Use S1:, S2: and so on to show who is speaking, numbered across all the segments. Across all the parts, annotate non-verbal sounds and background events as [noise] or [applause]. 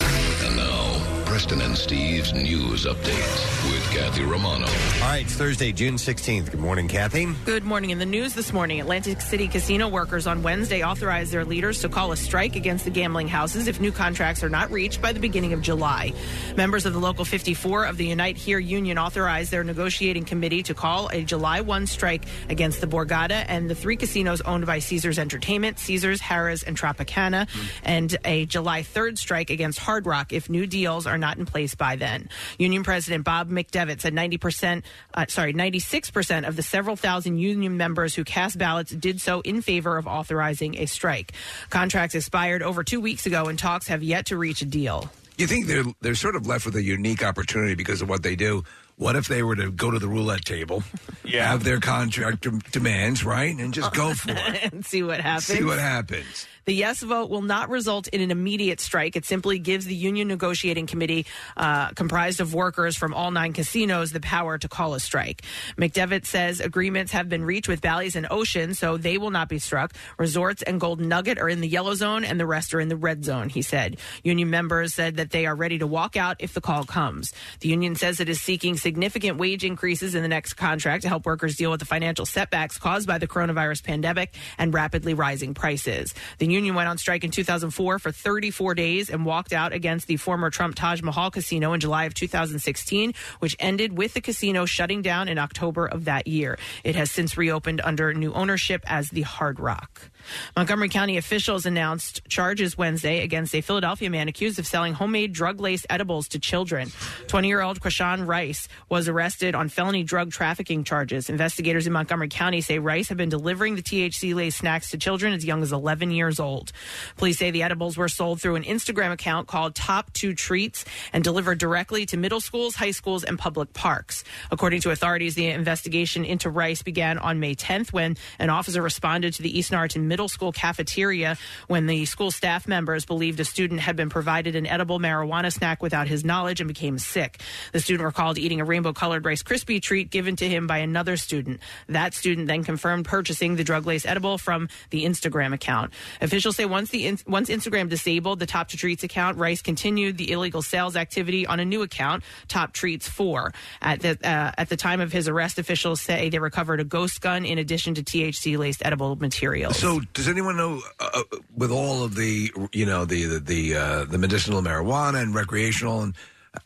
S1: And now, Preston and Steve's news updates with Kathy Romano.
S2: All right, it's Thursday, June 16th. Good morning, Kathy.
S3: Good morning. In the news this morning, Atlantic City casino workers on Wednesday authorized their leaders to call a strike against the gambling houses if new contracts are not reached by the beginning of July. Members of the Local 54 of the Unite Here Union authorized their negotiating committee to call a July 1 strike against the Borgata and the three casinos owned by Caesars Entertainment, Caesars, Harrah's, and Tropicana, and a July 3rd strike against Hard Rock if new deals are not in place by then. Union President Bob McDevitt said 90%, uh, sorry, 96% of the several thousand union members who cast ballots did so in favor of authorizing a strike. Contracts expired over two weeks ago, and talks have yet to reach a deal.
S4: You think they're they're sort of left with a unique opportunity because of what they do. What if they were to go to the roulette table, have their contract dem- demands right, and just go for it,
S3: and see what [laughs] happens.
S4: see what happens?
S3: The yes vote will not result in an immediate strike. It simply gives the union negotiating committee, uh, comprised of workers from all nine casinos, the power to call a strike. McDevitt says agreements have been reached with Bally's and Ocean, so they will not be struck. Resorts and Golden Nugget are in the yellow zone, and the rest are in the red zone, he said. Union members said that they are ready to walk out if the call comes. The union says it is seeking significant wage increases in the next contract to help workers deal with the financial setbacks caused by the coronavirus pandemic and rapidly rising prices. The union went on strike in 2004 for 34 days and walked out against the former Trump Taj Mahal casino in July of 2016, which ended with the casino shutting down in October of that year. It has since reopened under new ownership as the Hard Rock. Montgomery County officials announced charges Wednesday against a Philadelphia man accused of selling homemade drug laced edibles to children. 20 year old Krishan Rice was arrested on felony drug trafficking charges. Investigators in Montgomery County say Rice had been delivering the THC laced snacks to children as young as 11 years old. Police say the edibles were sold through an Instagram account called Top Two Treats and delivered directly to middle schools, high schools, and public parks. According to authorities, the investigation into Rice began on May 10th when an officer responded to the East Narton Middle School cafeteria when the school staff members believed a student had been provided an edible marijuana snack without his knowledge and became sick. The student recalled eating a rainbow colored Rice Krispie treat given to him by another student. That student then confirmed purchasing the drug laced edible from the Instagram account. Officials say once the in- once Instagram disabled the Top to Treats account, Rice continued the illegal sales activity on a new account, Top Treats Four. At the uh, at the time of his arrest, officials say they recovered a ghost gun in addition to THC laced edible materials.
S4: So, does anyone know uh, uh, with all of the you know the the the, uh, the medicinal marijuana and recreational and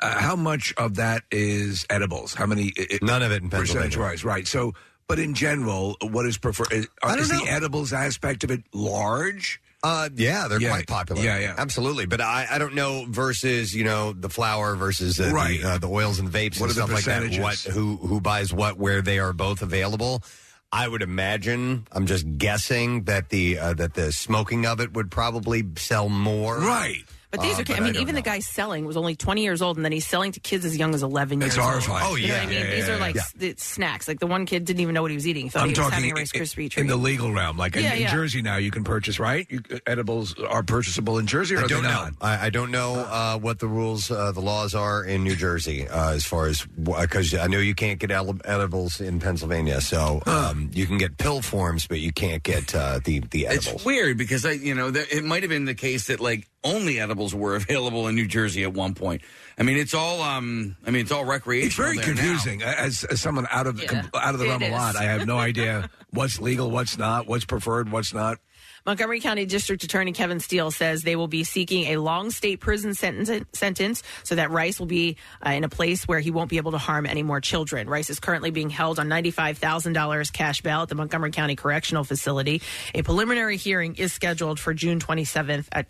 S4: uh, how much of that is edibles? How many?
S2: None of it in Pennsylvania.
S4: percentage wise, right? So, but in general, what is preferred? Is,
S2: I don't
S4: is
S2: know.
S4: the edibles aspect of it large?
S2: Uh, yeah, they're quite popular.
S4: Yeah, yeah.
S2: absolutely. But I, I don't know versus you know the flour versus uh,
S4: Right.
S2: the, uh, the oils and vapes
S4: What
S2: and
S4: are the
S2: stuff like that.
S4: percentages?
S2: What who who buys what where they are both available. I would imagine. I'm just guessing that the uh, that the smoking of it would probably sell more. Uh,
S4: Right.
S3: But these are, I mean, even the guy selling was only 20 years old, and then he's selling to kids as young as 11
S2: It's
S3: years old.
S2: horrifying. Oh,
S3: You know what
S2: yeah,
S3: I mean?
S2: yeah,
S3: these
S2: yeah,
S3: are like
S2: yeah.
S3: s- the snacks. Like the one kid didn't even know what he was eating. He thought
S4: I'm
S3: he was having
S4: talking
S3: a Rice
S4: i-
S3: Krispie treat.
S4: in the legal realm, like in,
S3: Yeah,
S4: in
S3: yeah.
S4: Jersey now, you can purchase right. You, uh, edibles are purchasable in Jersey, or
S2: I
S4: are they
S2: don't know.
S4: not?
S2: I, I don't know uh, what the rules, uh, the laws are in New Jersey uh, as far as because I know you can't get ele- edibles in Pennsylvania. So um, you can get pill forms, but you can't get uh, the the edibles.
S5: It's weird because I, you know, that it might have been the case that like only edibles were [laughs] available in New Jersey at one point. I mean, it's all, um, I mean, it's all recreational.
S4: It's very
S5: there
S4: confusing. As, as someone out of com- out of the
S3: it
S4: realm a
S3: is.
S4: lot, I have no idea what's legal, what's not, what's preferred, what's not.
S3: Montgomery County District Attorney Kevin Steele says they will be seeking a long state prison sentence, sentence so that Rice will be uh, in a place where he won't be able to harm any more children. Rice is currently being held on $95,000 cash bail at the Montgomery County Correctional Facility. A preliminary hearing is scheduled for June 27th at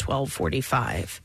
S3: 1245.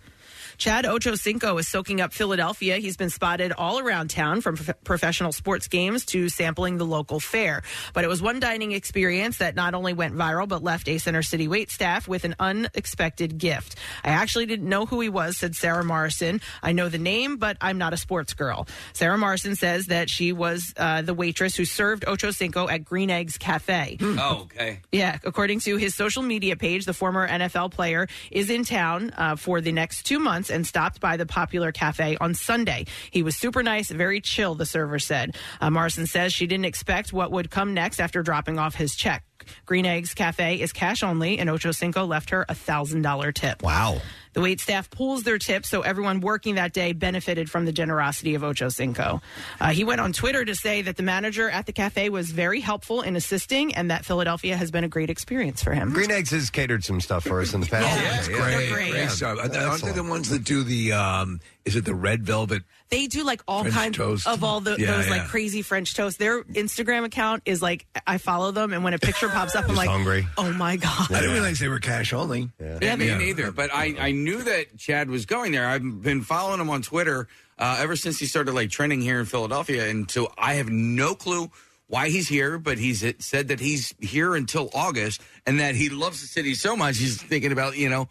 S3: Chad Ochocinco is soaking up Philadelphia. He's been spotted all around town from prof- professional sports games to sampling the local fare. But it was one dining experience that not only went viral but left a Center City wait staff with an unexpected gift. I actually didn't know who he was, said Sarah Morrison. I know the name, but I'm not a sports girl. Sarah Morrison says that she was uh, the waitress who served Ochocinco at Green Eggs Cafe.
S5: now. Oh, okay.
S3: Yeah, according to his social media page, the former NFL player is in town uh, for the next two months events and stopped by the popular cafe on Sunday. He was super nice, very chill, the server said. Uh, Morrison says she didn't expect what would come next after dropping off his check. Green Eggs Cafe is cash only, and Ocho Cinco left her a $1,000 tip.
S2: Wow.
S3: The wait staff pools their tips, so everyone working that day benefited from the generosity of Ocho Cinco. Uh, he went on Twitter to say that the manager at the cafe was very helpful in assisting, and that Philadelphia has been a great experience for him.
S2: Green Eggs has catered some stuff for us in the past.
S4: that's great. great stuff. Aren't they the ones that do the? Um, is it the red velvet?
S3: They do like all
S4: French
S3: kinds
S4: toast.
S3: of all the,
S4: Yeah,
S3: those like
S4: yeah.
S3: crazy French toast. Their Instagram account is like I follow them, and when a picture pops up, I'm
S5: Just
S3: like,
S5: hungry.
S3: oh my god!
S4: I didn't realize they were cash only.
S2: Yeah,
S5: Yeah, me neither. But I, I knew that Chad was going there. I've been following him on Twitter uh, ever since he started like trending here in Philadelphia, and so I have no clue why he's here. But he's it said that he's here until August, and that he loves the city so much he's thinking about you know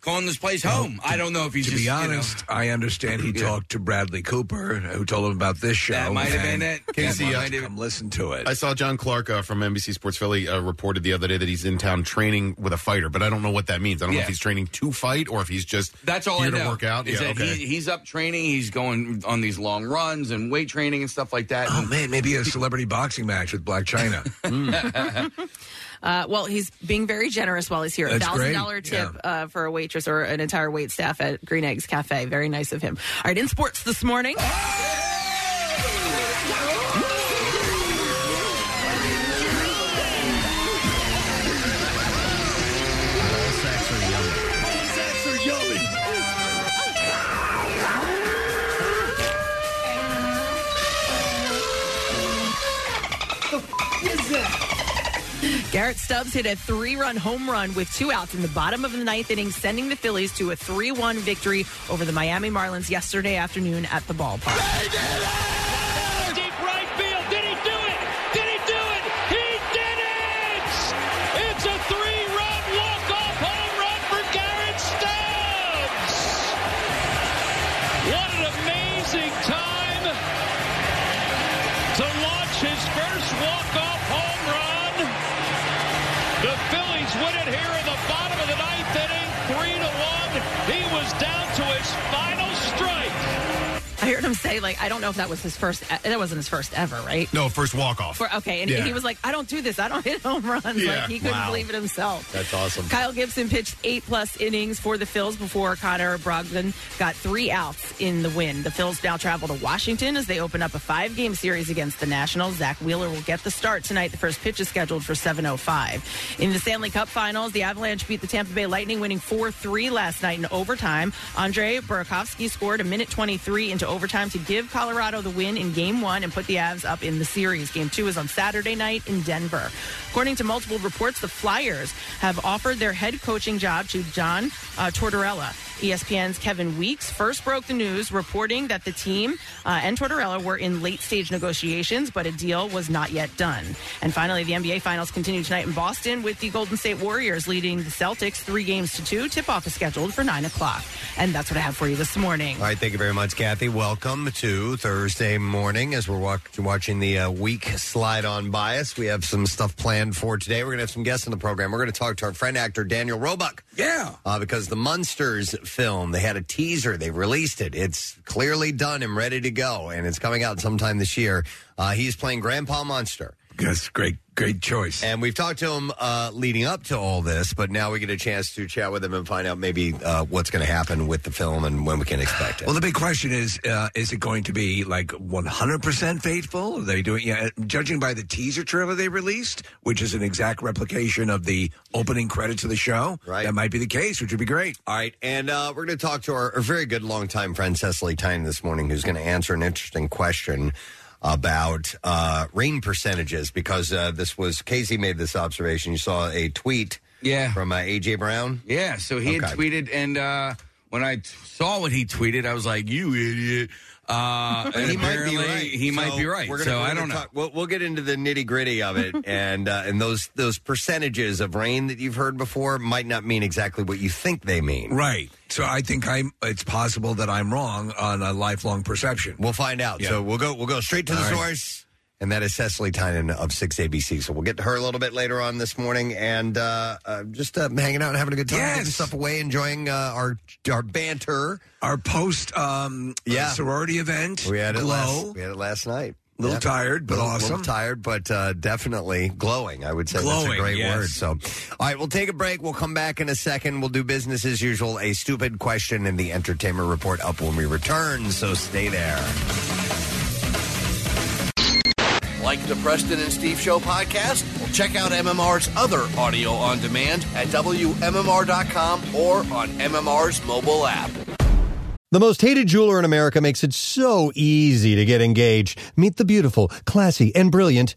S5: calling this place home. I don't know if he's
S4: to
S5: just,
S4: be
S5: you know-
S4: honest, I understand he talked to Bradley Cooper, who told him about this show.
S5: That might have been it.
S6: Casey,
S4: Casey, yeah,
S6: uh,
S4: come listen to it.
S6: I saw John Clark uh, from NBC Sports Philly uh, reported the other day that he's in town training with a fighter, but I don't know what that means. I don't know
S5: Yeah.
S6: if he's training to fight or if he's just
S5: That's all
S6: here
S5: I know.
S6: to work out.
S5: Is
S6: yeah,
S5: that
S6: okay.
S5: he, he's up training. He's going on these long runs and weight training and stuff like that.
S4: Oh man, maybe a celebrity boxing match with Black China.
S3: Uh, well, he's being very generous while he's here. A
S4: That's
S3: thousand
S4: great.
S3: dollar tip uh, for a waitress or an entire wait staff at Green Eggs Cafe. Very nice of him. All right, in sports this morning. Garrett Stubbs hit a three run home run with two outs in the bottom of the ninth inning, sending the Phillies to a 3 1 victory over the Miami Marlins yesterday afternoon at the ballpark.
S7: Deep right field. Did he do it? Did he do it? He did it! It's a three-run walk-off home run for Garrett Stubbs. What an amazing time to launch his first walk-off home run. The Phillies win it here in the bottom of the ninth inning, three to one. He was down to his final strike.
S3: I heard him say, like, I don't know if that was his first, e, that wasn't his first ever, right?
S6: no, first walk off.
S3: For, okay, and
S6: Yeah.
S3: he was like, I don't do this. I don't hit home runs.
S6: Yeah,
S3: Like, he couldn't
S6: wow.
S3: believe it himself.
S2: That's awesome.
S3: Kyle Gibson pitched eight plus innings for the Phils before Connor Brogdon got three outs in the win. The Phils now travel to Washington as they open up a five game series against the Nationals. Zach Wheeler will get the start tonight. The first pitch is scheduled for 7.05. In the Stanley Cup finals, the Avalanche beat the Tampa Bay Lightning, winning 4 3 last night in overtime. Andre Burakovsky scored a minute 23 into overtime to give Colorado the win in game one and put the Avs up in the series. Game two is on Saturday night in Denver. According to multiple reports, the Flyers have offered their head coaching job to John uh, Tortorella. ESPN's Kevin Weeks first broke the news, reporting that the team uh, and Tortorella were in late stage negotiations, but a deal was not yet done. And finally, the NBA Finals continue tonight in Boston with the Golden State Warriors leading the Celtics three games to two. Tip off is scheduled for 9 o'clock. And that's what I have for you this morning.
S2: All right, thank you very much, Kathy. Welcome to Thursday morning as we're walk- watching the uh, week slide on bias. We have some stuff planned for today. We're going to have some guests on the program. We're going to talk to our friend actor Daniel Roebuck.
S4: Yeah.
S2: Uh, because the Munsters film, they had a teaser, they released it. It's clearly done and ready to go, and it's coming out sometime this year. Uh, he's playing Grandpa Munster.
S4: That's great, great choice.
S2: And we've talked to him uh, leading up to all this, but now we get a chance to chat with him and find out maybe uh, what's going to happen with the film and when we can expect it.
S4: Well, the big question is: uh, Is it going to be like 100 percent faithful? Are they doing? Yeah, uh, judging by the teaser trailer they released, which is an exact replication of the opening credits of the show, right? That might be the case, which would be great.
S2: All right, and uh, we're going to talk to our, our very good longtime friend Cecily Tyne this morning, who's going to answer an interesting question about uh, rain percentages because uh, this was Casey made this observation. You saw a tweet,
S5: yeah,
S2: from uh, AJ Brown.
S5: [laughs] Yeah, so he
S2: Okay.
S5: had tweeted, and uh, when I t- saw what he tweeted, I was like, "You idiot!"
S2: [laughs]
S5: Uh, and
S2: he might be
S5: apparently
S2: right.
S5: He might be right.
S2: We're gonna,
S5: so
S2: we're
S5: I
S2: gonna
S5: don't know.
S2: talk- We'll, we'll get into the nitty gritty
S5: [laughs]
S2: of it, and uh, and those those percentages of rain that you've heard before might not mean exactly what you think they mean.
S4: Right. So I think I'm. It's possible that I'm wrong on a lifelong perception.
S2: We'll find out. So we'll go. We'll go straight to the
S4: All right.
S2: source And that is Cecily Tynan of 6ABC. So we'll get to her a little bit later on this morning and uh, uh, just uh, hanging out and having a good time, getting stuff away, enjoying uh, our our banter.
S4: Our post um,
S2: Yeah.
S4: sorority event.
S2: We had it,
S4: glow.
S2: last, we had it last night.
S4: A little tired, but
S2: Little-
S4: awesome.
S2: Little tired, but uh, definitely glowing. I would say that's
S4: Glowing,
S2: a great
S4: yes.
S2: word. So, all right, we'll take a break. We'll come back in a second. We'll do business as usual. A stupid question and the entertainment report up when we return. So stay there.
S8: Like the Preston and Steve Show podcast? Well, check out MMR's other audio on demand at WMMR.com or on MMR's mobile app.
S2: The most hated jeweler in America makes it so easy to get engaged. Meet the beautiful, classy, and brilliant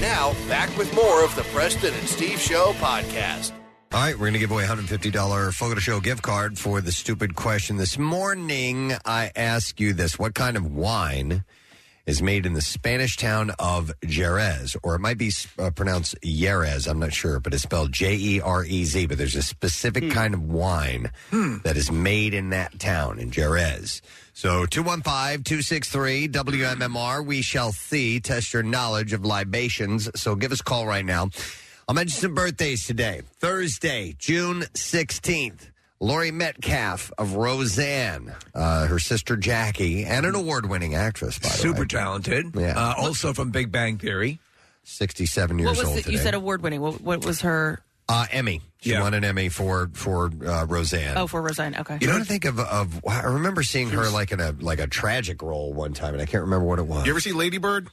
S8: Now, back with more of the Preston and Steve Show podcast.
S2: All right, we're going to give away a $150 Fogo to Show gift card for the stupid question. This morning, I ask you this What kind of wine is made in the Spanish town of Jerez? Or it might be uh, pronounced Jerez, I'm not sure, but it's spelled J E R E Z. But there's a specific kind of wine that is made in that town, in Jerez. So 215 263 WMMR, we shall see. Test your knowledge of libations. So give us a call right now. I'll mention some birthdays today. Thursday, June 16th, Lori Metcalf of Roseanne, uh, her sister Jackie, and an award winning actress, by the way.
S4: Super talented.
S2: Yeah.
S4: Uh, also from Big Bang Theory.
S2: 67 years
S3: What was
S2: old
S3: the,
S2: today.
S3: you said award winning? What, what was her?
S2: uh, Emmy. She won an Emmy for, for uh, Roseanne.
S3: Oh, for Roseanne. Okay.
S2: You know what I think of, of? I remember seeing her like in a like a tragic role one time, and I can't remember what it was.
S6: You ever see Lady Bird?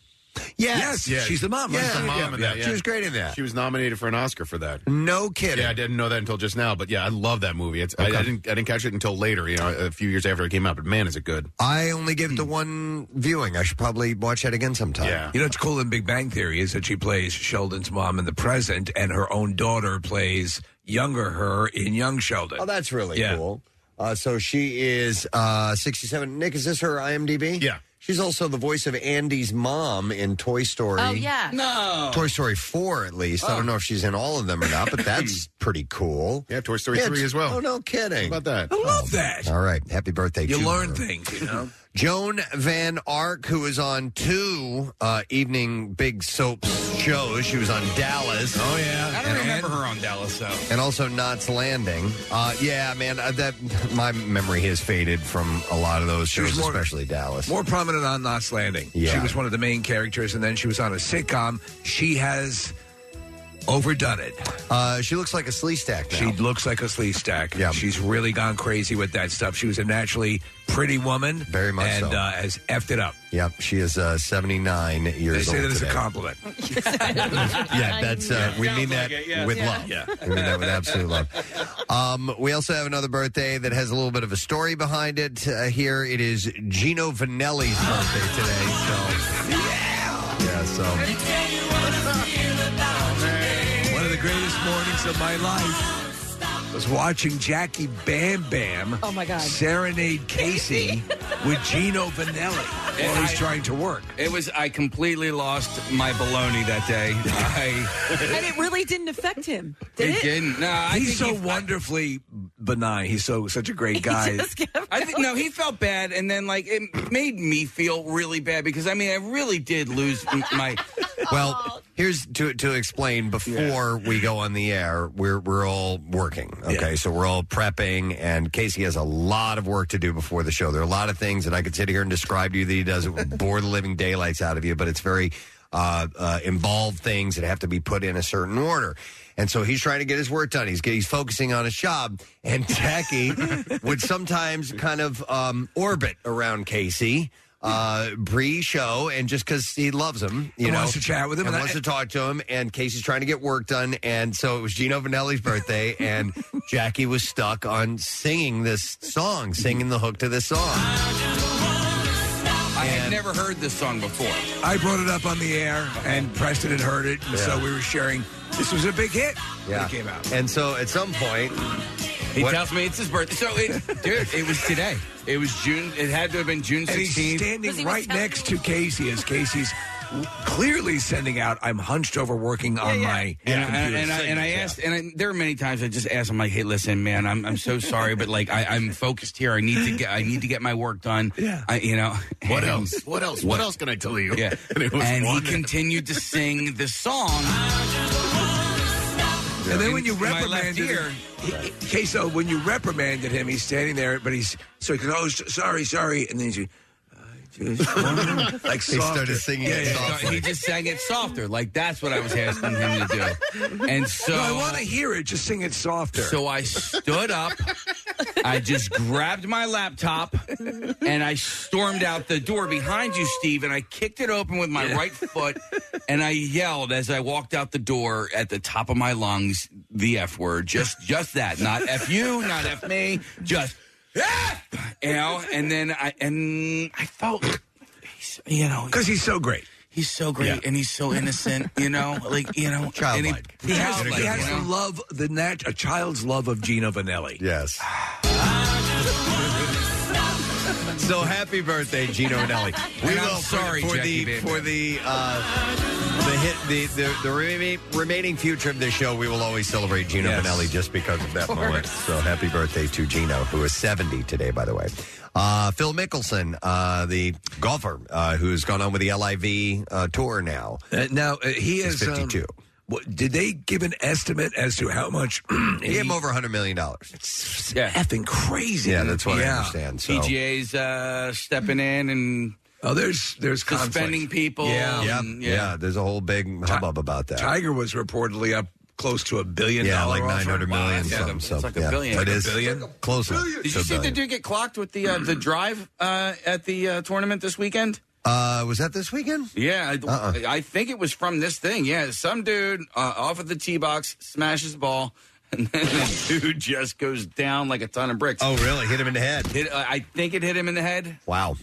S2: Yes.
S6: Yeah.
S2: She's the mom, right?
S6: Yeah, the mom
S2: Yeah,
S6: in
S2: yeah.
S6: that. Yeah.
S2: She was great in that.
S6: She was nominated for an Oscar for that.
S2: No kidding.
S6: Yeah, I didn't know that until just now. But yeah, I love that movie. It's, I, I didn't I didn't catch it until later, you know, a few years after it came out. But man, is it good.
S2: I only give
S6: Hmm.
S2: the one viewing. I should probably watch that again sometime.
S4: You know what's cool in Big Bang Theory is that she plays Sheldon's mom in the present, and her own daughter plays younger her in Young Sheldon.
S2: Oh, that's really
S4: Yeah.
S2: cool. Uh, so she is uh, 67. Nick, is this her IMDb? Yeah. She's also the voice of Andy's mom in Toy Story.
S3: Oh yeah. No.
S4: [laughs]
S2: Toy Story 4, at least.
S4: Oh.
S2: I don't know if she's in all of them or not, but
S4: [clears throat]
S2: that's pretty cool. Yeah, Toy
S6: Story 3 as well.
S2: Oh, no kidding. about
S6: that?
S2: I love that. All right. Happy birthday
S4: you
S2: to
S4: learn
S2: her.
S4: things, you know.
S2: Joan Van Ark, who is on two uh, evening big soap shows. She was on Dallas. Oh, yeah.
S5: I don't remember her on Dallas though.
S2: And also Knots Landing. Uh, yeah, man, uh, that my memory has faded from a lot of those shows,
S4: more-
S2: especially Dallas.
S4: More prominent on Knots Landing. She
S2: Yeah.
S4: was one of the main characters, and then she was on a sitcom. She has overdone it.
S2: Uh, she looks like a slee stack.
S4: She looks like a slee stack. Yeah, she's really gone crazy with that stuff. She was a naturally pretty woman, very
S2: much
S4: and
S2: so.
S4: uh, has effed it up.
S2: Yep, she is uh, 79 years
S4: they say
S2: old.
S4: that as a
S2: today.
S4: compliment.
S2: [laughs] yeah, that's uh, we mean that with love.
S4: Yeah.
S2: we mean that with absolute love. Um, we also have another birthday that has a little bit of a story behind it. Uh, here it is Gino Vanelli's birthday today. So yeah, so
S4: One of the greatest mornings of my life was watching Jackie Bam Bam
S3: Oh, my God.
S4: serenade
S3: [laughs]
S4: Casey with Gino Vanelli while he's
S5: I-
S4: trying to work.
S5: It was I completely lost my baloney that day. [laughs] I
S3: And it really didn't affect him, did
S5: it
S3: it?
S5: didn't. No, I
S4: he's so
S5: think he-
S4: wonderfully benign. He's so such
S9: [laughs]
S4: a great guy.
S5: I think no, he felt bad, and then like it made me feel really bad because I mean I really did lose m- my.
S2: well, here's to to explain before we go on the air. We're we're all working, okay? So we're all prepping, and Casey has a lot of work to do before the show. There are a lot of things that I could sit here and describe to you that he does. It would bore the living daylights out of you, but it's very uh, uh, involved things that have to be put in a certain order. And so he's trying to get his work done. He's he's focusing on his job, and
S4: [laughs]
S2: Jackie would sometimes kind of um, orbit around Casey, uh, Bree show, and just because he loves him, you
S4: And
S2: know,
S4: wants to chat with him,
S2: and
S4: and I-
S2: wants to talk to him. And Casey's trying to get work done, and so it was Gino Vanelli's birthday,
S4: [laughs]
S2: and Jackie was stuck on singing this song, singing the hook to this song.
S5: I had never heard this song before.
S4: I brought it up on the air, and Preston had heard it, and so we were sharing.
S9: This was a big hit.
S2: Yeah.
S9: When it came out.
S2: And so at some point,
S5: He tells me it's his birthday. So, it, dude, it was today. It was June. It had to have been June
S9: And he's
S5: 16th.
S9: standing right next to Casey as Casey's clearly sending out, I'm hunched over working on my
S5: And, I,
S9: computer.
S5: and, I, and I asked, and I, there are many times I just asked him, like, "Hey, listen, man, I'm I'm so sorry, but like, I, I'm focused here. I need to get I need to get my work done. Yeah, I, you know.
S6: What
S5: And-
S6: else? What else? What else can I tell you?
S5: Yeah,
S6: [laughs] And it was
S5: and he
S6: one-
S5: continued to sing
S6: [laughs]
S5: the song.
S9: And then when you
S5: In my left
S9: reprimanded
S5: ear.
S9: him, he- he- Queso, when you reprimanded him, he's standing there, but he's so he goes, "Oh, s- sorry, sorry," and then he's
S5: [laughs]
S9: just wanna-" like
S5: He started
S9: softer.
S5: singing it softly. He just sang it softer. Like that's what I was asking him to
S6: [laughs]
S5: do. [laughs] And so
S9: No, I want to hear it. Just sing it softer.
S5: So I stood up. I just grabbed my laptop and I stormed out the door behind you, Steve, and I kicked it open with my right foot and I yelled as I walked out the door at the top of my lungs the F word. Just just that. Not F you, not F me, just F you know, and then I and I felt you know
S9: because he's so great.
S5: He's so great and he's so innocent, you know, like you know, and he-
S9: Childlike. He has,
S5: Childlike,
S9: he has
S5: you know?
S9: the love, the nat- a child's love of Gino Vanelli. [sighs]
S2: Yes. so happy birthday, Gino and Ellie.
S5: And I'm sorry,
S2: for, for
S5: Jackie
S2: the
S5: Davis.
S2: for the uh, the hit the the, the remi- remaining future of this show. We will always celebrate Gino
S10: Yes.
S2: Benelli just because of that
S10: course.
S2: moment. So happy birthday to Gino, who is seventy today, by the way. Uh, Phil Mickelson, uh, the golfer uh, who's gone on with the LIV uh, tour now.
S9: Uh, now uh, he
S2: He's
S9: is um,
S2: 52.
S9: what, did they give an estimate as to how much? [clears throat]
S2: he gave him over hundred million dollars.
S9: It's
S5: yeah.
S9: effing crazy.
S2: Yeah, that's what I
S9: Yeah.
S2: understand. So.
S5: PGA's uh, stepping in and
S9: oh, there's there's conflict.
S5: suspending people.
S9: Yeah.
S2: yeah,
S5: and-
S2: yeah, There's a whole big hubbub about that.
S9: Tiger was reportedly up close to a billion.
S2: yeah,
S9: dollar
S2: like
S9: offer.
S2: nine hundred million.
S9: Yeah,
S2: something,
S9: it's
S2: so,
S5: like a
S2: yeah.
S5: billion.
S2: It
S5: Like a
S2: is
S9: billion?
S2: closer.
S5: Did
S2: to
S5: you
S2: a
S5: see the
S2: billion.
S5: dude get clocked with the uh, the drive uh, at the uh, tournament this weekend?
S2: Uh, was that this Uh-uh. weekend?
S5: Yeah, I, I think it was from this thing. Yeah, some dude uh, off of the tee box smashes the ball, [laughs] and then the dude just goes down like a ton of bricks.
S2: Oh, really? Hit him in the head.
S5: Hit, uh, I think it hit him in the head.
S2: Wow.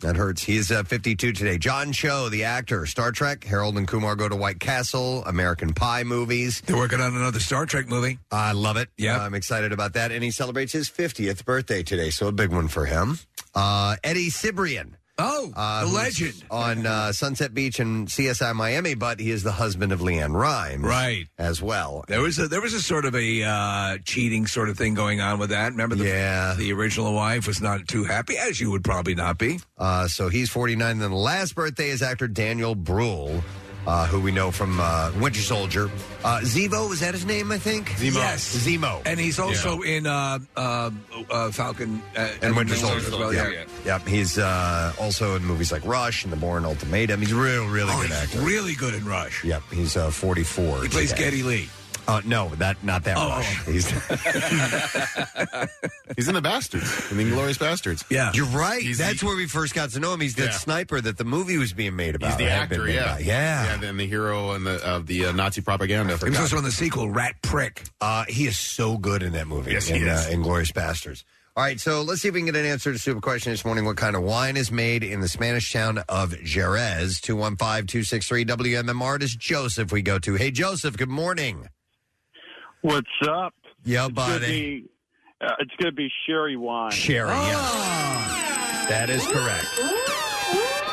S2: That hurts. He is uh, 52 today. John Cho, the actor, Star Trek, Harold and Kumar Go to White Castle, American Pie movies.
S9: They're working on another Star Trek movie.
S2: I love it.
S9: Yeah.
S2: I'm excited about that. And he celebrates his 50th birthday today, so a big one for him. Uh, Eddie Cibrian.
S9: Oh,
S2: uh,
S9: the
S2: who's
S9: legend.
S2: on uh, Sunset Beach and CSI Miami, but he is the husband of Leanne Rhymes,
S9: Right.
S2: As well,
S9: There was a there was a sort of a uh, cheating sort of thing going on with that. Remember, the,
S2: Yeah.
S9: the original wife was not too happy, as you would probably not be.
S2: Uh, so he's 49. And then the last birthday is actor Daniel Bruhl, uh, who we know from uh, Winter Soldier. Uh, Zevo, is that his name, I think? Zemo.
S9: Yes.
S2: Zemo.
S9: And he's also in uh, uh, uh, Falcon uh,
S2: and Winter Soldier.
S9: as well.
S2: Yep.
S9: yeah.
S2: Yep. He's uh, also in movies like Rush and The Bourne Ultimatum. He's a real, really
S9: Oh,
S2: good
S9: he's
S2: actor.
S9: really good in Rush.
S2: Yep. He's uh, 44.
S9: He plays
S2: today.
S9: Getty Lee.
S2: Uh, no, that not that
S9: Oh. [laughs]
S2: Rush. He's,
S6: [laughs] He's in the Bastards, in the Inglorious Bastards.
S9: Yeah.
S2: you're right.
S6: He's
S2: That's
S6: the-
S2: where we first got to know him. He's that
S6: Yeah.
S2: sniper that the movie was being made about.
S6: He's the
S2: or Oh, had been
S6: actor,
S2: made
S6: yeah.
S2: about. Yeah.
S6: yeah, and the hero and the of the uh, Nazi propaganda. I
S9: He was
S6: forgot.
S9: also in the sequel, Rat Prick.
S2: Uh, he is so good in that movie.
S6: Yes,
S2: in,
S6: he is.
S2: Uh, Inglorious Bastards. All right, so let's see if we can get an answer to the super question this morning. What kind of wine is made in the Spanish town of Jerez? 215-263-WMMR. It is Joseph we go to. Hey, Joseph, good morning.
S7: What's up?
S2: Yo,
S7: It's gonna
S2: buddy.
S7: be- uh, it's going to be sherry wine.
S2: Sherry, yes. That is correct.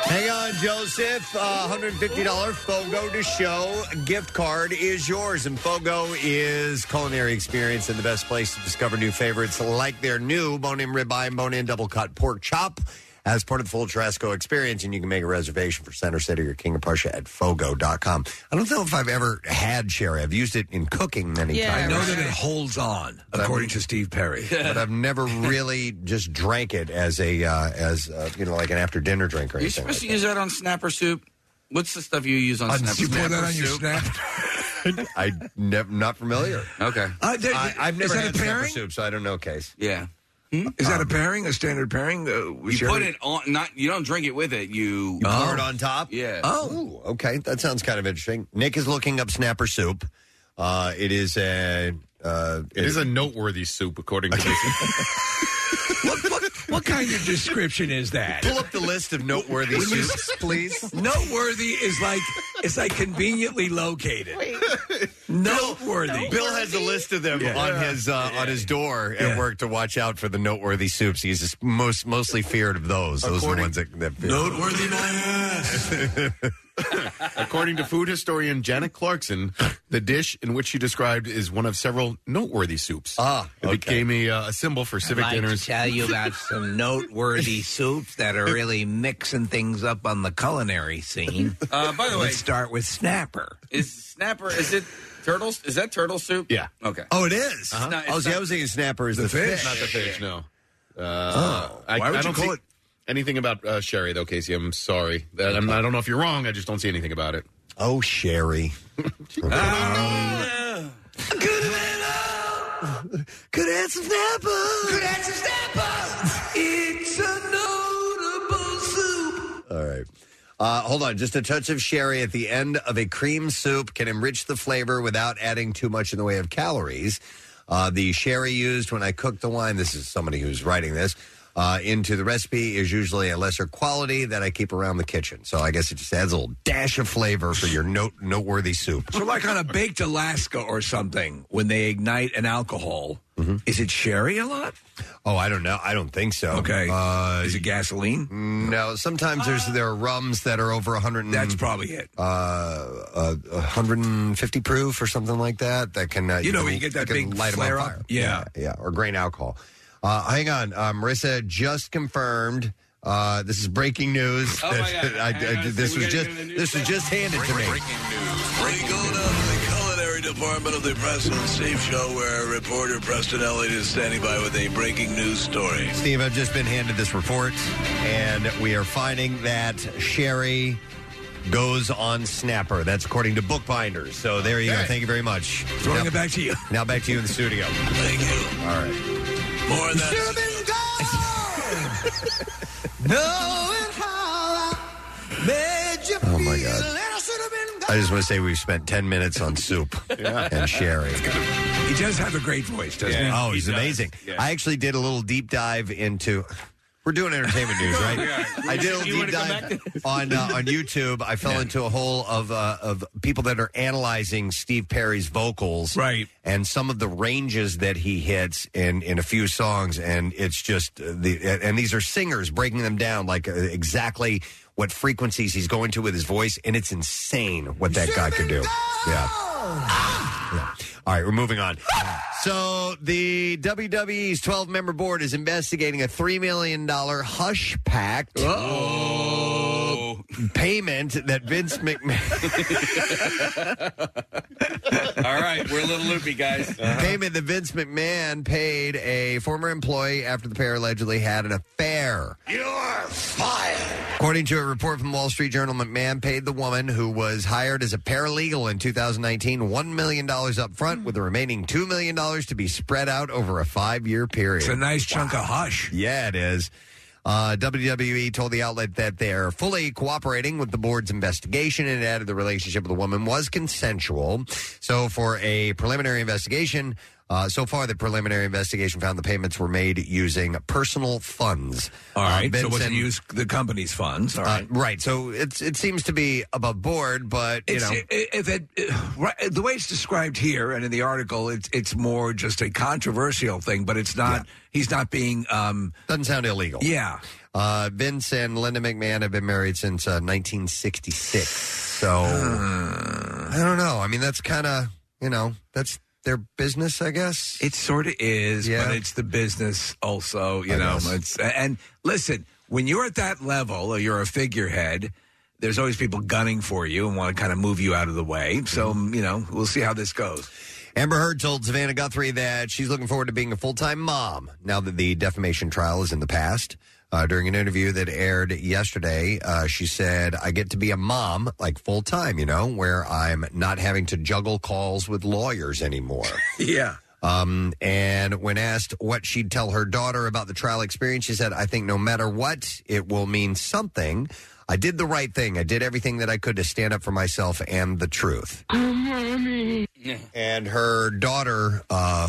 S2: Hang on, Joseph. Uh, $150 Fogo to Show gift card is yours. And Fogo is culinary experience and the best place to discover new favorites like their new bone in ribeye and bone in double cut pork chop as part of the full Trasco experience. And you can make a reservation for Center City or King of Prussia at Fogo.com. I don't know if I've ever had sherry. I've used it in cooking many
S11: Yeah,
S2: times.
S9: I know
S11: right.
S9: that it holds on, according to Steve Perry.
S2: But I've [laughs] never really just drank it as a uh, as uh, you know like an after dinner drink or
S5: Are you
S2: anything.
S5: supposed
S2: Like
S5: to use that on snapper soup? What's the stuff you use on
S9: Uh,
S5: snapper
S9: you pour
S5: soup?
S9: that on your snap?
S2: that. I never not familiar.
S5: Okay.
S9: Uh, there-
S2: I, I've
S9: is
S2: never
S9: that
S2: had Um,
S9: a
S2: snapper
S9: pairing?
S2: soup, so I don't know. Case
S5: Yeah.
S9: Is that a pairing? A standard pairing? Uh, with
S5: You
S9: sherry?
S5: put it on. Not you don't drink it with it. You.
S2: you pour it on top.
S5: Yeah.
S2: Oh, okay. That sounds kind of interesting. Nick is looking up snapper soup. Uh, it is a. Uh, [laughs]
S6: It is a noteworthy soup, according to this.
S9: Look, look,
S4: What kind of description is that?
S6: Pull up the list of noteworthy
S4: When you-
S6: suits, please.
S4: Noteworthy is like it's like conveniently located. Noteworthy.
S2: Bill has a list of them
S4: Yeah.
S2: on his uh, on his door at work to watch out for the noteworthy soups. He's just most mostly feared of those. Those are the ones that, that
S4: Noteworthy my ass.
S7: Oh. [laughs]
S6: According to food historian Janet Clarkson, the dish in which she described is one of several noteworthy soups. Ah, it became a, uh, a symbol for civic
S9: like
S6: dinners.
S9: to tell you about
S6: [laughs]
S9: some noteworthy soups that are really mixing things up on the culinary scene.
S5: Uh, by
S9: [laughs]
S5: the way,
S9: Let's start with snapper.
S5: is snapper? Is it turtles? Is that turtle soup? [laughs]
S6: Yeah.
S5: Okay.
S2: Oh, it is?
S4: Uh-huh.
S5: It's not- it's
S2: oh, see,
S5: not-
S2: I was thinking snapper is the,
S6: It's Not the fish, no. Uh,
S2: Oh,
S6: I,
S2: why would
S6: I
S2: you
S6: don't
S2: call
S6: see
S2: it-
S6: anything about uh, sherry though, Casey? I'm sorry. That, I'm, I don't know if you're wrong. I just don't see anything about it.
S2: Oh, Sherry.
S4: Could add some snapper. Could add some snapper. It's a notable soup.
S2: All right. Uh, hold on, just a touch of sherry at the end of a cream soup can enrich the flavor without adding too much in the way of calories. Uh, the sherry used when I cook the wine, this is somebody who's writing this, uh, into the recipe is usually a lesser quality that I keep around the kitchen. So I guess it just adds a little dash of flavor for your note noteworthy soup.
S4: So like on a baked Alaska or something, when they ignite an alcohol, is it sherry a lot?
S2: Oh, I don't know. I don't think so.
S4: Okay.
S2: Uh,
S4: is it gasoline?
S2: No, sometimes there's there are rums that are over 100. And,
S4: That's probably it.
S2: Uh, uh, 150 proof or something like that. That can uh,
S4: You know
S2: can-
S4: when you get that
S2: can
S4: big
S2: light 'em on
S4: flare up?
S2: fire.
S4: Yeah.
S2: yeah, yeah, or grain alcohol. Uh, hang on, uh, Marissa just confirmed. Uh, this is breaking news.
S7: Oh, my God.
S2: [laughs] I- I-
S7: Hang on,
S2: this
S7: we
S2: was
S7: gotta
S2: just
S7: get in the news
S2: this was just handed to me.
S12: We go down to the culinary department of the Preston and Steve Show, where reporter Preston Elliott is standing by with a breaking news story.
S2: Steve, I've just been handed this report, and we are finding that Sherry goes on Snapper. That's according to Bookbinders. So there you go. Thank you very much.
S4: Throwing
S2: Now-
S4: it back to you.
S2: Now back to you in the studio.
S12: Thank you.
S2: All right.
S12: More on that.
S2: Oh my god. I just want to say we've spent ten minutes on soup and sherry.
S4: He does have a great voice, doesn't he?
S2: Oh, he's amazing. I actually did a little deep dive into. We're doing entertainment news,
S4: [laughs]
S2: right? I did a
S6: You
S2: little
S6: wanna
S2: deep
S6: come
S2: dive on uh, on YouTube. I fell into a hole of uh, of people that are analyzing Steve Perry's vocals,
S4: Right.
S2: and some of the ranges that he hits in in a few songs and it's just uh, the and these are singers breaking them down like uh, exactly what frequencies he's going to with his voice and it's insane what that guy could do yeah yeah. All right, we're moving on. So, the WWE's 12 member board is investigating a $3 million hush pact
S5: Oh.
S2: payment that Vince McMahon.
S5: All right. We're a little loopy, guys.
S2: [laughs] payment that Vince McMahon paid a former employee after the pair allegedly had an affair. You're fired. According to a report from Wall Street Journal, McMahon paid the woman who was hired as a paralegal in 2019 $1 million up front, with the remaining $2 million to be spread out over a five year period.
S4: It's a nice chunk of hush.
S2: Yeah, it is. Uh, WWE told the outlet that they're fully cooperating with the board's investigation and added the relationship with the woman was consensual. So, for a preliminary investigation, uh, so far the preliminary investigation found the payments were made using personal funds.
S4: All right.
S2: Uh,
S4: Um, so what's
S2: Vince
S4: it
S2: and-
S4: use the company's funds? All
S2: uh,
S4: right.
S2: right. So it's it seems to be above board, but you
S4: It's,
S2: know,
S4: i- if it, uh, right, the way it's described here and in the article, it's it's more just a controversial thing, but it's not. He's not being. Um,
S2: doesn't sound illegal.
S4: yeah,
S2: Uh, Vince and Linda McMahon have been married since uh, 1966. So
S4: Uh.
S2: I don't know. I mean, that's kind of you know that's their business, I guess.
S4: it sort of is,
S2: Yeah.
S4: but it's the business also. You
S2: I
S4: know,
S2: guess.
S4: it's and listen when you're at that level or you're a figurehead. There's always people gunning for you and want to kind of move you out of the way. So,
S2: Mm-hmm.
S4: you know, we'll see how this goes.
S2: Amber Heard told Savannah Guthrie that she's looking forward to being a full time mom now that the defamation trial is in the past. Uh, during an interview that aired yesterday, uh, she said, I get to be a mom, like full time, you know, where I'm not having to juggle calls with lawyers anymore.
S4: Yeah.
S2: Um, and when asked what she'd tell her daughter about the trial experience, she said, I think no matter what, it will mean something. I did the right thing. I did everything that I could to stand up for myself and the truth. And her daughter, uh,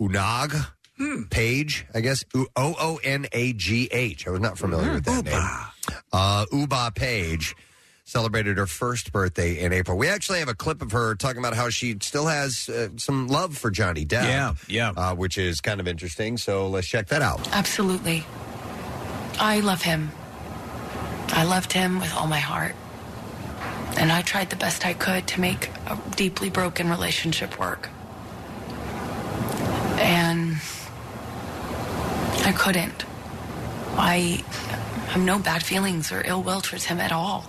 S2: Unag, Page, I guess. O O N A G H. I was not familiar with that name. Uh, Uba Page celebrated her first birthday in April. We actually have a clip of her talking about how she still has uh, some love for Johnny Depp.
S13: Yeah,
S2: yeah. Uh, which is kind of interesting. So let's check that out.
S13: Absolutely. I love him. I loved him with all my heart. And I tried the best I could to make a deeply broken relationship work. And I couldn't. I have no bad feelings or ill will towards him at all.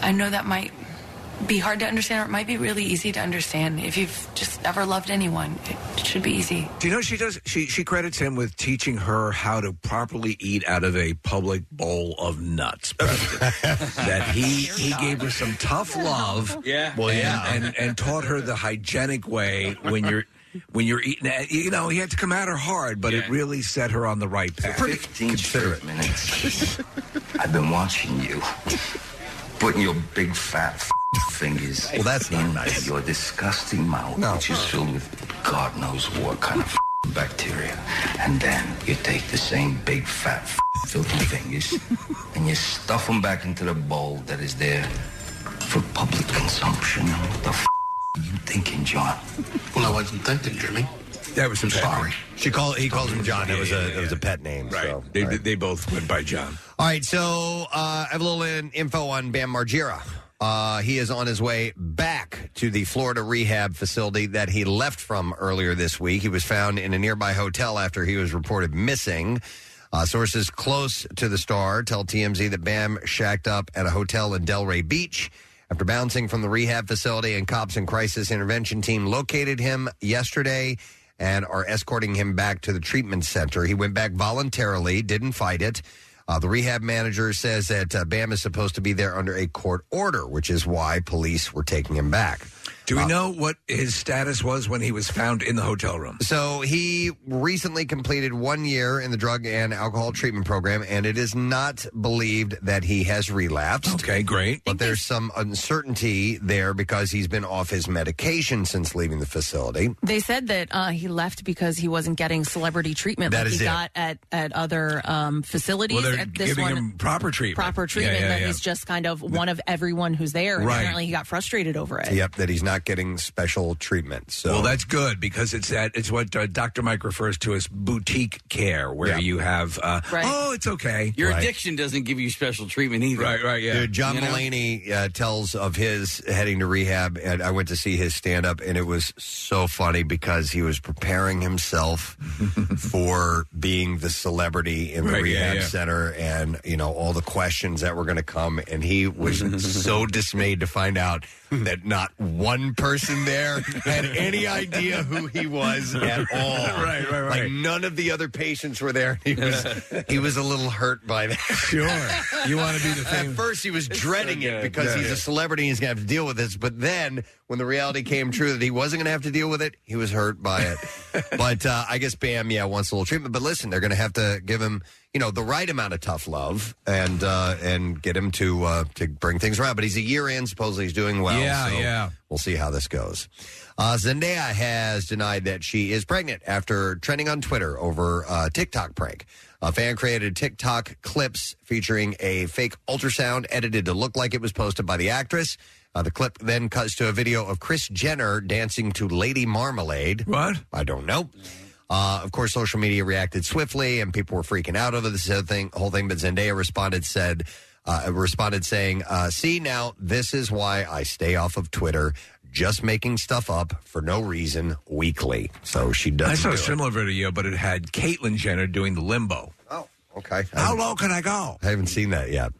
S13: I know that might be hard to understand, or it might be really easy to understand. If you've just never loved anyone, it should be easy.
S9: Do you know she does? She she credits him with teaching her how to properly eat out of a public bowl of nuts. [laughs] Preston. that he he gave her some tough
S1: [laughs]
S9: love.
S5: Yeah.
S9: Well,
S5: Well,
S9: yeah,
S5: yeah.
S9: and, and and taught her the hygienic way when you're. When you're eating, at- you know, he had to come at her hard, but it really set her on the right path.
S1: Pretty considerate minutes. [laughs] I've been watching you. Putting your big fat f- fingers well, that's in your disgusting mouth, which is filled with God knows what kind of f- bacteria. And then you take the same big fat f- filthy [laughs] fingers and you stuff them back into the bowl that is there for public consumption. What the f- are you thinking, John? Well, I wasn't thinking, Jimmy.
S9: That was
S1: I'm sorry.
S2: She called. He calls him John. It was a it was a pet name. Right. So,
S9: they they both went by John.
S2: All right, so uh, I have a little in, info on Bam Margera. Uh, he is on his way back to the Florida rehab facility that he left from earlier this week. He was found in a nearby hotel after he was reported missing. Uh, sources close to the star tell TMZ that Bam shacked up at a hotel in Delray Beach after bouncing from the rehab facility, and cops and crisis intervention team located him yesterday and are escorting him back to the treatment center. He went back voluntarily, didn't fight it. Uh, the rehab manager says that uh, Bam is supposed to be there under a court order, which is why police were taking him back.
S9: Do
S2: Uh,
S9: we know what his status was when he was found in the hotel room?
S2: So he recently completed one year in the drug and alcohol treatment program, and it is not believed that he has relapsed.
S9: Okay, great.
S2: But there's some uncertainty there because he's been off his medication since leaving the facility.
S3: They said that uh, he left because he wasn't getting celebrity treatment
S2: That
S3: like
S2: is
S3: he
S2: it.
S3: got at, at other um, facilities.
S9: Well, they're
S3: at this
S9: giving
S3: one,
S9: him proper treatment.
S3: proper
S9: Yeah,
S3: treatment,
S9: yeah,
S3: that
S9: yeah.
S3: he's just kind of one of everyone who's there. And
S9: Right.
S3: Apparently, he got frustrated over it.
S2: Yep, that he's not getting special treatment. So
S9: Well, that's good because it's that it's what uh, Dr. Mike refers to as boutique care, where
S5: Yeah.
S9: you have uh, oh, it's okay.
S5: Your addiction doesn't give you special treatment either.
S9: Right, right,
S2: Dude, John
S5: You know?
S2: Mulaney uh, tells of his heading to rehab, and I went to see his stand up, and it was so funny because he was
S9: [laughs]
S2: preparing himself for being the celebrity in the
S14: Right, yeah,
S2: rehab
S14: yeah.
S2: center and, you know, all the questions that were going to come. And
S9: [laughs]
S2: he was so dismayed to find out that not one person there had any idea who
S9: [laughs]
S2: he was at all.
S9: Right, right, right.
S2: Like none of the other patients were there.
S9: [laughs]
S2: He was, he was a little hurt by that. Sure.
S9: You want to be
S2: [laughs]
S9: the
S2: At first, he was dreading it because
S9: Yeah,
S2: he's
S9: yeah.
S2: a celebrity and he's going to have to deal with this. But then, when the reality came true that he wasn't going to have to deal with it, he was hurt by
S9: [laughs]
S2: it. but uh, I guess Bam, yeah, wants a little treatment. But listen, they're going to have to give him, you know, the right amount of tough love and uh, and get him to uh, to bring things around. But he's a year in. Supposedly, he's doing well.
S9: Yeah,
S2: so
S9: yeah.
S2: We'll see how this goes. Uh, Zendaya has denied that she is pregnant after trending on Twitter over uh, TikTok prank. A fan created TikTok clips featuring a fake ultrasound edited to look like it was posted by the actress. Uh, the clip then cuts to a video of Chris Jenner dancing to Lady Marmalade.
S9: What?
S2: I don't know. Uh, of course, social media reacted swiftly, and people were freaking out over this whole thing. Whole thing, but Zendaya responded, said, uh, responded saying, uh, "See now, this is why I stay off of Twitter, just making stuff up for no reason weekly." So she does.
S9: I saw
S2: do
S9: a
S2: it.
S9: similar video, but it had Caitlyn Jenner doing the limbo.
S2: Oh, okay.
S9: How low can I go?
S2: I haven't seen that yet.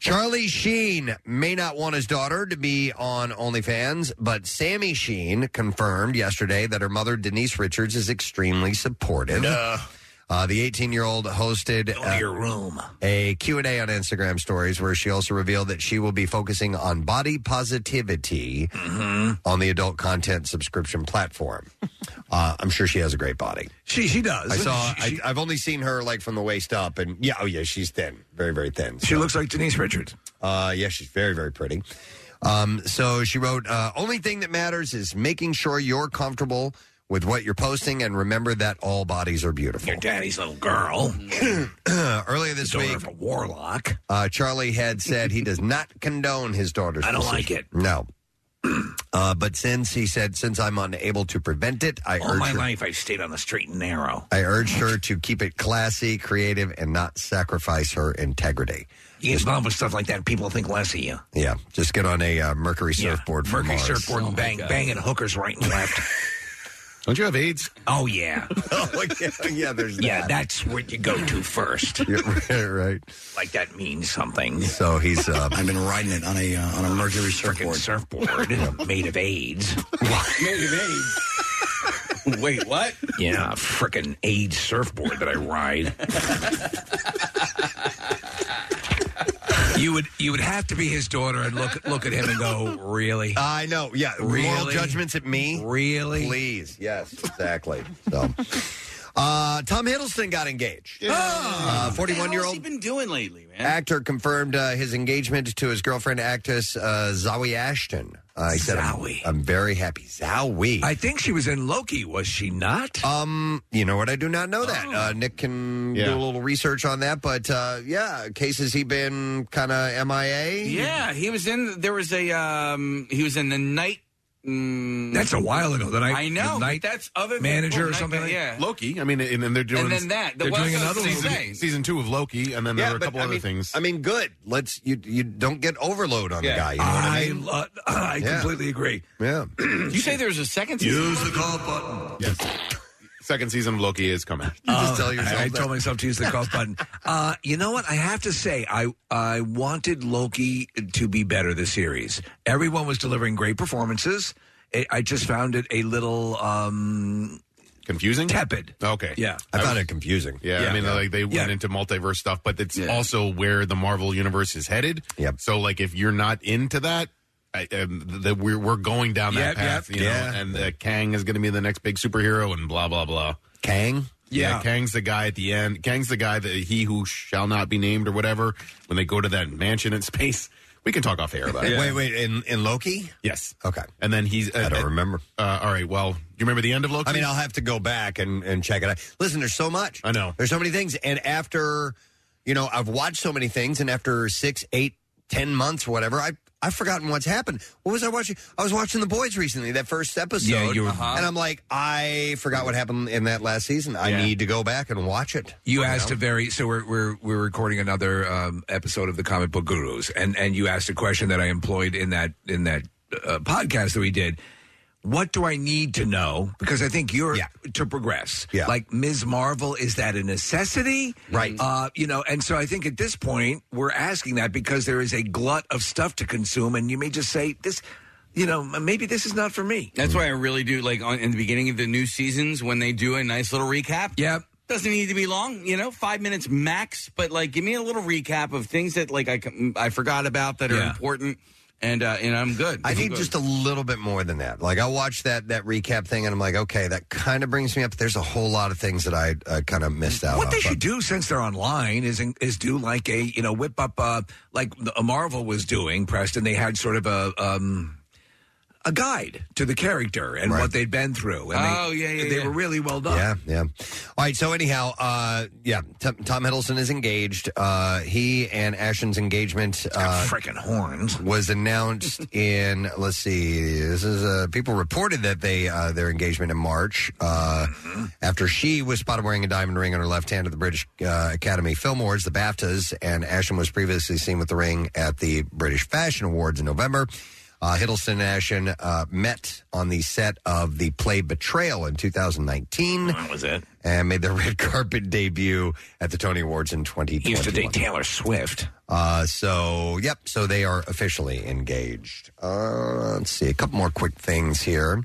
S2: Charlie Sheen may not want his daughter to be on OnlyFans, but Sammy Sheen confirmed yesterday that her mother, Denise Richards, is extremely supportive. Uh, the 18-year-old hosted uh, a Q&A on Instagram stories where she also revealed that she will be focusing on body positivity
S9: Mm-hmm.
S2: on the adult content
S9: [laughs]
S2: subscription platform. uh, I'm sure she has a great body.
S9: She she does.
S2: I saw. I, I've only seen her like from the waist up, and yeah, oh yeah, she's thin, very very thin.
S9: She looks like Denise Richards.
S2: Uh, yeah, she's very very pretty. Um, so she wrote, uh, "Only thing that matters is making sure you're comfortable with what you're posting, and remember that all bodies are beautiful. Your
S9: daddy's little girl.
S2: [clears throat] Earlier this
S9: Daughter
S2: week,
S9: of a warlock.
S2: Uh, Charlie had said he does not condone his daughter's.
S9: I don't
S2: decision.
S9: like it.
S2: No. Uh, but since he said, since I'm unable to prevent it, I
S9: All
S2: urge
S9: my
S2: her,
S9: life, I've stayed on the straight and narrow.
S2: I urged her to keep it classy, creative, and not sacrifice her integrity.
S9: You get involved with stuff like that, people think less of you.
S2: Yeah, just get on a uh, Mercury surfboard for
S9: Mercury
S2: Mars.
S9: surfboard and bang, banging [laughs] hookers right and left.
S6: Don't you have AIDS?
S9: Oh, yeah.
S2: [laughs] oh, yeah, yeah, there's
S9: Yeah,
S2: that.
S9: that's where you go to first.
S2: [laughs] right,
S9: Like that means something.
S2: So he's. Uh,
S15: I've been riding it on a uh, on a Mercury surfboard.
S9: Surfboard made of
S2: [laughs]
S9: AIDS. made of AIDS.
S5: Wait, what?
S9: Yeah, a frickin' AIDS surfboard that I ride. you would you would have to be his daughter and look look at him and go, really?
S2: I know. Oh, Yeah, moral
S9: Really?
S2: judgments at me.
S9: Really?
S2: Please. Yes. Exactly. So, uh, Tom Hiddleston got engaged. Uh, 41 year old
S5: Ah! been doing lately, man?
S2: actor confirmed uh, his engagement to his girlfriend actress uh, Zoe Ashton. Uh, he said, I'm- I'm, very happy. Zoe.
S9: I think she was in Loki, was she not?
S2: Um, you know what? I do not know that. Uh, Nick can
S9: Yeah.
S2: do a little research on that, but uh, yeah, cases he been kind of MIA.
S5: Yeah, he was in. There was a. um He was in the night. mm,
S6: That's a while ago, the night-
S5: I know.
S6: the night
S5: but that's other than- oh, night- Yeah.
S6: Loki. I mean, and then they're doing
S5: And then that. The-
S6: they're
S5: what
S6: doing
S5: else
S6: another
S5: is he
S6: season,
S5: saying?
S6: season two of Loki, and then
S2: Yeah,
S6: there were a
S2: but
S6: couple
S2: I
S6: other
S2: mean-
S6: things.
S2: I mean, good. Let's you you don't get overload on
S6: Yeah.
S2: the guy. You know what I mean?
S9: lo-
S5: uh,
S9: I
S2: Yeah.
S9: completely agree.
S2: Yeah.
S5: you say there's a second season?
S6: [laughs] Use the call button. Yes. Second season of Loki is coming.
S9: Oh, I, I told myself to use the
S6: [laughs]
S9: cough button. Uh, you know what? I have to say, I I wanted Loki to be better. The series, everyone was delivering great performances. I I just found it a little um,
S6: confusing,
S9: tepid.
S6: Okay.
S9: Yeah,
S2: I found it confusing.
S6: Yeah, I
S9: Yeah.
S6: mean, like they went
S9: Yeah.
S6: into multiverse stuff, but it's
S9: Yeah.
S6: also where the Marvel universe is headed. Yep. So, like, if you're not into that, I, um, that we're we're going down that
S9: Yep,
S6: path,
S9: yep.
S6: you know.
S9: Yeah.
S6: And uh, Kang is going to be the next big superhero, and blah blah blah.
S2: Kang.
S6: Yeah.
S9: Yeah.
S6: Kang's the guy at the end. Kang's the guy that he who shall not be named or whatever. When they go to that mansion in space, we can talk off air about it.
S2: Wait, wait. In in Loki?
S6: Yes.
S2: Okay.
S6: And then he's. Uh, I don't
S2: remember.
S6: Uh, all right. Well, do you remember the end of Loki?
S2: I mean, I'll have to go back and, and check it out. Listen, there's so much. I know. There's so many things. And after, you know, I've watched so many things, and after six, eight, ten months, whatever, I, I've forgotten what's happened. What was I watching? I was watching The Boys recently, that first episode.
S9: Yeah, you were-
S2: And I'm like, I forgot what happened in that last season. I need to go back and watch it.
S9: You asked
S2: know?
S9: a very so we're we're we're recording another um, episode of the Comic Book Gurus, and and you asked a question that I employed in that in that uh, podcast that we did. What do I need to know? Because I think you're to progress.
S2: Yeah.
S9: Like Ms. Marvel, is that a necessity?
S2: Right.
S9: Uh, you know, and so I think at this point we're asking that because there is a glut of stuff to consume, and you may just say this. You know, maybe this is not for me.
S5: That's why I really do like on, in the beginning of the new seasons when they do a nice little recap.
S9: Yep.
S5: Doesn't need to be long, you know, five minutes max. But like, give me a little recap of things that like I c- I forgot about that are important, and uh, and I'm good.
S2: I
S5: I'm
S2: need
S5: good.
S2: just a little bit more than that. Like I watched that that recap thing, and I'm like, okay, that kind of brings me up. There's a whole lot of things that I uh, kind of missed out.
S9: What
S2: on,
S9: they
S2: but-
S9: should do since they're online is is do like a you know whip up uh, like the- Marvel was doing. Preston they had sort of a um, a guide to the character and what they'd been through. And
S2: Oh,
S9: they,
S2: yeah, yeah,
S9: they
S2: yeah.
S9: were really well done.
S2: Yeah, yeah. All right. So anyhow, uh, yeah, T- Tom Hiddleston is engaged. Uh, he and Ashton's engagement, uh,
S9: freaking horns,
S2: was announced [laughs] in. Let's see. This is uh, people reported that they uh, their engagement in March uh, after she was spotted wearing a diamond ring on her left hand at the British uh, Academy Film Awards, the BAFTAs, and Ashton was previously seen with the ring at the British Fashion Awards in November. Uh, Hiddleston and Ashton uh, met on the set of the play Betrayal in 2019.
S9: That was it.
S2: And made their [laughs] red carpet debut at the Tony Awards in 2020.
S9: He used to date Taylor Swift.
S2: Uh, so, yep. So they are officially engaged. Uh, let's see. A couple more quick things here.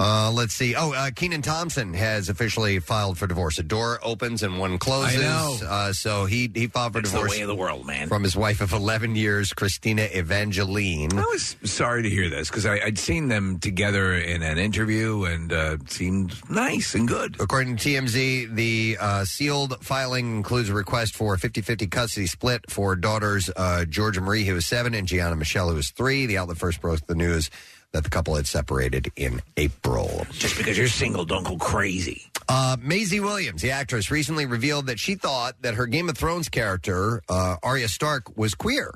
S2: Uh, let's see. Oh, uh, Keenan Thompson has officially filed for divorce. A door opens and one closes.
S9: I know.
S2: Uh, so he, he filed for
S9: It's the
S2: divorce.
S9: way of the world, man.
S2: From his wife of 11 years, Christina Evangeline.
S9: I was sorry to hear this because I'd seen them together in an interview and uh, it seemed nice and good.
S2: According to TMZ, the uh, sealed filing includes a request for a 50 50 custody split for daughters uh, Georgia Marie, who is seven, and Gianna Michelle, who is three. The outlet first broke the news that the couple had separated in April.
S9: Just because you're single, don't go crazy.
S2: Uh, Maisie Williams, the actress, recently revealed that she thought that her Game of Thrones character, uh, Arya Stark, was queer.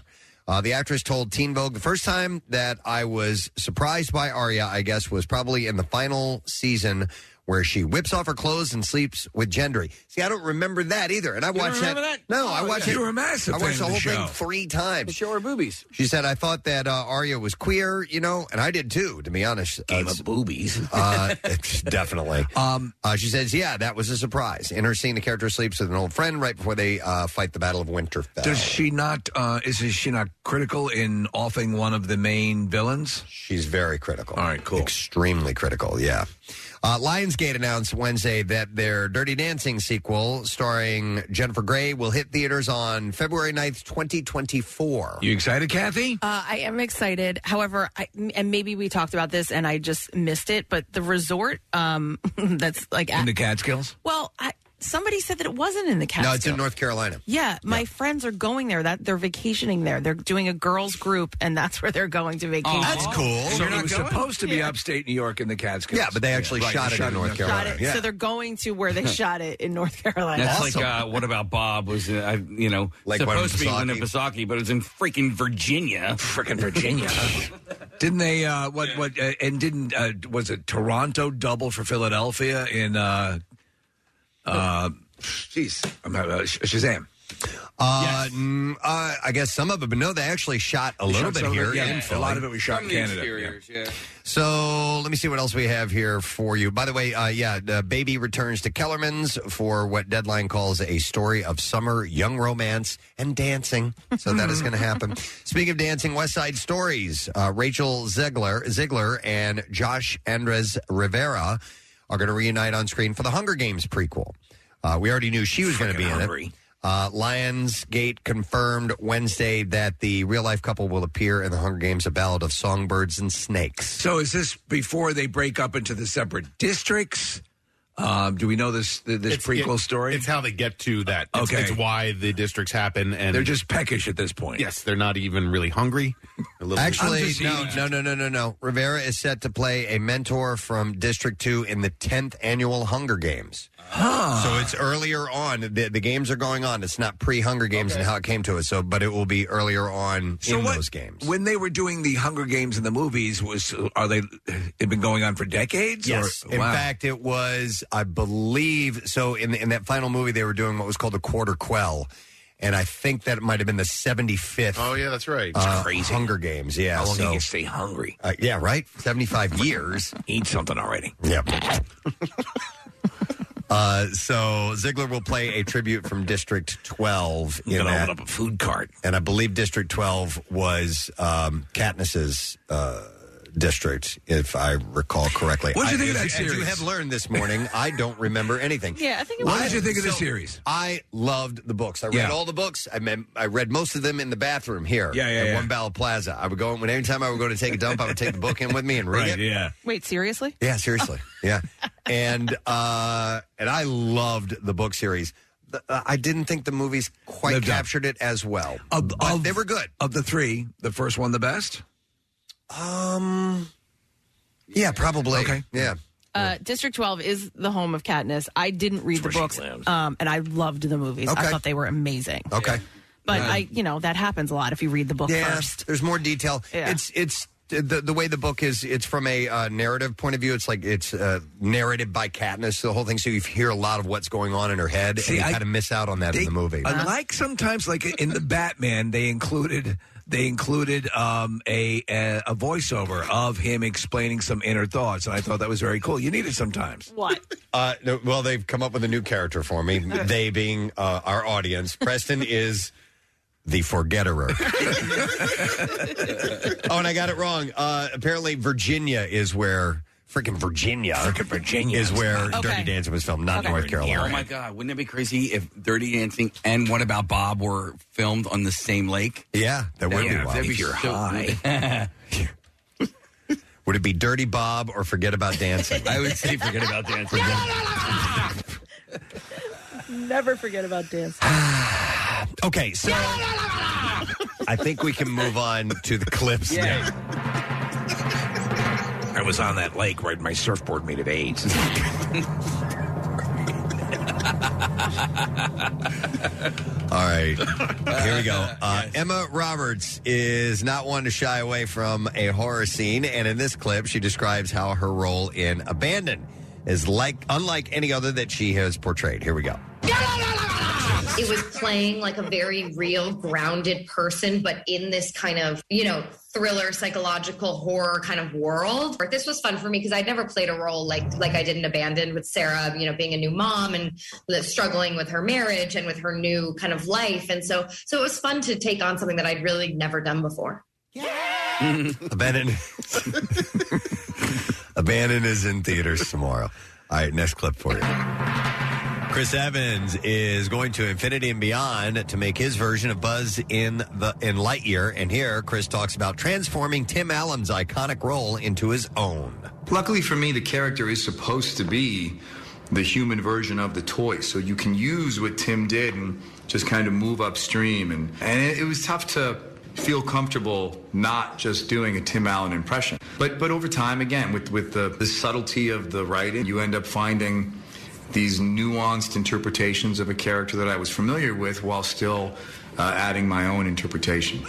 S2: Uh, the actress told Teen Vogue the first time that I was surprised by Arya, I guess, was probably in the final season where she whips off her clothes and sleeps with Gendry. See, I don't remember that either. And I
S9: You don't
S2: watched that.
S9: remember that?
S2: No,
S9: Oh,
S2: I watched
S9: you
S2: it.
S9: were a massive
S2: I
S9: fan of
S2: watched the
S9: the
S2: whole
S9: show.
S2: thing three times.
S9: Show her boobies.
S2: She said, "I thought that uh, Arya was queer, you know, and I did too. To be honest, game of
S9: boobies,
S2: [laughs] uh, definitely." Um, uh, she says, "Yeah, that was a surprise." In her scene, the character sleeps with an old friend right before they uh, fight the Battle of Winterfell.
S9: Does she not? Uh, is she not critical in offing one of the main villains?
S2: She's very critical.
S9: All right, cool.
S2: Extremely critical. Yeah. Uh, Lionsgate announced Wednesday that their Dirty Dancing sequel, starring Jennifer Grey, will hit theaters on February 9th, 2024.
S9: You excited, Kathy?
S13: Uh, I am excited. However, I, and maybe we talked about this and I just missed it, but the resort um, [laughs] that's like
S9: in
S3: Uh,
S13: at-
S9: the Catskills?
S13: well, I, somebody said that it wasn't in the Catskills.
S2: No, it's in North Carolina.
S13: Yeah, my friends are going there. That they're vacationing there. They're doing a girls group, and that's where they're going to vacation.
S9: So it was supposed to be upstate New York in the Catskills.
S2: Yeah, but they actually
S9: Right,
S2: shot it in North
S13: Got
S2: Carolina.
S13: it. So they're going to where they shot it in North Carolina.
S5: That's like uh, what about Bob was uh, I- you know
S9: Like
S5: supposed to be
S9: Winnipesaukee.
S5: Winnipesaukee, but it was in freaking Virginia.
S9: Freaking
S5: [laughs]
S9: Virginia. Didn't they? Uh, what? What? Uh, and didn't? Uh, was it Toronto double for Philadelphia in? Uh, uh, jeez, I'm not, uh, Sh- Shazam.
S2: Uh, mm, uh, I guess some of it, but no, they actually shot a
S9: They
S2: little
S9: shot
S2: bit
S9: some of it,
S2: here.
S9: yeah.
S2: in
S9: A lot of it was shot From in the Canada,
S5: exteriors, yeah.
S2: So let me see what else we have here for you. By the way, uh, yeah, the baby returns to Kellerman's for what Deadline calls a story of summer, young romance, and dancing. So that is going to happen. Speaking of dancing, West Side Stories, uh, Rachel Ziegler, Ziegler and Josh Andres Rivera are going to reunite on screen for the Hunger Games prequel. Uh, we already knew she was going to be in it. Uh, Lionsgate confirmed Wednesday that the real life couple will appear in the Hunger Games, a ballad of songbirds and snakes.
S9: So is this before they break up into the separate districts? Um, do we know this th- this
S6: It's-
S9: prequel
S6: it-
S9: story?
S6: It's how they get to that. It's,
S9: Okay.
S6: it's why the districts happen, and
S9: They're just peckish at this point.
S6: Yes, they're not even really hungry. A little-
S2: Actually, no, no, no, no, no, no. Rivera is set to play a mentor from District 2 in the 10th annual Hunger Games. So it's earlier on. The, the games are going on. It's not pre Hunger Games and how it came to it. So, but it will be earlier on
S9: So
S2: in
S9: what-
S2: those games.
S9: When they were doing the Hunger Games in the movies, was are they? It been going on for decades.
S2: Yes.
S9: Or,
S2: in
S9: wow.
S2: fact, it was, I believe, so in, in that final movie, they were doing what was called the Quarter Quell. And I think that it might have been the 75th.
S6: Oh yeah, that's right.
S2: uh, Hunger Games, yeah.
S9: How long
S2: so,
S9: can you stay hungry?
S2: Uh, yeah, right? 75 years.
S9: Eat something already.
S2: Yep. [laughs] uh, so Ziegler will play a tribute from District 12.
S9: You
S2: in
S9: gotta
S2: that.
S9: open up a food cart.
S2: And I believe District 12 was um, Katniss's uh, district, if I recall correctly.
S9: What'd you think
S2: I-
S9: of that
S2: as- As you
S9: series?
S2: have learned this morning, I don't remember anything.
S13: Yeah, I think it
S9: What
S13: was-
S9: did you think of the
S2: So, [laughs]
S9: series?
S2: I loved the books. I read
S9: Yeah.
S2: all the books. I mean, I read most of them in the bathroom here
S9: Yeah, yeah,
S2: at
S9: yeah.
S2: One Ballot Plaza. I would go in, when every time I would go to take a dump, I would take the book in with me and read
S9: Right,
S2: it.
S9: yeah.
S13: Wait, seriously?
S2: [laughs] Yeah, seriously. yeah. And uh and I loved the book series. The- uh, I didn't think the movies quite captured it as well.
S9: Of, of,
S2: they were good.
S9: Of the three, the first one the best.
S2: Um Yeah, probably. Okay. Yeah.
S13: Uh, District 12 is the home of Katniss. I didn't read the books, um, and I loved the movies. I
S2: Okay.
S13: thought they were amazing.
S2: Okay.
S13: But
S2: Yeah.
S13: I, you know, that happens a lot if you read the book
S2: yeah,
S13: first.
S2: There's more detail.
S13: Yeah.
S2: It's it's the the way the book is. It's from a uh, narrative point of view. It's like it's uh, narrated by Katniss. The whole thing. So you hear a lot of what's going on in her head,
S9: See,
S2: and you
S9: I-
S2: kind of miss out on that in the movie.
S9: Unlike sometimes, uh, like in the Batman, they included they included um, a, a a voiceover of him explaining some inner thoughts, and I thought that was very cool. You need it sometimes.
S13: What?
S2: Uh, no, well, they've come up with a new character
S5: [laughs]
S2: for me. they being uh, our audience. Preston is the forgetterer. [laughs] oh, and I got it wrong. Uh, apparently, Virginia is where. Freaking Virginia. Freaking
S9: Virginia.
S2: Is where
S5: Okay.
S2: Dirty Dancing was filmed, not
S5: Okay.
S2: North Carolina.
S5: Oh my God! Wouldn't it be crazy if Dirty Dancing and What About Bob were filmed on the same lake?
S2: Yeah, that would be wild.
S5: that'd
S2: If you're
S5: so- [laughs]
S2: [laughs] high. Would it be Dirty Bob or Forget About Dancing?
S5: I would say Forget About Dancing.
S13: Never forget about dance.
S2: [sighs] okay, so I think we can move on to the clips now.
S9: I was on that lake riding my surfboard made of AIDS.
S2: All right. Here we
S5: [laughs]
S2: go. Uh, Emma Roberts is not one to shy away from a horror scene, and in this clip, she describes how her role in Abandon is like unlike any other that she has portrayed. Here we go.
S16: It was playing like a very real, grounded person, but in this kind of, you know, thriller, psychological horror kind of world. But This was fun for me because I'd never played a role like like I did in Abandoned with Sarah, you know, being a new mom and li- struggling with her marriage and with her new kind of life. And so so it was fun to take on something that I'd really never done before.
S2: [laughs] Abandon. Abandon is in theaters tomorrow. All right, next clip for you. Chris Evans is going to Infinity and Beyond to make his version of Buzz in the in Lightyear, and here Chris talks about transforming Tim Allen's iconic role into his own.
S14: Luckily for me, the character is supposed to be the human version of the toy. So you can use what Tim did and just kind of move upstream. And, and it, it was tough to feel comfortable not just doing a Tim Allen impression. But, but over time, again, with, with the, the subtlety of the writing, you end up finding these nuanced interpretations of a character that I was familiar with while still uh, adding my own interpretation.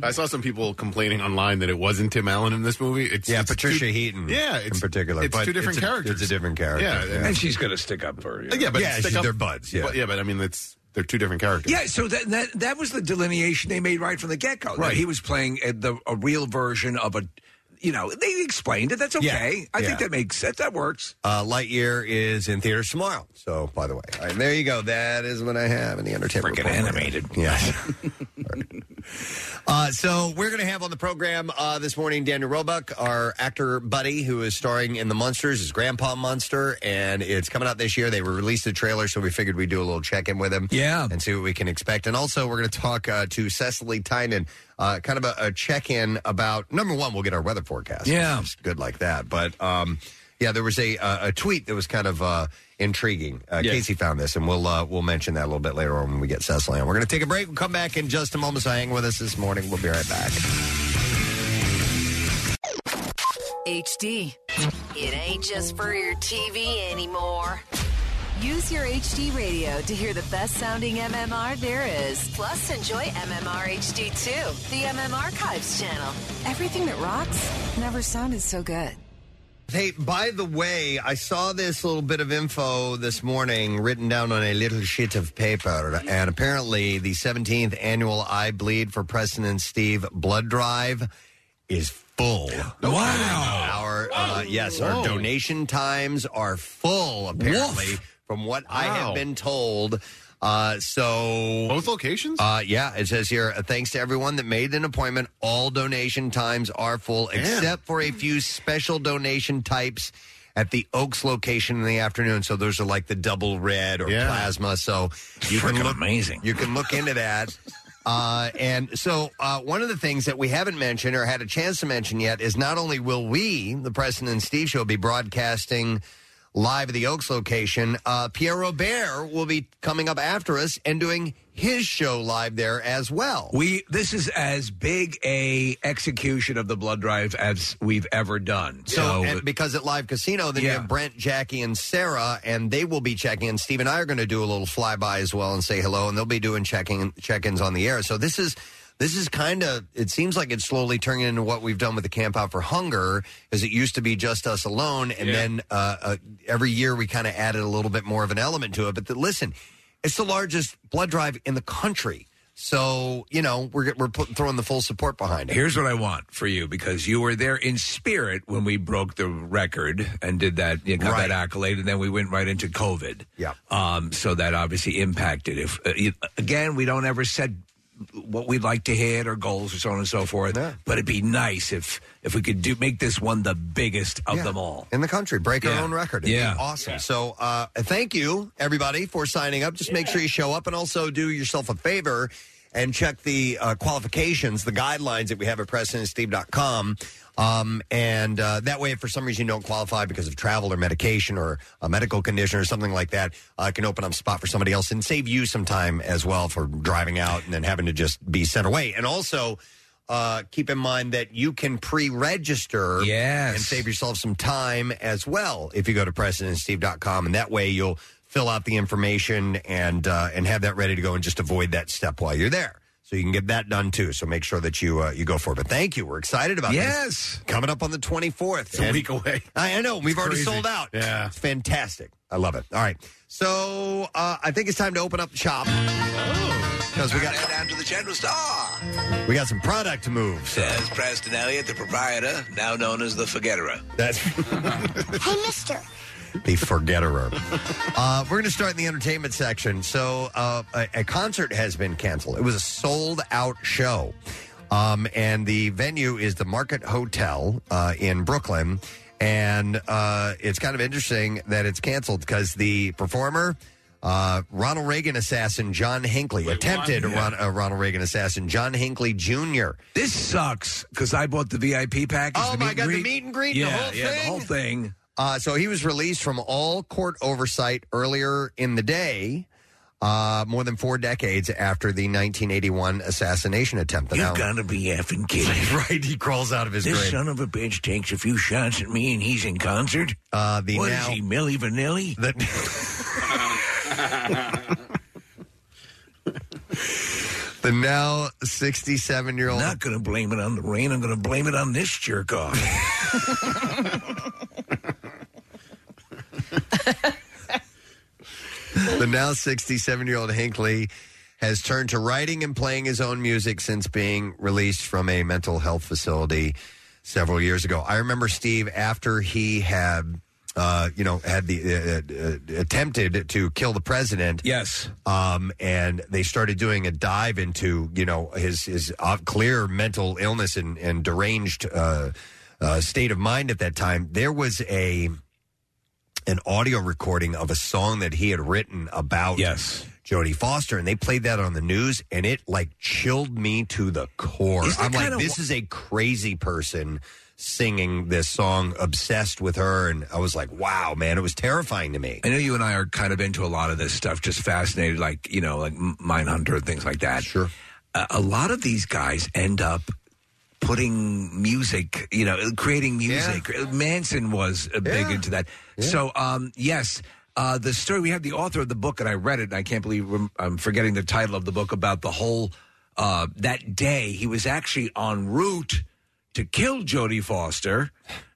S6: I saw some people complaining online that it wasn't Tim Allen in this movie. It's,
S2: Yeah,
S6: it's
S2: Patricia Heaton
S6: Yeah, it's,
S2: in particular.
S6: It's
S2: but
S6: two different
S2: it's a-
S6: characters.
S2: It's a different character.
S6: Yeah,
S9: and she's going to stick up for you.
S6: yeah, but
S9: yeah,
S6: stick
S9: she's
S6: up-
S9: their buds. Yeah.
S6: but, yeah, but I mean, it's they're two different characters.
S9: [laughs] Yeah, so that, that that was the delineation they made right from the get go.
S6: Right.
S9: he was playing a, the a real version of a, you know, they explained it. That's okay.
S2: Yeah,
S9: I
S2: yeah.
S9: think that makes sense. That works.
S2: Uh, Lightyear is in theaters tomorrow. So, by the way, all right, there you go. That is what I have in the entertainment. Freaking
S9: animated,
S2: yes. All right. uh, so we're going to have on the program uh, this morning Daniel Roebuck, our actor buddy, who is starring in The Munsters, his Grandpa Munster, and it's coming out this year. They released the trailer, so we figured we'd do a little check in with him, yeah, and see what we can expect. And also, we're going to talk uh, to Cecily Tynan, uh, kind of a, a check in about number one. We'll get our weather forecast.
S9: [laughs] Yeah.
S2: It's good like that, but. Um, yeah, there was a uh, a tweet that was kind of uh, intriguing. Uh, Casey found this, and we'll uh, we'll mention that a little bit later on when we get Cecily on. We're going to take a break. We'll come back in just a moment. So hang with us this morning. We'll be right back.
S17: HD. It ain't just for your TV anymore. Use your HD radio to hear the best sounding MMR there is. Plus, enjoy MMR HD 2, the MM Archives channel. Everything that rocks never sounded so good.
S2: Hey, by the way, I saw this little bit of info this morning written down on a little sheet of paper, and apparently the 17th annual I Bleed for Preston and Steve blood drive is full. Wow. Our uh, yes, our
S9: Whoa.
S2: donation times are full apparently from what I have
S9: Wow.
S2: been told. Uh, so both
S6: locations?
S2: Uh, yeah, it says here. uh, Thanks to everyone that made an appointment. All donation times are full, except for a few special donation types at the Oaks location in the afternoon. So those are like the double red or
S9: Yeah.
S2: plasma. So you
S9: Freaking
S2: can look,
S9: amazing.
S2: You can look
S9: [laughs]
S2: into that. Uh, and so, uh, one of the things that we haven't mentioned or had a chance to mention yet is not only will we, the President and Steve Show, be broadcasting live at the Oaks location, uh, Pierre Robert will be coming up after us and doing his show live there as well.
S9: We this is as big a execution of the blood drive as we've ever done.
S2: So,
S9: So,
S2: and because at Live Casino, then you
S9: Yeah.
S2: have Brent, Jackie, and Sarah, and they will be checking in. Steve and I are going to do a little flyby as well and say hello, and they'll be doing checking check-ins on the air. So this is this is kind of it seems like it's slowly turning into what we've done with the Camp Out for Hunger, as it used to be just us alone, and
S9: Yeah.
S2: then uh, uh, every year we kind of added a little bit more of an element to it. But the, listen, it's the largest blood drive in the country. So you know we're we're put, throwing the full support behind it.
S9: Here's what I want for you because you were there in spirit when we broke the record and did that, you got
S2: Right.
S9: that accolade, and then we went right into COVID.
S2: Yeah.
S9: Um, so that obviously impacted. If uh, you- again, we don't ever set what we'd like to hit or goals or so on and so forth. But it'd be nice if if we could do make this one the biggest of
S2: Yeah.
S9: them all.
S2: in the country, break
S9: Yeah.
S2: our own record. It'd be
S9: Yeah.
S2: awesome. So, uh, thank you everybody for signing up. Just make sure you show up, and also do yourself a favor and check the uh, qualifications, the guidelines that we have at PresidentSteve.com. Um, and uh, that way, if for some reason you don't qualify because of travel or medication or a medical condition or something like that, uh, it can open up a spot for somebody else and save you some time as well for driving out and then having to just be sent away. And also, uh, keep in mind that you can pre-register
S9: Yes.
S2: and save yourself some time as well if you go to PresidentSteve.com, and that way you'll fill out the information and uh, and have that ready to go, and just avoid that step while you're there. So you can get that done too. So make sure that you uh, you go for it. But thank you. We're excited about this.
S9: Yes.
S2: Coming up on the 24th. It's
S6: a week away.
S2: I, I know. We've
S6: It's
S2: already
S6: crazy.
S2: sold out.
S6: Yeah.
S2: It's fantastic. I love it. All right. So uh, I think it's time to open up the shop.
S6: Oh.
S2: Because we got
S12: Now down to the general
S9: "Ah,
S12: store.
S2: we got some product to move. So
S12: Says Preston Elliott, the proprietor, now known as the
S9: [laughs]
S12: Forgetterer.
S2: that's [laughs]
S12: hey, mister.
S2: the forgetterer. Uh, we're going to start in the entertainment section. So, uh, a, a concert has been canceled. It was a sold out show. Um, and the venue is the Market Hotel uh, in Brooklyn. And uh, it's kind of interesting that it's canceled because the performer, uh, Ronald Reagan assassin John Hinckley, attempted
S9: what?
S2: Ron, uh, Ronald Reagan assassin John Hinckley Jr.
S9: This sucks because I bought the VIP package.
S2: Oh, my
S9: and
S2: God, the
S9: greet.
S2: meet and greet, the
S9: Yeah,
S2: whole
S9: yeah,
S2: thing?
S9: the whole thing.
S2: Uh, so he was released from all court oversight earlier in the day, uh, more than four decades after the 1981 assassination attempt.
S9: You've
S2: Now-
S9: got to be effing kidding.
S2: right, he crawls out of his
S9: this
S2: grave.
S9: son of a bitch takes a few shots at me and he's in concert.
S2: Uh, the
S9: What is
S2: now-
S9: he, Milli [laughs] Vanilli?
S2: the now 67 year old.
S9: Not going to blame it on the rain. I'm going to blame it on this jerk off.
S2: the now 67 year old Hinckley has turned to writing and playing his own music since being released from a mental health facility several years ago. I remember Steve after he had. Uh, you know, had the uh, uh, attempted to kill the president.
S9: Yes,
S2: um, and they started doing a dive into you know his his uh, clear mental illness and and deranged uh, uh, state of mind at that time. There was a an audio recording of a song that he had written about yes. Jodie Foster, and they played that on the news, and it like chilled me to the core.
S9: Isn't that
S2: I'm like,
S9: kinda
S2: this
S9: wha-
S2: is a crazy person singing this song, obsessed with her, and I was like, wow, man, it was terrifying to me.
S9: [laughs] I know you and I are kind of into a lot of this stuff, just fascinated, like you know, like Mine Hunter and things like that. Sure. Uh, a lot of these guys end up putting music, you know, creating music. Manson was uh, big into that. So, um, yes. Uh, the story we had the author of the book, and I read it. And I can't believe I'm- I'm forgetting the title of the book about the whole uh, that day. He was actually en route to kill Jodie Foster,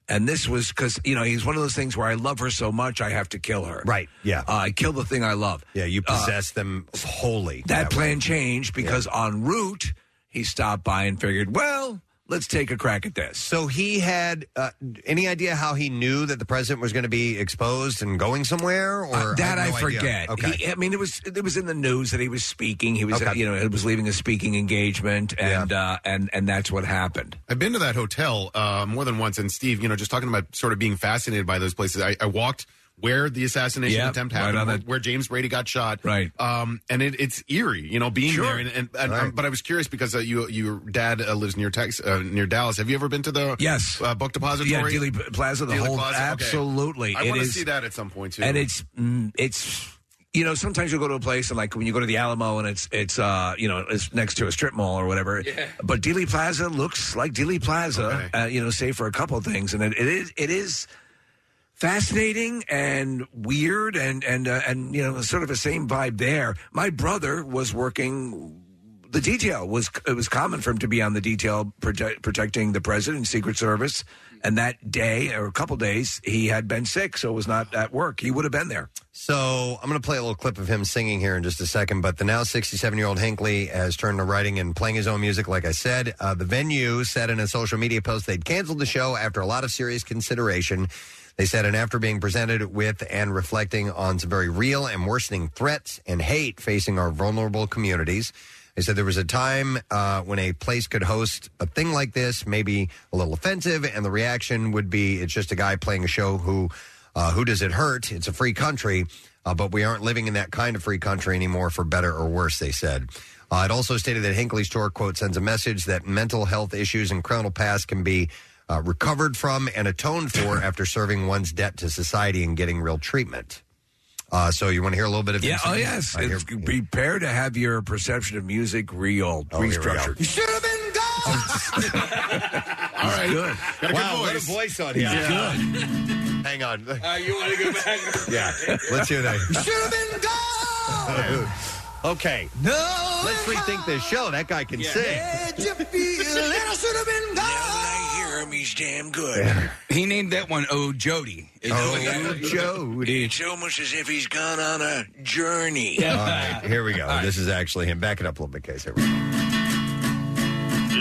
S9: and this was because you know he's one of those things where I love her so much I have to kill her. Right.
S2: Yeah.
S9: Uh, I kill the thing I love.
S2: Yeah, you
S9: Uh,
S2: possess them wholly.
S9: that,
S2: way.
S9: plan changed because en route he stopped by and figured, well, let's take a crack at this.
S2: So he had uh, any idea how he knew that the president was going to be exposed and going somewhere, or
S9: Uh, that
S2: have
S9: I,
S2: no idea.
S9: forget.
S2: Okay,
S9: He- I mean, it was it was in the news that he was speaking. He was, uh, you know, it was leaving a speaking engagement, and uh, and and that's what happened.
S6: I've been to that hotel uh, more than once, and Steve, you know, just talking about sort of being fascinated by those places. I, I walked where the assassination
S9: Yep,
S6: attempt
S9: right
S6: happened,
S9: on
S6: where,
S9: that-
S6: where James Brady got shot,
S9: Right.
S6: Um, and it, it's eerie, you know, being
S9: Sure.
S6: there. And, and, and
S9: Right.
S6: but I was curious because uh, you, your dad uh, lives near Tex, uh, near Dallas. Have you ever been to the
S9: Yes.
S6: uh, book
S9: Yeah,
S6: depository?
S9: Dealey P- Plaza, the
S6: Dealey
S9: whole
S6: Plaza? Okay.
S9: absolutely.
S6: I
S9: It
S6: want to
S9: is-
S6: see that at some point too.
S9: And it's mm, it's you know sometimes you'll go to a place and like when you go to the Alamo and it's it's uh you know it's next to a strip mall or whatever. But Dealey Plaza looks like Dealey Plaza, uh, you know, save for a couple of things, and it, it is it is fascinating and weird and and uh, and you know sort of the same vibe there. My brother was working. The detail was it was common for him to be on the detail prote- protecting the president, Secret Service, and that day or a couple days he had been sick, so was not at work. He would have been there.
S2: so I'm going to play a little clip of him singing here in just a second. But the now 67 year old Hinckley has turned to writing and playing his own music. Like I said, uh, the venue said in a social media post they'd canceled the show after a lot of serious consideration. They said, and after being presented with and reflecting on some very real and worsening threats and hate facing our vulnerable communities, They said there was a time uh, when a place could host a thing like this, maybe a little offensive, and the reaction would be it's just a guy playing a show who uh, who does it hurt? It's a free country, uh, but we aren't living in that kind of free country anymore, for better or worse, they said. Uh, it also stated that Hinckley's tour, quote, sends a message that mental health issues and criminal past can be uh, recovered from and atoned
S9: [coughs]
S2: for after serving one's debt to society and getting real treatment. Uh, so you want to hear a little bit of him
S9: Yeah, oh
S2: singing?
S9: yes.
S2: I hear-
S9: It's- prepare to have your perception of music real
S2: Oh, here we go.
S9: restructured.
S12: [laughs]
S7: should have been gone.
S2: All right. Good. wow, what a voice on here.
S6: [laughs]
S2: Hang on.
S5: Uh, you want to go back?
S2: Yeah. Let's hear
S9: [laughs]
S2: that.
S7: have been gone.
S2: okay.
S7: No.
S2: Let's rethink this show. That guy can sing.
S12: hear him, he's damn good.
S5: He named that one Oh Jody.
S12: Oh,
S2: Jody.
S12: It's almost as if he's gone on a journey. [laughs]
S2: All right. Here we go. This is actually him. Back it up a little bit, guys. Here we go.
S7: Let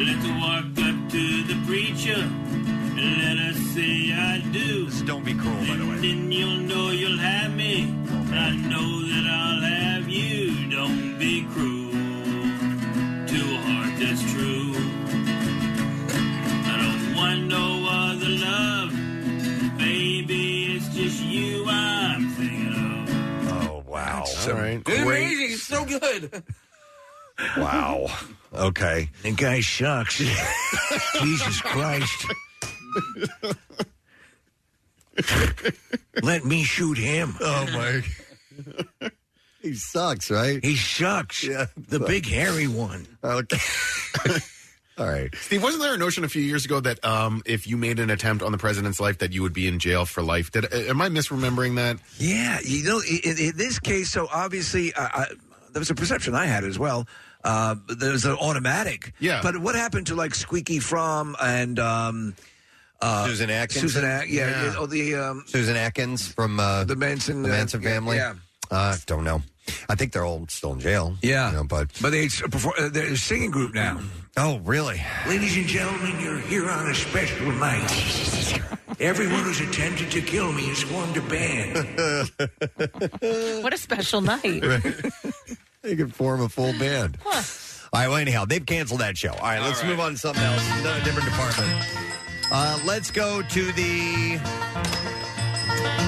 S7: us walk up to the preacher and let us say I do.
S2: don't be cruel, by the way.
S7: Then you'll know you'll have me. I know that I'll have you. Don't be cruel. Too hard, that's true. I don't want no other love. Baby, it's just you I'm thinking of.
S2: Oh, wow. All right.
S5: Amazing. It's so good.
S2: Wow. Okay.
S9: The guy
S2: [laughs]
S9: sucks. Jesus Christ. Let me shoot him.
S2: [laughs] Oh my. He sucks, right?
S9: He sucks.
S2: Yeah.
S9: The big hairy one.
S2: Okay. [laughs] All right.
S6: Steve, wasn't there a notion a few years ago that um, if you made an attempt on the president's life, that you would be in jail for life? Did uh, am I misremembering that?
S9: Yeah, you know, i- in, in this case, so obviously, I, I, there was a perception I had as well. Uh, there was an automatic.
S4: Yeah.
S9: But what happened to like Squeaky Fromm and um, uh,
S2: Susan Atkins.
S9: Susan Atkins. Yeah. yeah. Oh, the um,
S2: Susan Atkins from uh,
S9: the Manson
S2: the Manson
S9: uh, yeah,
S2: family.
S9: yeah.
S2: Uh, don't know. I think they're all still in jail.
S9: Yeah.
S2: You know, but
S9: But they perform, uh, they're a singing group now.
S2: oh, really?
S9: Ladies and gentlemen, you're here on a special night. Everyone who's attempted to kill me has formed a band.
S13: [laughs] what a special night.
S2: They could form a full band. All right. Well, anyhow, they've canceled that show. All right. Let's move on to something else. Another different department. Uh, let's go to the.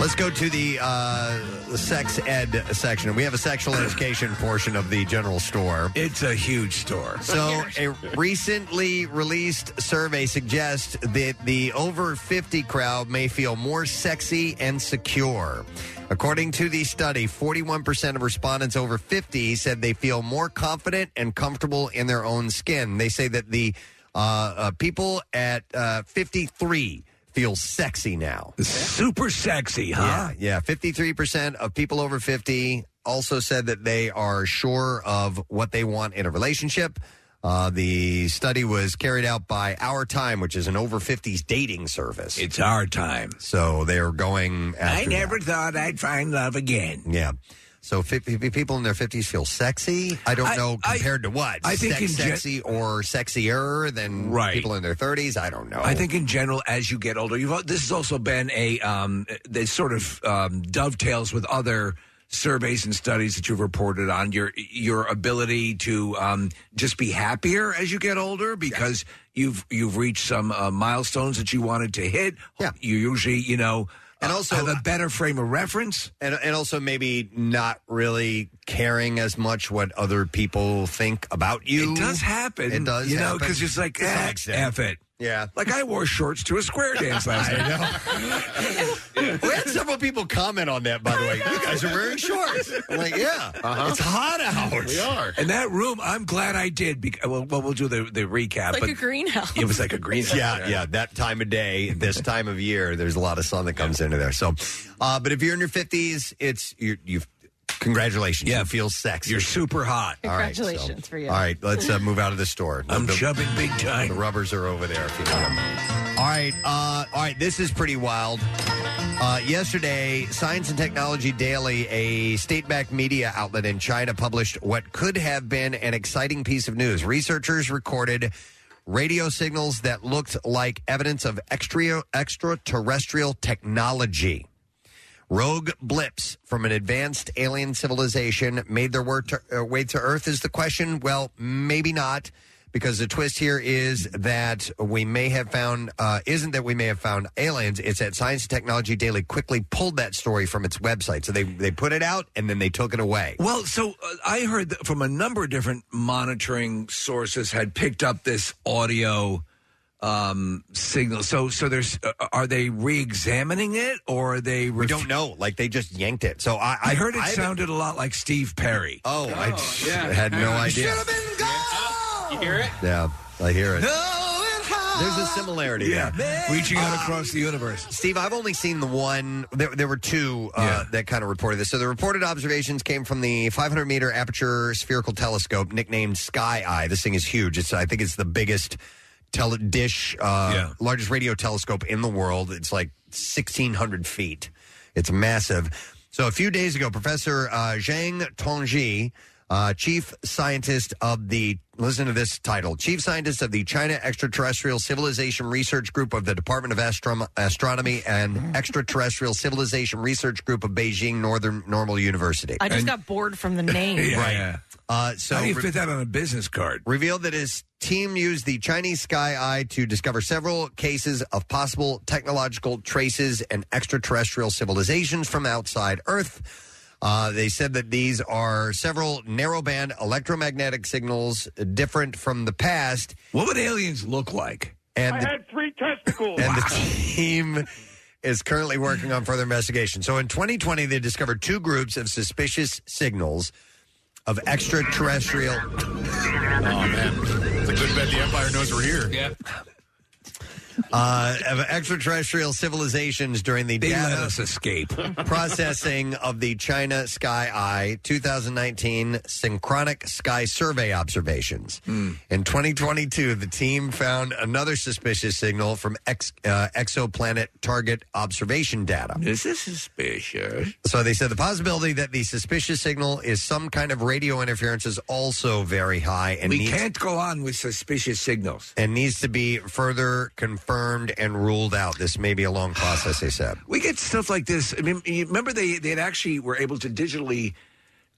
S2: Let's go to the uh, sex ed section. We have a sexual education portion of the general store.
S9: It's a huge store.
S2: So, a recently released survey suggests that the over 50 crowd may feel more sexy and secure. According to the study, 41% of respondents over 50 said they feel more confident and comfortable in their own skin. They say that the uh, uh, people at uh, 53 feel sexy now.
S9: Super sexy,
S2: huh? Yeah, yeah. 53% of people over 50 also said that they are sure of what they want in a relationship. Uh, the study was carried out by Our Time, which is an over 50s dating service.
S9: It's Our Time.
S2: So they're going after.
S9: I never thought I'd find love again.
S2: that. Yeah. So 50, people in their 50s feel sexy. I don't
S9: I-
S2: know compared to what.
S9: I think
S2: Sex-
S9: in gen-
S2: sexy or sexier than
S9: Right.
S2: people in their 30s. I don't know.
S9: I think in general, as you get older, you've al- this has also been a um, that sort of um, dovetails with other surveys and studies that you've reported on your your ability to um, just be happier as you get older because you've you've reached some uh, milestones that you wanted to hit. Yeah. you usually you know and also have a better frame of reference.
S2: and and also maybe not really caring as much what other people think about you.
S9: It does happen.
S2: It does.
S9: you know
S2: happen.
S9: because it's like
S2: To some
S9: eh,
S2: extent.
S9: F it.
S2: Yeah.
S9: Like I wore shorts to a square
S2: [laughs]
S9: dance last night.
S2: We had several people comment on that. By the way, you guys are wearing shorts. I'm like, yeah,
S9: Uh-huh.
S2: it's hot out.
S9: And that room, I'm glad I did. Because, well, well, we'll do the, the recap.
S13: Like
S9: but
S13: a greenhouse.
S9: It was like a green.
S2: Yeah, yeah. That time of day, [laughs] this time of year, there's a lot of sun that comes into there. So, uh, but if you're in your 50s, it's you. You've congratulations. Yeah, you feel sexy.
S9: You're super hot.
S2: All right, so-
S13: Congratulations for you.
S2: All right, let's uh, move out of the store.
S9: I'm
S2: The-
S9: chubbing big time.
S2: The rubbers are over there. If you want 'em. All right, uh, all right. This is pretty wild. Uh, yesterday, Science and Technology Daily, a state-backed media outlet in China, published what could have been an exciting piece of news. Researchers recorded radio signals that looked like evidence of extra extraterrestrial technology. Rogue blips from an advanced alien civilization made their wor- to, uh, way to Earth is the question. Well, maybe not, because the twist here is that we may have found, uh, isn't that we may have found aliens. It's that Science and Technology Daily quickly pulled that story from its website. So they, they put it out and then they took it away.
S9: Well, so uh, I heard that from a number of different monitoring sources had picked up this audio um signal. So, so there's uh, are they re-examining it or are they?
S2: We don't know. Like they just yanked it. So I,
S9: I heard it
S2: I've-
S9: sounded a lot like Steve Perry.
S5: Oh,
S2: Oh, I just [laughs] had no idea.
S9: been gone.
S5: You hear it?
S2: Yeah. I hear it. There's a
S9: Yeah.
S2: similarity. there.
S9: Reaching out across the universe.
S2: Steve, I've only seen the one. There, there were two uh, that kind of reported this. So the reported observations came from the 500 meter aperture spherical telescope, nicknamed Sky Eye. This thing is huge. It's I think it's the biggest tele- dish, uh, largest radio telescope in the world. It's like 1,600 feet. It's massive. So a few days ago, Professor uh, Zhang Tongji, uh, chief scientist of the listen to this title, chief scientist of the China Extraterrestrial Civilization Research Group of the Department of Astrom- Astronomy and Extraterrestrial Civilization Research Group of Beijing Northern Normal University.
S3: I just got
S2: [laughs]
S3: bored from the name.
S2: right. Uh, so
S9: How do you fit that
S2: on a business card? Revealed that his team used the Chinese Sky Eye to discover several cases of possible technological traces and extraterrestrial civilizations from outside Earth. Uh, they said that these are several narrowband electromagnetic signals different from the past. What would aliens look like? And
S18: I
S2: the-
S18: had three testicles.
S2: and the team is currently working on further investigation. So in 2020, they discovered two groups of suspicious signals of extraterrestrial.
S6: Oh, man. It's a good bet the Empire knows we're here. Yeah.
S2: Uh, of extraterrestrial civilizations during the
S9: They
S2: data
S9: let us
S2: [laughs]
S9: escape.
S2: processing of the China Sky Eye 2019 Synchronic Sky Survey observations. In 2022, the team found another suspicious signal from ex, uh, exoplanet target observation data.
S9: This is suspicious.
S2: So they said the possibility that the suspicious signal is some kind of radio interference is also very high, and
S9: we
S2: needs,
S9: can't go on with suspicious signals.
S2: and needs to be further confirmed and ruled out. This may be a long process, they said.
S9: We get stuff like this. I mean, you remember they they had actually were able to digitally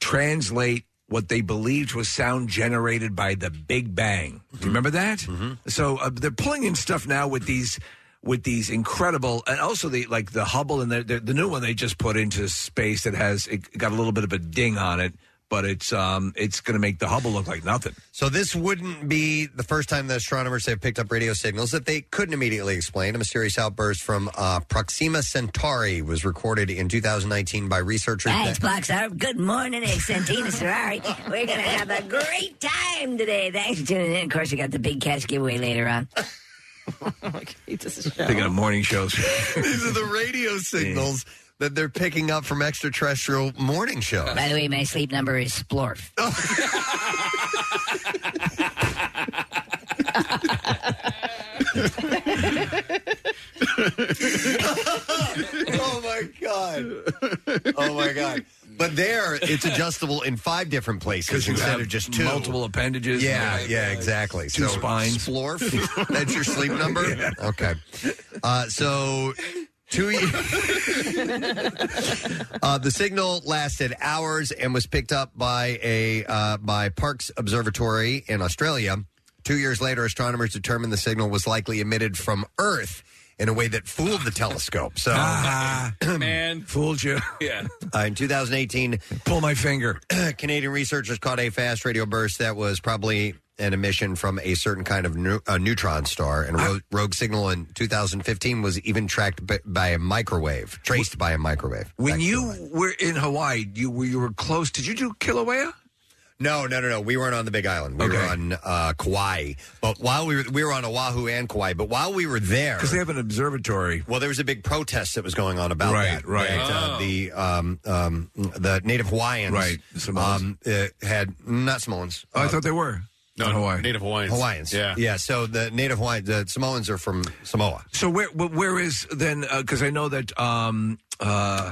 S9: translate what they believed was sound generated by the Big Bang. Do you remember that? So uh, they're pulling in stuff now with these with these incredible and also the like the Hubble and the, the the new one they just put into space that has it got a little bit of a ding on it, but it's um it's going to make the Hubble look like nothing.
S2: So this wouldn't be the first time that astronomers have picked up radio signals that they couldn't immediately explain. A mysterious outburst from uh, Proxima Centauri was recorded in 2019 by researchers.
S19: Thanks, [laughs]
S2: that-
S19: Boxer. Good morning, it's Santina Ferrari. We're going to have a great time today. Thanks for tuning in. Of course, we got the big cash giveaway later on.
S9: They got morning shows.
S2: [laughs] These are the radio signals that they're picking up from extraterrestrial morning shows.
S19: By the way, my sleep number is Splorf.
S2: [laughs] oh my god! [laughs] Oh my god! But there, it's adjustable in five different places
S9: you
S2: instead
S9: have
S2: of just two.
S9: multiple appendages.
S2: Yeah,
S9: Right.
S2: yeah, exactly.
S9: Two spines. [laughs]
S2: Splorf. That's your sleep number. Okay. Uh, so two. Uh, the signal lasted hours and was picked up by a uh, by Parkes Observatory in Australia. Two years later, astronomers determined the signal was likely emitted from Earth in a way that fooled the telescope. So,
S9: Ah. [clears throat]
S2: Ah.
S9: man, fooled you. Yeah.
S2: Uh, in 2018,
S9: pull my finger.
S2: [clears throat] Canadian researchers caught a fast radio burst that was probably an emission from a certain kind of neu- uh, neutron star,
S9: Ah.
S2: and a ro- rogue signal in 2015 was even tracked b- by a microwave, traced by a microwave.
S9: When you were in Hawaii, you were you were close. Did you do Kilauea?
S2: No, no, no, no. We weren't on the Big Island. We were on uh, Kauai, but while we were we were on Oahu and Kauai, but while we were there,
S9: Because they have an observatory.
S2: Well, there was a big protest that was going on about
S9: Right,
S2: that.
S9: right.
S2: that, uh,
S9: Oh.
S2: the um, um, the Native Hawaiians,
S9: Right, Samoans.
S2: um, uh, had not Samoans.
S9: Oh, I
S2: Uh,
S9: thought they were.
S2: No,
S9: Hawaii.
S6: Native Hawaiians.
S2: Hawaiians.
S6: Yeah.
S2: yeah. So the Native Hawaiians, the Samoans are from Samoa.
S9: So where wh- where is then? Because I know that um, uh,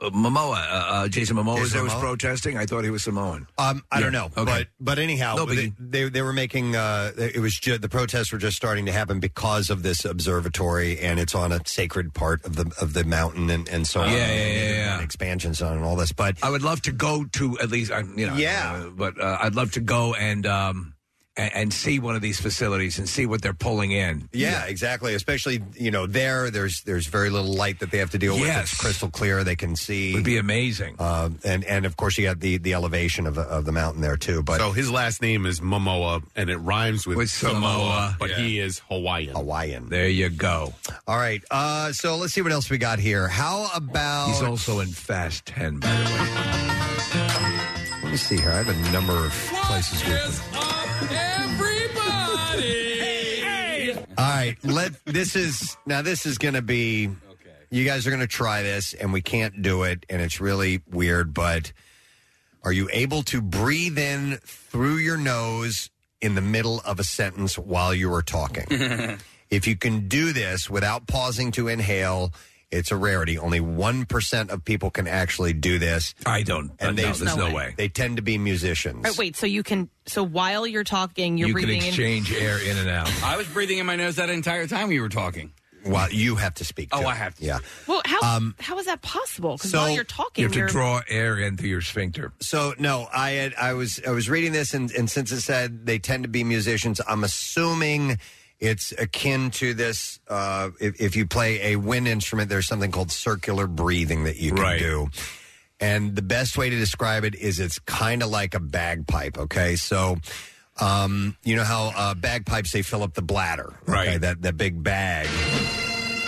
S9: Momoa, uh, uh, Jason Momoa, was
S2: Jason
S9: there was
S2: Momoa?
S9: protesting. I thought he was Samoan.
S2: Um, I
S9: Yeah,
S2: don't know,
S9: okay.
S2: but but anyhow,
S9: No, but
S2: they,
S9: you-
S2: they they were making uh, it was ju- the protests were just starting to happen because of this observatory, and it's on a sacred part of the of the mountain, and, and so on.
S9: Yeah, yeah, yeah,
S2: And
S9: yeah.
S2: expansion zone and all this. But
S9: I would love to go to at least. I, you know,
S2: Yeah.
S9: uh, but uh, I'd love to go and. Um, and, and see one of these facilities and see what they're pulling in.
S2: Yeah, exactly. Especially you know there, there's there's very little light that they have to deal with.
S9: Yes.
S2: It's crystal clear. They can see.
S9: Would be amazing.
S2: Um, and and of course you got the the elevation of the, of the mountain there too. But
S6: So his last name is Momoa, and it rhymes with,
S2: With
S6: Samoa,
S2: Samoa.
S6: but
S2: Yeah.
S6: he is Hawaiian.
S2: Hawaiian.
S9: There you go.
S2: all right, uh, so let's see what else we got here. How about
S9: He's also in Fast Ten, by the way.
S2: Let me see here. I have a number of places. we can-
S7: Everybody.
S18: uh,
S2: All right, let this is now this is going to be you guys are going to try this and we can't do it and it's really weird but are you able to breathe in through your nose in the middle of a sentence while you are
S18: [laughs]
S2: talking? if you can do this without pausing to inhale, it's a rarity. Only 1% of people can actually do this.
S9: I don't. uh, no, there's no way.
S2: They tend to be musicians.
S13: All right, wait, so you can, so while you're talking, you're
S5: You can
S13: breathing
S5: exchange
S13: in.
S9: air in and out.
S5: I was breathing in my nose that entire time we were talking.
S2: Well, you have to speak.
S5: oh, I have to.
S2: Yeah.
S13: Well, how,
S2: Um,
S13: how is that possible? Because
S2: so
S13: while you're talking, you're-
S9: air in through your sphincter.
S2: So no, I had, I was I was reading this, and, and since it said they tend to be musicians, I'm assuming it's akin to this. Uh, if, if you play a wind instrument, there's something called circular breathing that you can do. And the best way to describe it is it's kind of like a bagpipe. Okay, so um, you know how uh, bagpipes they fill up the bladder, right? that that big bag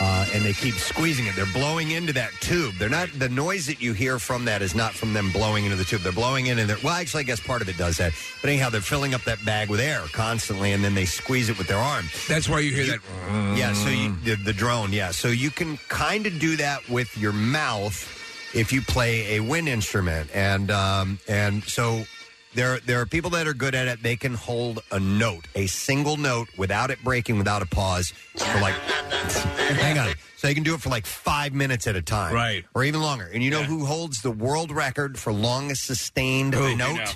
S2: uh, and they keep squeezing it. They're blowing into that tube. They're not the noise that you hear from that is not from them blowing into the tube. They're blowing in and they're well, actually, I guess part of it does that. But anyhow, they're filling up that bag with air constantly, and then they squeeze it with their arm.
S9: That's why you hear that. mm.
S2: Yeah, so you, the, the drone. Yeah, so you can kind of do that with your mouth if you play a wind instrument, and um, and so there there are people that are good at it. They can hold a note, a single note, without it breaking, without a pause, for like [laughs] hang on. So they can do it for like five minutes at a time, right, or even longer. And you know who holds the world record for longest sustained
S9: Who?
S2: note?
S9: I know.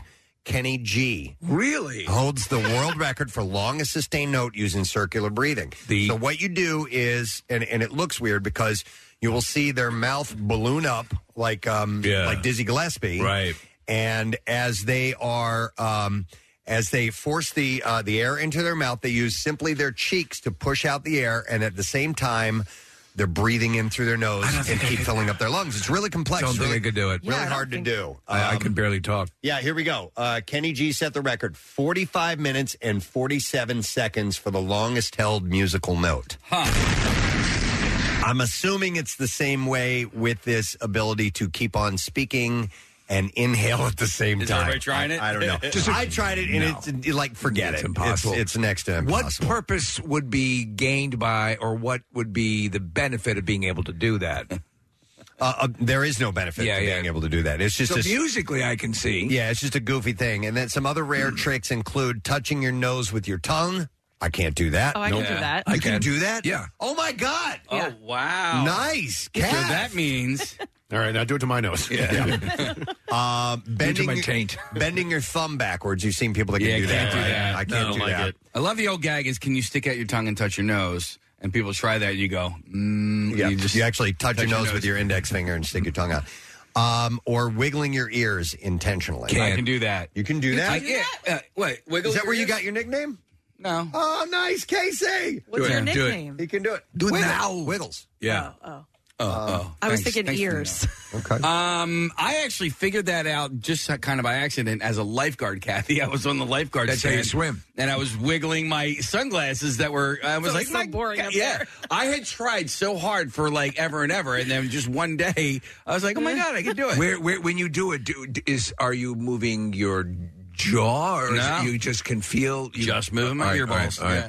S2: Kenny G
S9: Really?
S2: holds the world record for longest sustained note using circular breathing. so what you do is, and, and it looks weird because you will see their mouth balloon up like um like Dizzy Gillespie, right? And as they are um as they force the uh, the air into their mouth, they use simply their cheeks to push out the air, and at the same time. They're breathing in through their nose and keep filling up their lungs. It's really complex.
S9: Don't
S2: It's
S9: think
S2: really-
S9: I could do it.
S2: Really hard to do.
S9: I, I
S2: Um,
S9: can barely talk.
S2: yeah, here we go. Uh, Kenny G set the record 45 minutes and 47 seconds for the longest held musical note. I'm assuming it's the same way with this ability to keep on speaking and inhale at the same
S5: Is
S2: time.
S5: everybody trying it?
S2: I, I don't know.
S5: [laughs] Just-
S2: I tried it and
S5: No.
S2: it's it- like, forget
S9: It's
S2: it.
S9: impossible.
S2: It's, it's next to impossible.
S9: What purpose would be gained by, or what would be the benefit of being able to do
S2: [laughs]
S9: that?
S2: Uh, uh, there is no benefit to being able to do that. It's just
S9: So
S2: a,
S9: musically, I can see.
S2: Yeah, it's just a goofy thing. And then some
S9: [clears throat]
S2: other rare tricks include touching your nose with your tongue. I can't do that.
S5: Oh, I can Nope. do that.
S2: You
S5: I
S2: can
S5: can.
S2: do that. Yeah. Oh my God!
S5: Oh wow!
S2: Nice.
S5: So that means
S6: All right, now do it to my nose.
S5: [laughs]
S6: Yeah.
S2: Uh, bending
S6: my
S2: your- bending your thumb backwards. You've seen people that can
S5: yeah,
S2: do
S5: can't
S2: that.
S5: do
S2: I-
S5: that.
S2: I, can't do that.
S5: I love the old gag is can you stick out your tongue and touch your nose? And people try that, and you go, mm,
S2: Yeah,
S5: you just
S2: you actually touch, your nose, with your index finger and stick your tongue out. Um, or wiggling your ears intentionally.
S5: I can do that.
S2: You can do that.
S5: I, yeah. Uh, wait, wiggle
S2: Is that
S5: your
S2: where you
S5: ears?
S2: got your nickname?
S5: No.
S2: Oh, nice, Casey.
S5: What's your Do it. nickname?
S2: He can do it.
S5: Do it
S2: Wiggle.
S5: now.
S2: Wiggles.
S5: Yeah.
S13: Oh,
S5: oh.
S9: Uh,
S13: I was
S5: Thanks.
S13: thinking
S5: Thanks for the
S13: ears.
S2: Okay.
S5: Um, I actually figured that out just kind of by accident as a lifeguard, Kathy. [laughs] I was on the lifeguard.
S9: That's how you
S5: stand,
S9: swim.
S5: And I was wiggling my sunglasses that were. I was
S9: So
S5: like,
S9: it's so
S5: "My
S9: boring
S5: God,"
S9: up
S5: yeah.
S9: there.
S5: I had tried so hard for like ever and ever, and then just one day, I was like, "Oh my god, I can do it."
S9: Where, where, when you do it, do, is are you moving your jaw, or
S5: No.
S9: is it you just can feel? You,
S5: Just moving my
S9: All right,
S5: ear
S9: all right,
S5: balls,
S9: all right.
S5: yeah.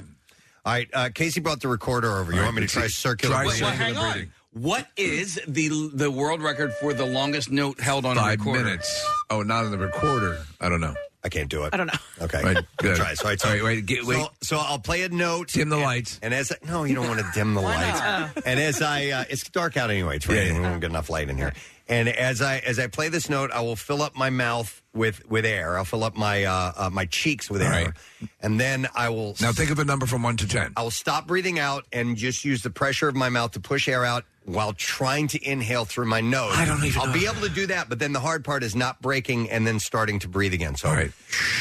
S2: All right, uh, Casey brought the recorder over. You
S9: All
S2: want
S9: right,
S2: me to try
S9: let's see.
S2: circular?
S9: Try
S2: breathing?
S5: Well, hang on. What is the the world record for the longest note held on
S9: Five
S5: a recorder?
S9: minutes. Oh, not on the recorder. I don't know.
S2: I can't do it.
S5: I don't know.
S2: Okay.
S9: Right, good.
S2: Try. So, all right, so,
S9: All right, wait, get- wait.
S2: So, so I'll play a note.
S9: Dim the
S2: and-
S9: lights.
S2: And as I, no, you don't want to dim the lights.
S5: [laughs]
S2: And as I, uh, it's dark out anyway. It's raining. We don't get enough light in here. And as I as I play this note, I will fill up my mouth with with air. I'll fill up my uh, uh, my cheeks with air, and then I will.
S9: Now think of a number from one to ten.
S2: I will stop breathing out and just use the pressure of my mouth to push air out while trying to inhale through my nose. I don't even. I'll be able to do that, but then the hard part is not breaking and then starting to breathe again. So, all right,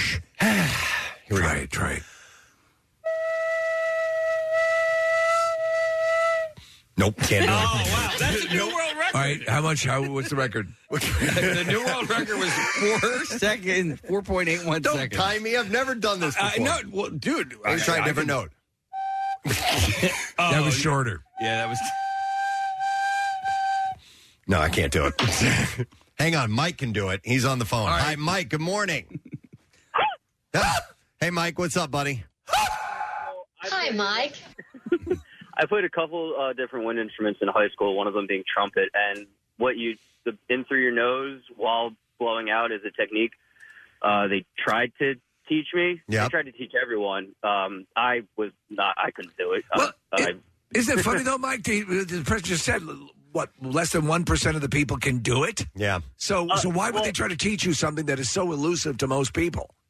S2: [sighs] here we try
S9: it. Try it.
S2: Nope,
S9: [laughs] Oh,
S2: can't do it.
S5: wow, that's a new world record.
S9: All right, how much? How? What's the record?
S2: [laughs]
S5: the new world record was four [laughs] second, four point eight one
S2: Don't
S5: seconds.
S2: tie me. I've never done this
S5: I
S2: before.
S5: know, well, dude.
S2: Let me try a
S5: a
S2: different note.
S5: [laughs]
S9: that was shorter.
S5: Oh, Yeah, that was.
S2: [laughs] No, I can't
S5: [laughs]
S2: do it. Hang on, Mike can do it. He's on the phone. Hi, Mike.
S5: [laughs]
S2: Good morning. Ah! hey, Mike. What's up, buddy?
S20: Hi, Mike. I played a couple uh, different wind instruments in high school. One of them being trumpet, and what you the in through your nose while blowing out is a technique. Uh, they tried to teach me. They
S9: Yep.
S20: tried to teach everyone. Um, I was not. I couldn't do it. Uh, Well,
S9: Isn't it
S2: [laughs]
S9: funny though, Mike? The, the president just said what less than one percent of the people can do it.
S2: Yeah.
S9: So
S20: Uh,
S9: so why would they
S20: well-
S9: try to teach you something that is so elusive to most people?
S20: [laughs]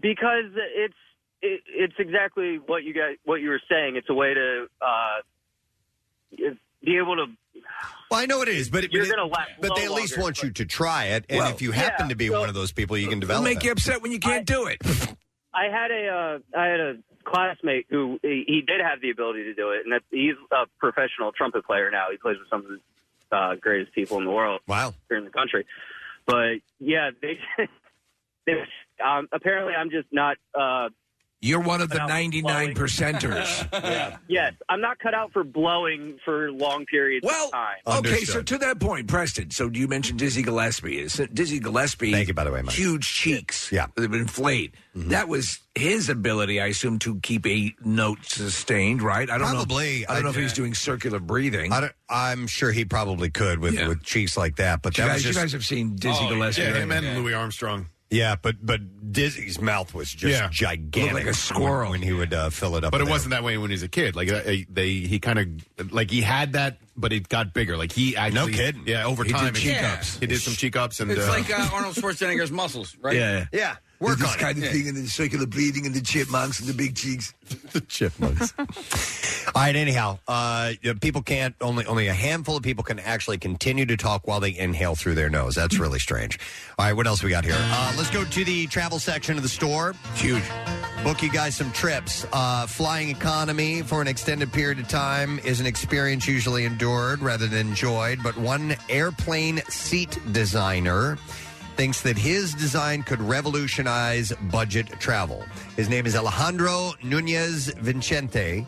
S20: Because it's it, it's exactly what you guys what you were saying. It's a way to uh, be able to.
S2: Well, I know it is, but it-
S20: you're
S2: but it-
S20: going to last.
S2: But they at least want you to try it, and
S20: Well,
S2: if you happen
S20: yeah,
S2: to be
S20: so-
S2: one of those people, you can develop. it.
S9: when you can't do it.
S20: I had a uh, I had a classmate who he, he did have the ability to do it, and that's, he's a professional trumpet player now. He plays with some of the uh, greatest people in the world.
S2: Wow,
S20: here in the country. But yeah, they, [laughs] they um,
S5: [laughs]
S20: apparently I'm just not. Uh,
S9: You're one of the
S20: Without
S9: ninety
S20: [laughs]
S9: nine percenters.
S20: yes, I'm not cut out for blowing for long periods
S9: well,
S20: of time.
S9: Okay, so to that point, Preston. So you mentioned Dizzy Gillespie. Is Dizzy Gillespie? Thank you,
S2: by the way, Mike.
S9: Huge cheeks.
S2: Yeah, Mm-hmm.
S9: they've been inflate. That was his ability, I assume, to keep a note sustained. Right? I don't
S2: Probably.
S9: know. I don't know if
S2: I-
S9: he's doing circular breathing.
S2: I don't, I'm sure he probably could with with cheeks like that. But
S9: You
S2: that
S9: guys-
S2: was
S9: you
S2: just-
S9: guys have seen Dizzy Oh, Gillespie,
S6: yeah,
S2: right?
S6: him and Louis Armstrong.
S2: Yeah, but but Dizzy's mouth was just
S6: Yeah.
S2: gigantic,
S6: Looked like a squirrel.
S2: when he would uh, fill it up.
S6: But it
S2: with air.
S6: wasn't that way when he was a kid. Like uh, they, he kind of like he had that, but it got bigger. Like he actually,
S2: No kidding.
S6: Yeah, over
S2: He did
S6: time, it-
S2: cheek
S6: yeah.
S2: ups.
S6: He did some cheek ups, and
S5: It's
S6: uh,
S5: like
S6: [laughs]
S5: uh, Arnold Schwarzenegger's muscles, right?
S2: yeah.
S9: Work this
S5: on it.
S9: kind
S5: Yeah.
S9: of thing, and the circular breathing, and the chipmunks, and the big cheeks.
S2: [laughs] the chipmunks. All right. Anyhow, uh, you know, people can't only only a handful of people can actually continue to talk while they inhale through their nose. That's really strange. All right, what else we got here? Uh, let's go to the travel section of the store. Huge. Book you guys some trips. Uh, flying economy for an extended period of time is an experience usually endured rather than enjoyed. But one airplane seat designer thinks that his design could revolutionize budget travel. His name is Alejandro Nunez Vincente.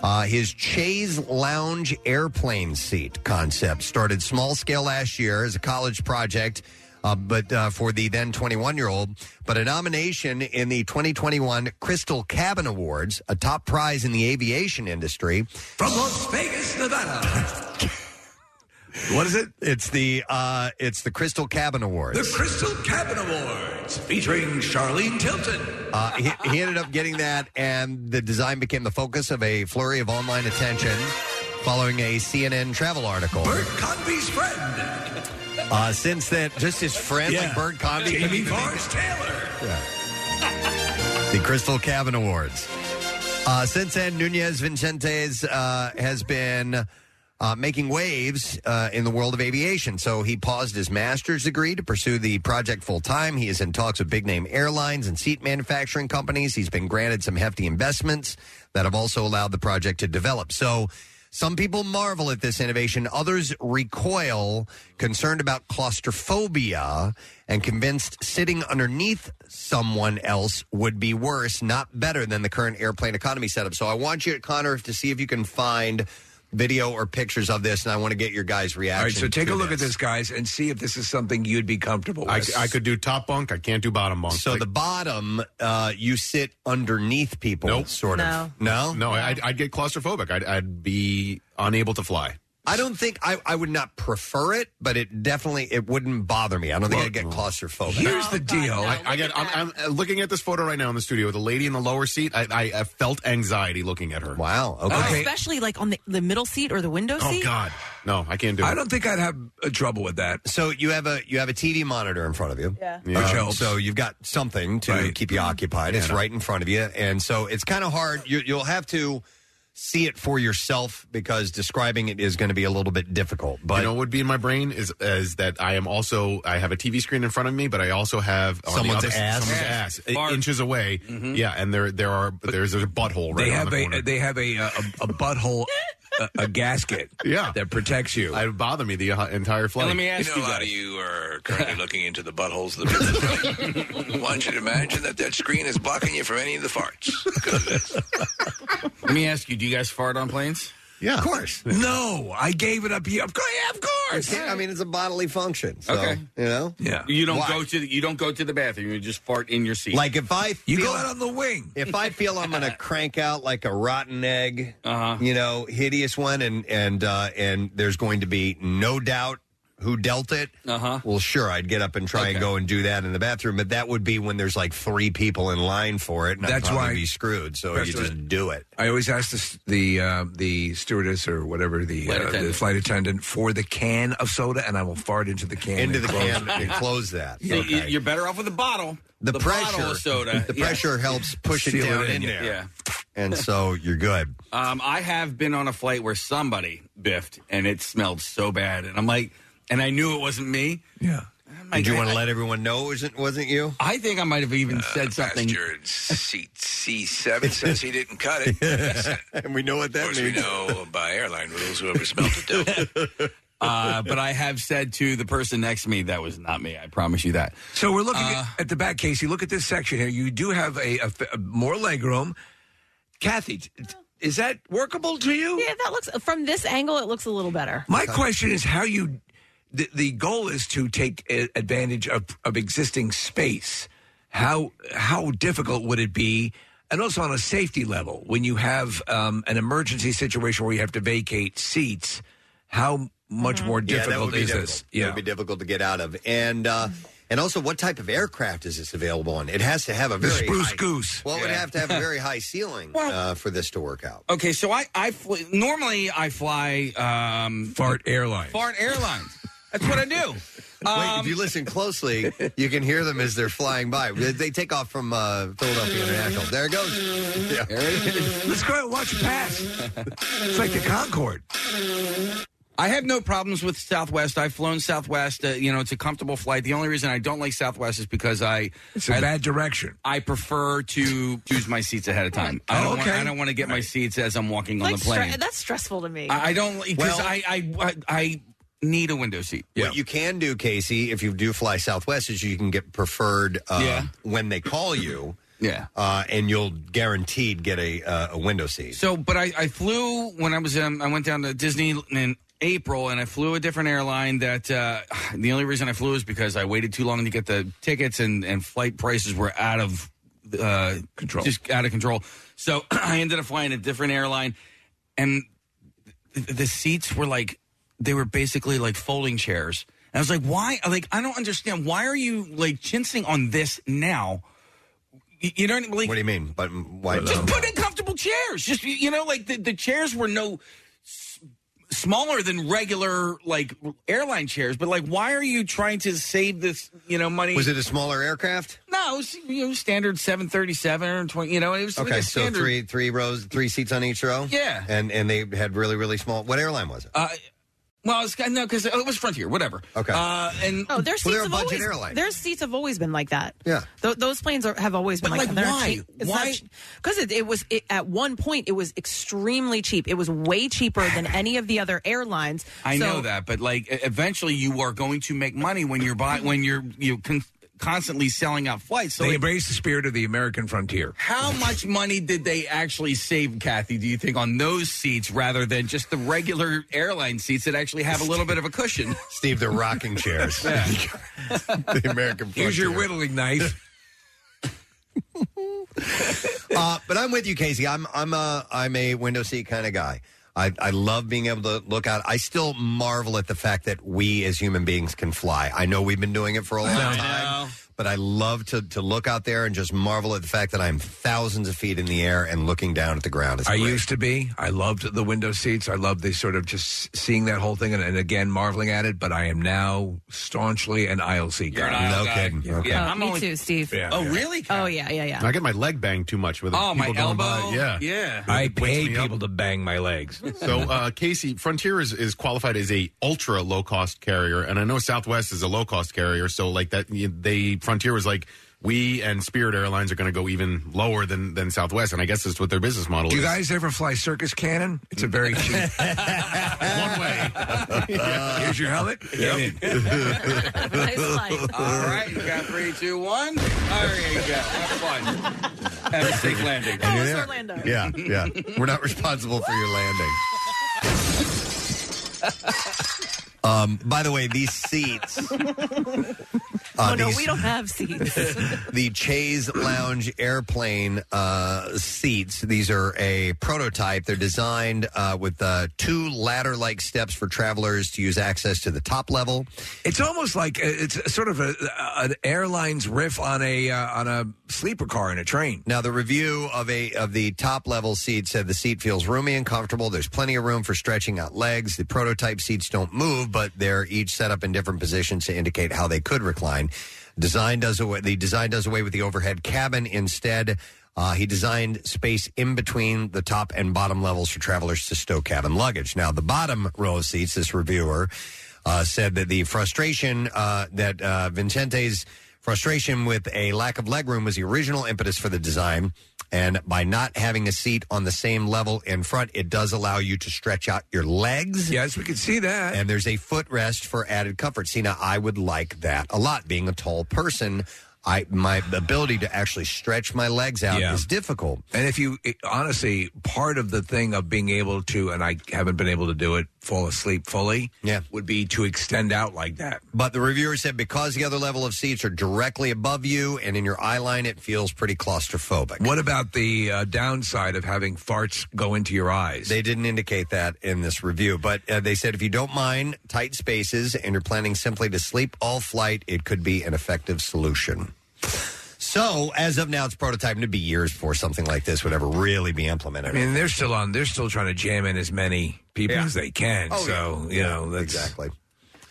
S2: Uh, his Chase Lounge airplane seat concept started small scale last year as a college project. Uh, but uh, for the then 21 year old, but a nomination in the 2021 Crystal Cabin Awards, a top prize in the aviation industry,
S9: From Las Vegas, Nevada.
S2: What is it? It's the uh, it's the Crystal Cabin Awards.
S9: The Crystal Cabin Awards featuring Charlene Tilton.
S2: Uh, he, he ended up getting that, and the design became the focus of a flurry of online attention following a CNN travel article.
S9: Convy's friend.
S2: Uh, since then, just his friend, like Bird Convy, couldn't
S9: Jamie
S2: even make
S9: Forrest Taylor.
S2: Yeah. the Crystal Cabin Awards. Uh, since then, Nunez Vincentes uh, has been uh, making waves uh, in the world of aviation. So he paused his master's degree to pursue the project full time. He is in talks with big name airlines and seat manufacturing companies. He's been granted some hefty investments that have also allowed the project to develop. So. Some people marvel at this innovation, others recoil, concerned about claustrophobia, and convinced sitting underneath someone else would be worse, not better than the current airplane economy setup. So I want you, Connor, to see if you can find video or pictures of this, and I want to get your guys' reaction.
S9: All right, so take
S2: to
S9: a look at this, guys, and see if this is something you'd be comfortable
S2: I-
S9: with.
S2: I could
S6: do top bunk. I can't do bottom bunk.
S2: So the bottom, uh, you sit underneath people, sort of. No,
S6: no, I'd, I'd get claustrophobic. I'd, I'd be unable to fly.
S2: I don't think I, I would not prefer it, but it definitely it wouldn't bother me. I don't think I'd get claustrophobic.
S6: Here's the deal. I, I got. I'm, I'm looking at this photo right now in the studio with a lady in the lower seat. I, I, I felt anxiety looking at her.
S2: Wow.
S13: Oh, Especially like on the, the middle seat or the window
S6: Oh
S13: seat.
S6: God, no, I can't do it.
S9: I don't think I'd have uh, trouble with that.
S2: So you have a you have a TV monitor in front of you. Yeah.
S9: Yeah. Which helps.
S2: so you've got something to keep you occupied. It's
S9: Yeah.
S2: right in front of you, and so it's kind of hard. You, you'll have to see it for yourself because describing it is going to be a little bit difficult. But
S6: you know what would be in my brain is is that I am also I have a TV screen in front of me, but I also have on the
S2: Someone's
S6: other-
S2: ass?
S6: someone's
S2: Ass.
S6: ass, i- inches away. Yeah, and there there are there's a butthole right
S9: Mm-hmm. They
S6: on
S9: have
S6: the corner.
S9: a they have a uh, a, a butthole a, a gasket.
S6: [laughs] Yeah,
S9: that protects you.
S6: It would bother me the uh, entire flight.
S12: you know, a lot of you are currently looking into the buttholes of the [laughs] people. Why don't you imagine that that screen is blocking you from any of the farts?
S5: Let me ask you: Do you guys fart on planes?
S2: Yeah, of course.
S9: No, I gave it up. Yeah, Of course, yeah, of course.
S2: I mean, it's a bodily function. So,
S5: Okay.
S2: you know, yeah.
S5: You don't
S2: Why?
S5: go to the, you don't go to the bathroom. You just fart in your seat.
S2: Like if I
S5: you
S2: feel-
S5: go out on
S9: the wing.
S2: If I feel I'm going to crank out like a rotten egg, you know, hideous one, and and uh, and there's going to be no doubt who dealt it. Uh-huh. Well, sure, I'd get up and try and go and do that in the bathroom, but that would be when there's like three people in line for it, and
S9: That's
S2: I'd probably
S9: why-
S2: be screwed. So you
S9: Preston-
S2: just do it.
S9: I always ask the the, uh, the stewardess or whatever the
S2: Flight
S9: uh, the
S2: attendant.
S9: flight attendant for the can of soda, and I will fart into the can.
S2: Into
S9: and
S2: the
S9: close
S2: can
S9: it.
S2: and close that.
S5: So you- You're better off with a bottle.
S2: The,
S5: bottle
S2: pressure,
S5: of soda.
S2: the
S5: Yeah.
S2: pressure helps push it
S5: Seal
S2: down
S5: it
S2: in,
S5: in,
S2: there,
S5: yeah.
S2: and so you're good.
S5: Um, I have been on a flight where somebody biffed and it smelled so bad, and I'm like, and I knew it wasn't me.
S9: Yeah.
S2: Did you want to let everyone know it wasn't wasn't you?
S5: I think I might have even said something.
S9: Seat C seven says he didn't cut [laughs] it.
S2: and we know what that
S9: of course means. We know by airline rules, whoever smelled it dealt. with it.
S5: [laughs] Uh, but I have said to the person next to me, that was not me. I promise you that.
S9: [laughs] So we're looking
S2: Uh,
S9: at, at the back, Casey. Look at this section here. You do have a, a f- a more leg room. Kathy, t- is that workable to you?
S13: Yeah, that looks from this angle. It looks a little better.
S9: My question is how you. The, the goal is to take a- advantage of, of existing space. How how difficult would it be, and also on a safety level, when you have um, an emergency situation where you have to vacate seats, how much more
S2: Mm-hmm. Yeah, that would
S9: difficult
S2: be
S9: is
S2: difficult.
S9: this?
S2: It would be difficult to get out of. And uh, and also, what type of aircraft is this available on? It has to have a
S9: The
S2: very
S9: spruce
S2: high-
S9: goose.
S2: Well, it would
S5: Yeah.
S2: have to have a
S9: [laughs]
S2: very high ceiling
S5: Well-
S2: uh, for this to work out.
S5: Okay, so I, I fl- normally I fly um,
S9: fart airlines.
S5: Fart airlines. That's what I do.
S9: Um,
S2: Wait, if you listen closely, you can hear them as they're flying by. They- They take off from uh, Philadelphia International. There it goes. Yeah.
S9: Let's go ahead and watch it pass.
S2: [laughs]
S9: It's like the Concorde.
S5: I have no problems with Southwest. I've flown Southwest. Uh, you know, it's a comfortable flight. The only reason I don't like Southwest is because I
S9: It's a
S5: I-
S9: bad direction. Oh,
S5: I prefer to choose my seats ahead of time. I don't want,
S9: okay.
S5: I don't want to get my seats as I'm walking on
S13: Like
S5: the plane.
S13: stre- that's stressful to me.
S5: I I don't because
S2: Well-
S5: I, I I I need a window seat.
S2: What you can do, Casey, if you do fly Southwest, is you can get preferred uh,
S5: Yeah.
S2: when they call you.
S5: Yeah.
S2: Uh, and you'll guaranteed get a uh, a window seat.
S5: So, but I, I flew when I was um, I went down to Disney in April, and I flew a different airline. That uh, [sighs] the only reason I flew is because I waited too long to get the tickets, and and flight prices were out of uh, control, just out of control. So [clears throat] I ended up flying a different airline, and th- the seats were like they were basically like folding chairs. And I was like, why? Like, I don't understand. Why are you like chinsing on this now? Y- You don't like. What do
S2: you mean? But why?
S5: Just put in comfortable chairs. Just you- you know, like the, the chairs were no s- smaller than regular like airline chairs. But like, why are you trying to save this? You know, money.
S2: Was it a [laughs] smaller aircraft?
S5: No, it was, you know, standard seven thirty seven or twenty. You know, it was like
S2: Okay,
S5: a
S2: so
S5: standard.
S2: three three rows, three seats on each row.
S5: Yeah.
S2: and and they had really really small. What airline was it?
S5: Uh, well, it's no, because it was Frontier. Whatever.
S2: Okay.
S5: Uh, and
S13: Oh, their seats
S5: they're a
S13: have
S5: budget
S13: always
S5: airline.
S13: their seats have always been like that.
S2: Yeah.
S13: Th- those planes are, have always been
S5: But,
S13: like,
S5: like,
S13: that. They're not
S5: why?
S13: cheap. It's
S5: Why-
S13: Because it, it was it, at one point it was extremely cheap. It was way cheaper than any of the other airlines.
S5: I
S13: So-
S5: know that, but like e- eventually you are going to make money when you're buy when you're you con- constantly selling out flights. So
S9: they
S5: like,
S9: embrace the spirit of the American frontier.
S5: how much money did they actually save, Kathy? Do you think on those seats rather than just the regular airline seats that actually have a little bit of a cushion?
S2: [laughs] Steve, they're rocking chairs. [laughs] [laughs] the
S5: [laughs]
S2: American.
S9: Use your
S2: frontier.
S9: whittling knife.
S2: [laughs] uh, but I'm with you, Casey. I'm I'm a I'm a window seat kind of guy. I, I love being able to look out. I still marvel at the fact that we as human beings can fly. I know we've been doing it for a long time, but I love to, to look out there and just marvel at the fact that I'm thousands of feet in the air and looking down at the ground. It's
S9: I
S2: great.
S9: used to be. I loved the window seats. I loved the sort of just seeing that whole thing and, and again marveling at it. But I am now staunchly an aisle seat
S5: You're an
S9: guy.
S5: aisle guy.
S9: kidding.
S13: Oh, me too, Steve.
S9: Yeah, Oh, yeah.
S5: really?
S13: Oh, yeah, yeah, yeah.
S6: I get my leg banged too much with
S13: Oh, my
S6: people going
S13: elbow?
S6: By. Yeah,
S5: yeah.
S9: I pay people to bang my legs.
S6: [laughs] So, uh, Casey, Frontier is, is qualified as a ultra low cost carrier, and I know Southwest is a low cost carrier. So, like that, you- they Frontier was like, we and Spirit Airlines are going to go even lower than than Southwest, and I guess that's what their business model
S9: Do you
S6: is.
S9: guys ever fly circus cannon? It's
S6: [laughs]
S9: a very cheap. One way. Here's your
S2: [laughs]
S9: helmet. Get in.
S5: All right, you got three, two, one. There you go. Have fun. Have a safe landing.
S3: Oh,
S2: And you're there. Yeah, yeah. We're not responsible for your landing. Um, by the way, these [laughs] seats,
S3: oh,
S2: Uh,
S3: no,
S2: these-
S3: we don't have seats.
S2: the Chase Lounge airplane uh, seats, these are a prototype. They're designed uh, with uh, two ladder like steps for travelers to use access to the top
S6: Oh.
S2: level.
S9: It's almost like uh, it's sort of a, an airline's riff on a uh, on a sleeper car in a train.
S2: Now, the review of a of the top level seat said the seat feels roomy and comfortable. There's plenty of room for stretching out legs. The prototype seats don't move, but they're each set up in different positions to indicate how they could recline. Design does away the design does away with the overhead cabin. Instead, uh, he designed space in between the top and bottom levels for travelers to stow cabin luggage. Now, the bottom row of seats, this reviewer uh, said that the frustration uh, that uh, Vincente's frustration with a lack of legroom was the original impetus for the design. And by not having a seat on the same level in front, it does allow you to stretch out your legs.
S9: Yes, we can see that.
S2: And there's a footrest for added comfort. See, now I would like that a lot. Being a tall person, I my ability to actually stretch my legs out
S9: Yeah.
S2: is difficult.
S9: And if you it- honestly, part of the thing of being able to, and I haven't been able to do it, fall asleep fully, yeah, would be to extend out like that.
S2: But the reviewer said because the other level of seats are directly above you and in your eye line, it feels pretty claustrophobic.
S9: What about the uh, downside of having farts go into your eyes?
S2: They didn't indicate that in this review, but uh, they said if you don't mind tight spaces and you're planning simply to sleep all flight, it could be an effective solution. So, as of now, it's prototype, and it'd be years before something like this would ever really be implemented.
S9: I mean, they're still on. They're still trying to jam in as many people
S2: Yeah.
S9: as they can.
S2: Oh,
S9: so
S2: yeah.
S9: you
S2: Yeah,
S9: know, that's,
S2: exactly.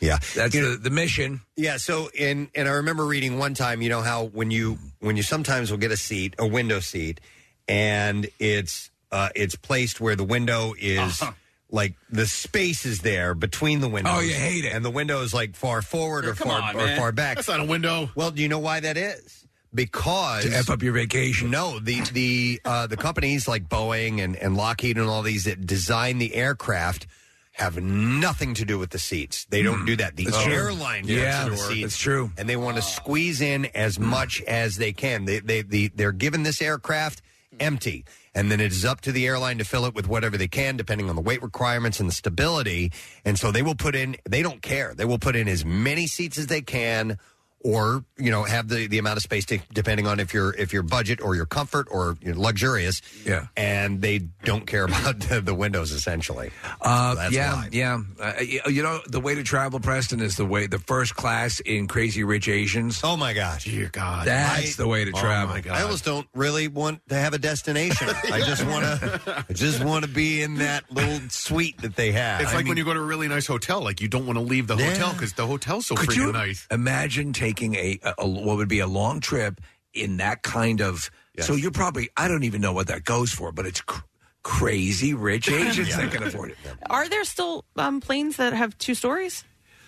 S2: Yeah,
S9: that's the, the mission.
S2: Yeah. So, and and I remember reading one time, you know how when you when you sometimes will get a seat, a window seat, and it's uh it's placed where the window is. Like the space is there between the windows.
S9: Uh-huh. Oh, you hate it.
S2: And the window is like far forward
S9: Yeah,
S2: or
S9: come
S2: far
S9: on,
S2: or
S9: man.
S2: far back.
S9: That's not a
S2: window. Well, do you know why that is? Because
S9: To F up your vacation.
S2: No, the the uh, the companies like Boeing and, and Lockheed and all these that design the aircraft have nothing to do with the seats. They don't do that. The
S9: Hmm. That's true.
S2: airline does
S9: Yeah,
S2: to the
S9: sure.
S2: seats.
S9: That's true.
S2: And they want to squeeze in as much as they can. They they, they they're given this aircraft empty. And then it is up to the airline to fill it with whatever they can, depending on the weight requirements and the stability. And so they will put in, they don't care. They will put in as many seats as they can or you know have the, the amount of space to, depending on if your if your budget or your comfort or you know, luxurious
S9: Yeah.
S2: and they don't care [laughs] about the, the windows essentially
S9: Uh,
S2: So that's
S9: yeah,
S2: why.
S9: yeah. Uh, y- you know, the way to travel, Preston, is the way the first class in Crazy Rich Asians.
S2: Oh my gosh, dear God,
S9: that's
S2: I-
S9: the way to
S2: Oh,
S9: travel.
S2: my God. I almost don't really want to have a
S9: [laughs]
S2: destination. I just want to, I just want to be in that
S9: [laughs]
S2: little suite that they have.
S6: It's like when you go to a really nice hotel, like you don't want to leave the
S2: Yeah.
S6: hotel because the hotel's so
S9: Could
S6: freaking
S9: you
S6: nice.
S9: imagine taking a, a, a- what would be a long trip in that kind of? So you're probably I don't even know what that goes for, but it's cr- crazy
S2: [laughs]
S9: rich Asians that can afford it.
S3: Are there still um, planes that have two stories?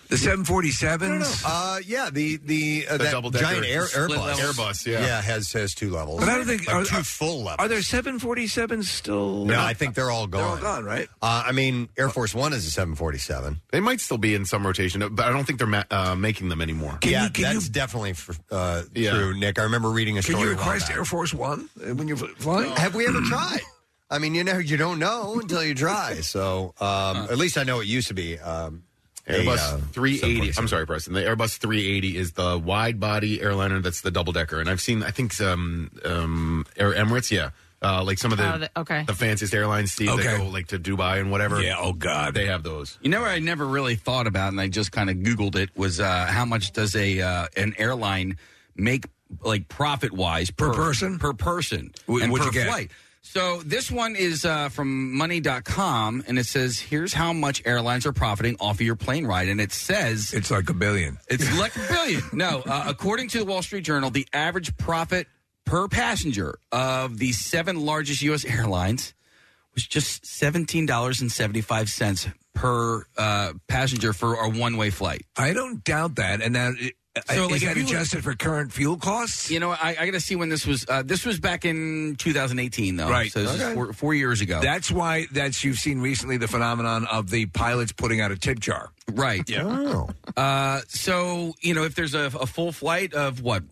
S9: The 747s.
S2: Uh, yeah, the the, uh,
S9: The
S2: that
S9: double-decker
S2: giant air,
S9: split
S2: Airbus,
S9: levels. Airbus, yeah.
S2: yeah, has has two levels.
S9: But I don't think
S2: Like
S9: are,
S2: two
S9: are-
S2: full levels.
S9: Are there 747s still?
S2: No, I think they're all gone.
S9: They're all gone, right?
S2: Uh, I mean, Air Force One is a 747.
S6: They might still be in some rotation, but I don't think they're ma- uh, making them anymore.
S2: yeah, that's definitely for, uh,
S6: Yeah.
S2: true, Nick. I remember reading a
S6: Can
S2: story.
S6: you
S2: a while
S6: request
S2: back.
S9: Air Force One uh, when you're fl- flying.
S2: Have we
S9: [clears throat]
S2: ever tried? I mean, you know, you don't know until you try. So,
S9: Uh,
S2: um, at least I know it used to be. Um, a,
S6: Airbus
S2: uh,
S6: 380.
S2: 747.
S6: I'm sorry, Preston. The Airbus 380 is the wide body airliner that's the double decker. And I've seen, I think, um, um, Air Emirates, yeah. Uh, like some of the,
S3: Oh, the- okay.
S6: the fanciest airlines, Steve,
S5: Okay.
S6: that go like to Dubai and whatever.
S5: Yeah, oh,
S9: God.
S6: They have those.
S5: You know what I never really thought about, and I just kind of Googled it was uh, how much does a uh, an airline make like profit wise per, person per person
S9: Wh-
S5: and
S9: what'd
S5: per
S9: you get?
S5: flight. So this one is uh, from money.com and it says here's how much airlines are profiting off of your plane ride and it says
S9: It's like a billion. [laughs]
S5: it's like a billion. No, uh, according to the Wall Street Journal, the average profit per passenger of the seven largest U.S. airlines was just seventeen dollars and seventy-five cents per uh, passenger for a one-way flight.
S9: I don't doubt that. And that
S5: So,
S9: So,
S5: like,
S9: is
S5: if
S9: that
S5: you-
S9: adjusted for current fuel costs?
S5: You know, I, I got to see when this was. Uh, this was back in 2018, though.
S9: Right.
S5: So this is
S9: Okay.
S5: four, four years ago.
S9: That's why that's you've seen recently the phenomenon of the pilots putting out a tip jar.
S5: Right. Yeah. Uh, so you know, if there's a, a full flight of what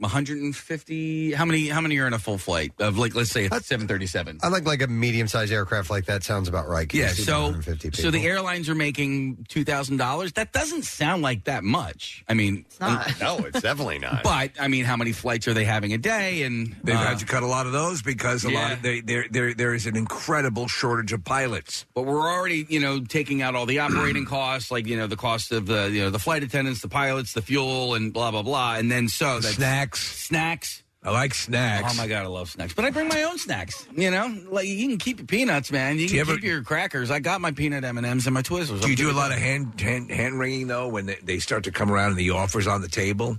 S5: 150, how many how many are in a full flight of like let's say a 737?
S2: I uh, like like a medium sized aircraft like that sounds about right. 'cause
S5: Yeah.
S2: you see
S5: So
S2: 150
S5: so the
S2: people.
S5: airlines are making two thousand dollars. That doesn't sound like that much. I mean, it's [laughs]
S2: not. no, it's definitely not.
S5: But I mean, how many flights are they having a day? And
S9: They've
S5: uh,
S9: had to cut a lot of those because a lot
S5: Yeah.
S9: of they, there there there is an incredible shortage of pilots.
S5: But we're already, you know, taking out all the operating [clears throat] costs, like you know, the cost of the you know the flight attendants, the pilots, the fuel, and blah blah blah. And then so that's
S9: snacks,
S5: snacks.
S9: I like snacks.
S5: Oh my god, I love snacks. But I bring my own snacks. You know, like you can keep your peanuts, man. You
S9: Do
S5: can
S9: you ever-
S5: keep your crackers. I got my peanut M and M's and my Twizzlers.
S9: Do you do a lot of hand hand, hand wringing though when they, they start to come around and the offers on the table,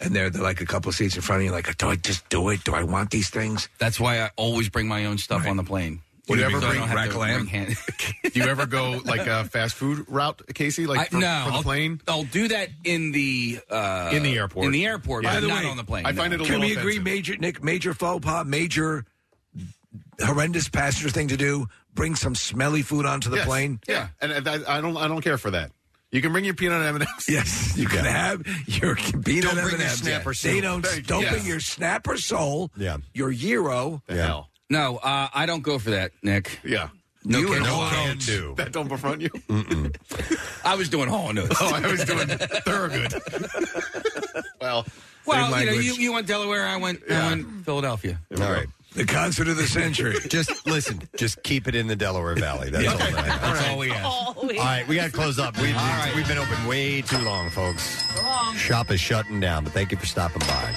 S9: and they're, they're like a couple seats in front of you, like do I just do it? Do I want these things?
S5: That's why I always bring my own stuff on the plane.
S9: Would you ever
S5: So I
S9: bring
S5: don't have
S9: rack
S5: to
S9: of lamb?
S5: bring hand-
S6: Do you ever go like a fast food route, Casey? Like
S5: I-
S6: for,
S5: no,
S6: for the
S5: I'll-
S6: plane?
S5: I'll, do that in the uh,
S6: In the airport.
S5: In the airport,
S6: Yeah.
S5: but
S6: By the
S5: not
S6: way,
S5: on the plane.
S6: I find it a
S9: Can
S6: little
S9: we agree? Major Nick, major faux pas, major horrendous passenger thing to do. Bring some smelly food onto the
S6: Yes.
S9: plane.
S6: Yeah, and I, I don't. I don't care for that. You can bring your peanut M and M's.
S9: Yes, you can have your peanut
S6: Don't bring your
S9: M&Ms.
S6: snapper
S9: They
S6: soul.
S9: don't.
S6: Thank you.
S9: Don't
S5: Yeah.
S9: bring your snapper soul.
S2: Yeah.
S9: Your gyro.
S5: No, no, uh, I don't go for that, Nick.
S6: Yeah.
S5: No,
S9: You
S5: can,
S9: and
S5: no
S9: Hall
S5: can
S9: Notes.
S5: do.
S6: That don't befriend you.
S5: [laughs] I was doing
S9: [laughs]
S5: Hall notes.
S6: [laughs] Oh, I was doing Thorogood. well,
S5: well,
S6: same
S5: you know, you,
S6: language.
S5: you went Delaware, I went, I went Philadelphia.
S2: All right.
S9: The concert of the century.
S2: [laughs] just listen. Just keep it in the Delaware Valley. That's [laughs] all. That matters.
S5: That's all we have.
S2: All right, we got to close up. We've, we've been open way too long, folks. Shop is shutting down, but thank you for stopping by.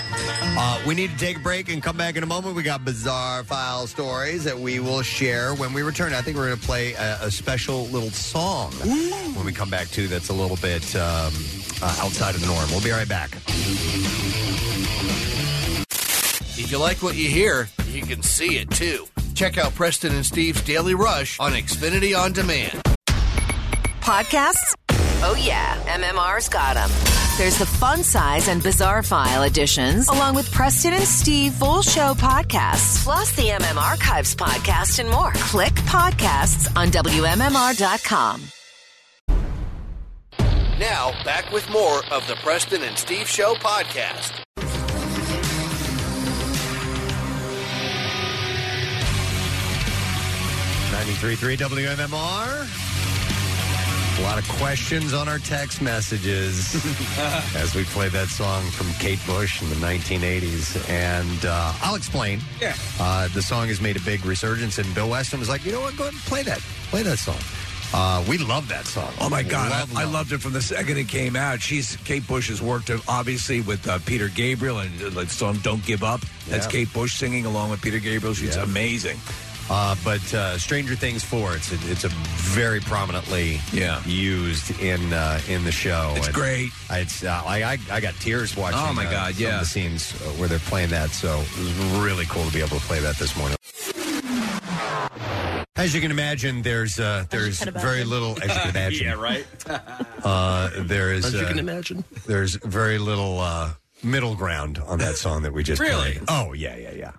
S2: Uh, we need to take a break and come back in a moment. We got bizarre file stories that we will share when we return. I think we're going to play a, a special little song when we come back too. That's a little bit um, uh, outside of the norm. We'll be right back.
S8: If you like what you hear, you can see it too. Check out Preston and Steve's Daily Rush on Xfinity On Demand.
S17: Podcasts? Oh, yeah. MMR's got them. There's the Fun Size and Bizarre File editions, along with Preston and Steve full show podcasts, plus the MM Archives podcast and more. Click podcasts on WMMR.com.
S8: Now, back with more of the Preston and Steve Show podcast.
S2: Ninety-three-three WMMR. A lot of questions on our
S9: [laughs]
S2: text messages as we play that song from Kate Bush in the 1980s. And uh, I'll explain.
S5: Yeah.
S2: Uh, the song has made a big resurgence, and Bill Weston was like, you know what? Go ahead and play that. Play that song. Uh, we love that song.
S9: Oh my God!
S2: Love,
S9: I, I loved it from the second it came out. She's Kate Bush has worked uh, obviously with uh, Peter Gabriel and uh, like song "Don't Give Up." That's
S2: Yeah.
S9: Kate Bush singing along with Peter Gabriel. She's
S2: Yeah.
S9: amazing.
S2: Uh, but uh, Stranger Things four, it's a, it's a very prominently
S9: Yeah.
S2: used in uh, in the show.
S9: It's
S2: And
S9: great.
S2: It's uh, I, I I got tears watching.
S9: Oh, my
S2: uh,
S9: God,
S2: some of
S9: yeah.
S2: the scenes uh, where they're playing that. So it was really cool to be able to play that this morning. As you can imagine, there's uh, there's very little.
S9: [laughs]
S2: As you can imagine, [laughs] Uh, there is.
S7: As you
S2: uh,
S7: can imagine.
S2: there's very little uh, middle ground on that song that we just
S7: Really?
S2: played. Oh yeah, yeah, yeah.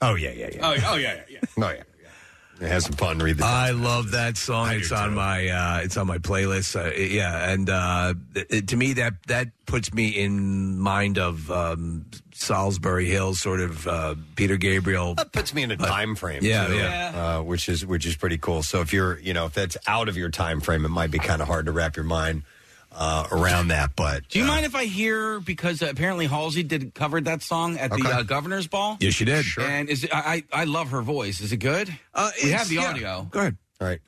S2: Oh yeah, yeah, yeah.
S5: Oh, oh yeah, yeah.
S2: [laughs] Oh yeah. It has some fun. Read the.
S9: I love that song. It's on my uh, it's on my playlist. Uh, yeah, and uh, it, to me that that puts me in mind of um, Salisbury Hill, sort of uh, Peter Gabriel.
S2: That puts me in a time frame.
S9: Yeah,
S2: too,
S9: yeah.
S2: Uh, which is which is pretty cool. So if you're you know if that's out of your time frame, it might be kind of hard to wrap your mind uh, around that. But
S5: Do you mind if I hear because uh, apparently Halsey did covered that song at
S2: Okay.
S5: the uh, governor's ball?
S9: Yes, she did.
S2: Sure.
S5: And is it, I I I love her voice. Is it good?
S9: Uh,
S5: we
S9: it's-
S5: have the
S9: yeah.
S5: audio.
S9: Go ahead.
S2: All right.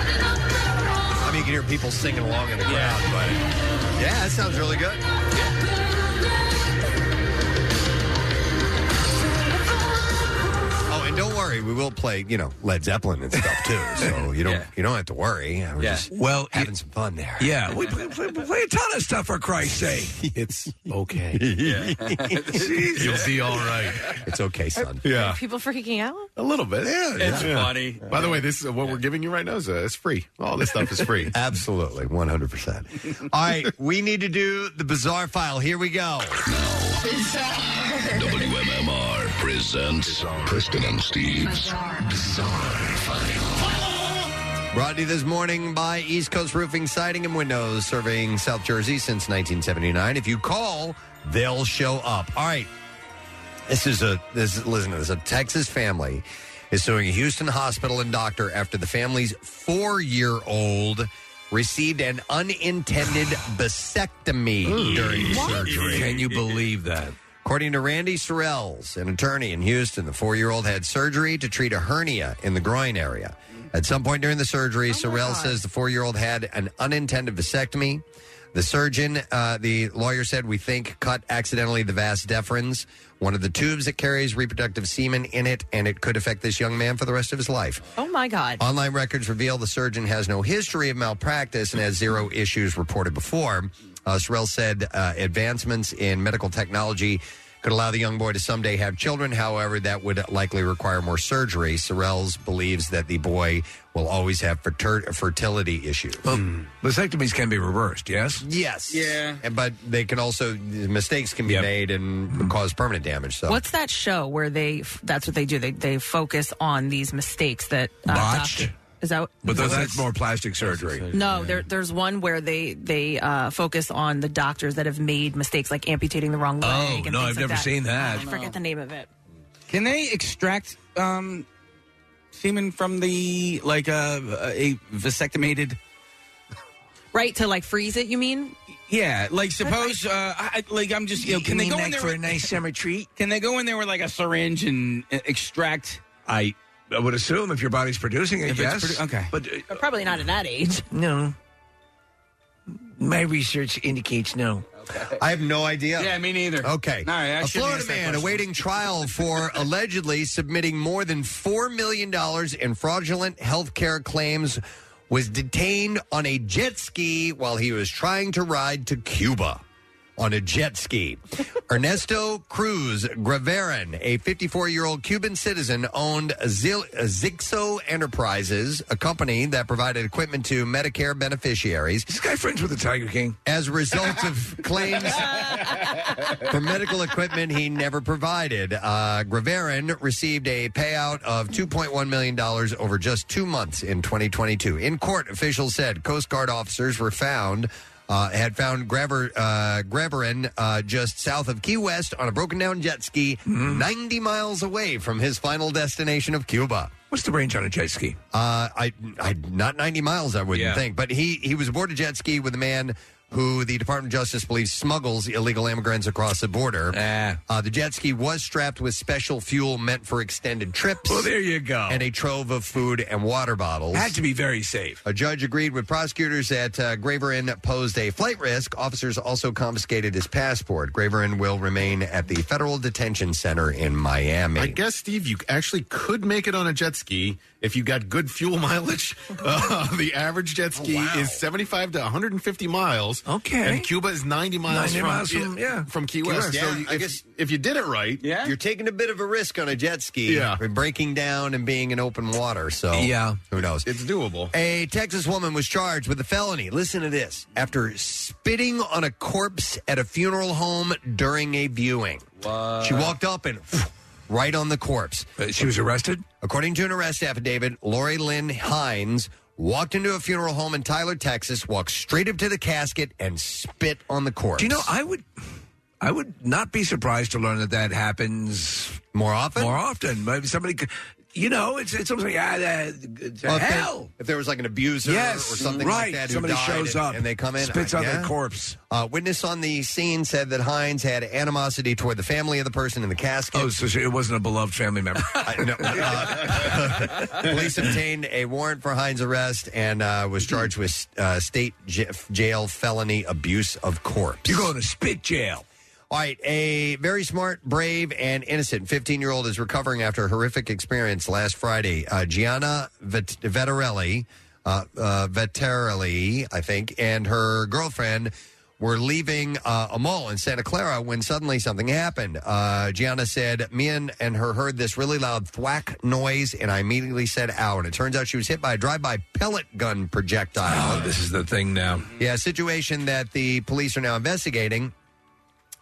S2: I mean, you can hear people singing along in the crowd, but yeah, that sounds really good. Oh, and don't worry, worry, we will play, you know, Led Zeppelin and stuff too.
S9: [laughs]
S2: So you don't you don't have to worry. We're
S9: Yeah.
S2: just well having some fun there.
S9: Yeah, we play, play, play a ton of stuff for Christ's sake.
S2: It's
S9: okay. [laughs]
S6: You'll be all right.
S2: It's okay, son.
S6: [laughs]
S9: uh,
S6: Yeah.
S13: People freaking out?
S6: A little bit. Yeah,
S13: It's
S6: funny. By the way, this is what we're giving you right now is uh, it's free. All this stuff is
S9: [laughs]
S6: free.
S2: Absolutely, one hundred percent. All right, we need to do the bizarre file. Here we go.
S1: WMMR presents Preston and Steve's Bizarre
S2: Brought to you this morning by East Coast Roofing, Siding, and Windows, serving South Jersey since 1979. If you call, they'll show up. All right. This is a this is, listen to this. A Texas family is suing a Houston hospital and doctor after the family's four year old received an unintended vasectomy during surgery.
S9: Can you believe that?
S2: According to Randy Sorrells, an attorney in Houston, the four year old had surgery to treat a hernia in the groin area. At some point during the
S9: Oh
S2: surgery, Sorrell says the four year old had an unintended vasectomy. The surgeon, uh, the lawyer said, we think cut accidentally the vas deferens, one of the tubes that carries reproductive semen in it, and it could affect this young man for the rest of his life.
S13: Oh my God.
S2: Online records reveal the surgeon has no history of malpractice and has zero issues reported before. Uh, Sorrell said uh, advancements in medical technology could allow the young boy to someday have children. However, that would likely require more surgery. Sorrells believes that the boy will always have ferter- fertility issues.
S9: Vasectomies can be reversed, yes?
S2: Yes. Yeah. But they can also, mistakes can be made and cause permanent damage. So.
S13: What's that show where they? f- That's what they do. They they focus on these mistakes that uh,
S9: Botched?
S13: doctor- Is that?
S9: But that's, that's more plastic surgery.
S13: No, there, there's one where they they uh, focus on the doctors that have made mistakes, like amputating the wrong leg.
S9: Oh,
S13: and
S9: no,
S13: things
S9: I've
S13: like
S9: never
S13: that.
S9: seen that.
S13: I forget the name of it.
S5: Can they extract um, semen from the like uh, a vasectomated?
S13: Right to like freeze it. You mean?
S5: Yeah, like suppose uh, I, I- like I'm just you know can they
S13: mean
S5: go in
S13: like
S5: there
S13: for
S5: with-
S13: a
S9: nice summer treat?
S5: [laughs] Can they go in there with like a syringe and uh, extract?
S9: I I would assume if your body's producing it,
S5: If it's
S9: yes.
S5: produ- okay.
S9: But uh,
S13: But probably not at that age.
S9: No. My research indicates no.
S2: I have no idea.
S5: Yeah, me neither.
S2: Okay.
S9: All right, I
S2: a
S9: shouldn't
S2: Florida
S9: ask that
S2: man
S9: question.
S2: awaiting trial for allegedly submitting more than $4 million in fraudulent health care claims was detained on a jet ski while he was trying to ride to Cuba. On a
S9: [laughs]
S2: jet ski. Ernesto Cruz Graverin, a 54 year old Cuban citizen, owned Zil- Zixo Enterprises, a company that provided equipment to Medicare beneficiaries. This
S9: guy friends with the Tiger King.
S2: As a
S9: [laughs]
S2: result of claims for medical equipment he never provided. Uh, Graverin received a payout of $2.1 million over just two months in 2022. In court, officials said Coast Guard officers were found. Uh, had found Graver, uh, Graverin uh, just south of Key West on a broken down jet ski,
S9: Mm-hmm.
S2: 90 miles away from his final destination of Cuba.
S9: What's the range on a jet ski?
S2: Uh, I, I not 90 miles, I wouldn't
S9: Yeah.
S2: think. But he he was aboard a jet ski with a man who the Department of Justice believes smuggles illegal immigrants across the border.
S9: Ah.
S2: Uh, the jet ski was strapped with special fuel meant for extended trips.
S9: Well, there you go.
S2: And a trove of food and water bottles.
S9: Had to be very safe.
S2: A judge agreed with prosecutors that uh, Graverin posed a flight risk. Officers also confiscated his passport. Graverin will remain at the Federal Detention Center in Miami.
S6: I guess Steve, you actually could make it on a jet ski if you got good fuel mileage. [laughs] Uh, the average jet ski is seventy-five to one hundred and fifty miles.
S9: Okay,
S6: and Cuba is ninety miles,
S2: 90
S6: from,
S2: miles from- yeah.
S6: from Key
S2: Key
S6: West.
S2: West. Yeah,
S6: you-
S2: I
S6: if,
S2: guess-
S6: if you did it right, yeah,
S2: You're taking a bit of a risk on a jet ski. Yeah. Breaking down and being in open water. So
S9: Yeah.
S2: who knows?
S6: It's doable.
S2: A Texas woman was charged with a felony. Listen to this. After spitting on a corpse at a funeral home during a viewing. She walked up and right on the corpse.
S9: she was arrested?
S2: According to an arrest affidavit, Lori Lynn Hines walked into a funeral home in Tyler, Texas, walked straight up to the casket and spit on the corpse.
S9: Do you know, I would I would not be surprised to learn that that happens
S2: more often.
S9: More often. Maybe somebody, could- you know, it's it's almost like ah, that, to
S2: Well, if they-
S9: hell.
S2: if there was like an abuser
S9: Yes,
S2: or something
S9: right.
S2: like that, who
S9: Somebody
S2: died
S9: shows
S2: and,
S9: up,
S2: and they come in,
S9: spits
S2: uh,
S9: on their
S2: yeah.
S9: corpse.
S2: Uh, witness on the scene said that Hines had animosity toward the family of the person in the casket.
S9: Oh, so she- it wasn't a beloved family
S2: [laughs]
S9: member.
S2: uh, Police obtained a warrant for Hines' arrest and uh, was charged with uh, state j- jail felony abuse of corpse.
S9: You're going to spit jail.
S2: All right, a very smart, brave, and innocent 15 year old is recovering after a horrific experience last Friday. Uh, Gianna Vet- Vettarelli, uh, uh, Vettarelli, I think, and her girlfriend were leaving uh, a mall in Santa Clara when suddenly something happened. Uh, Gianna said, Me and, and her heard this really loud thwack noise, and I immediately said, Ow. And it turns out she was hit by a drive by pellet gun
S9: Oh,
S2: projectile.
S9: This is the thing now.
S2: Yeah, a situation that the police are now investigating,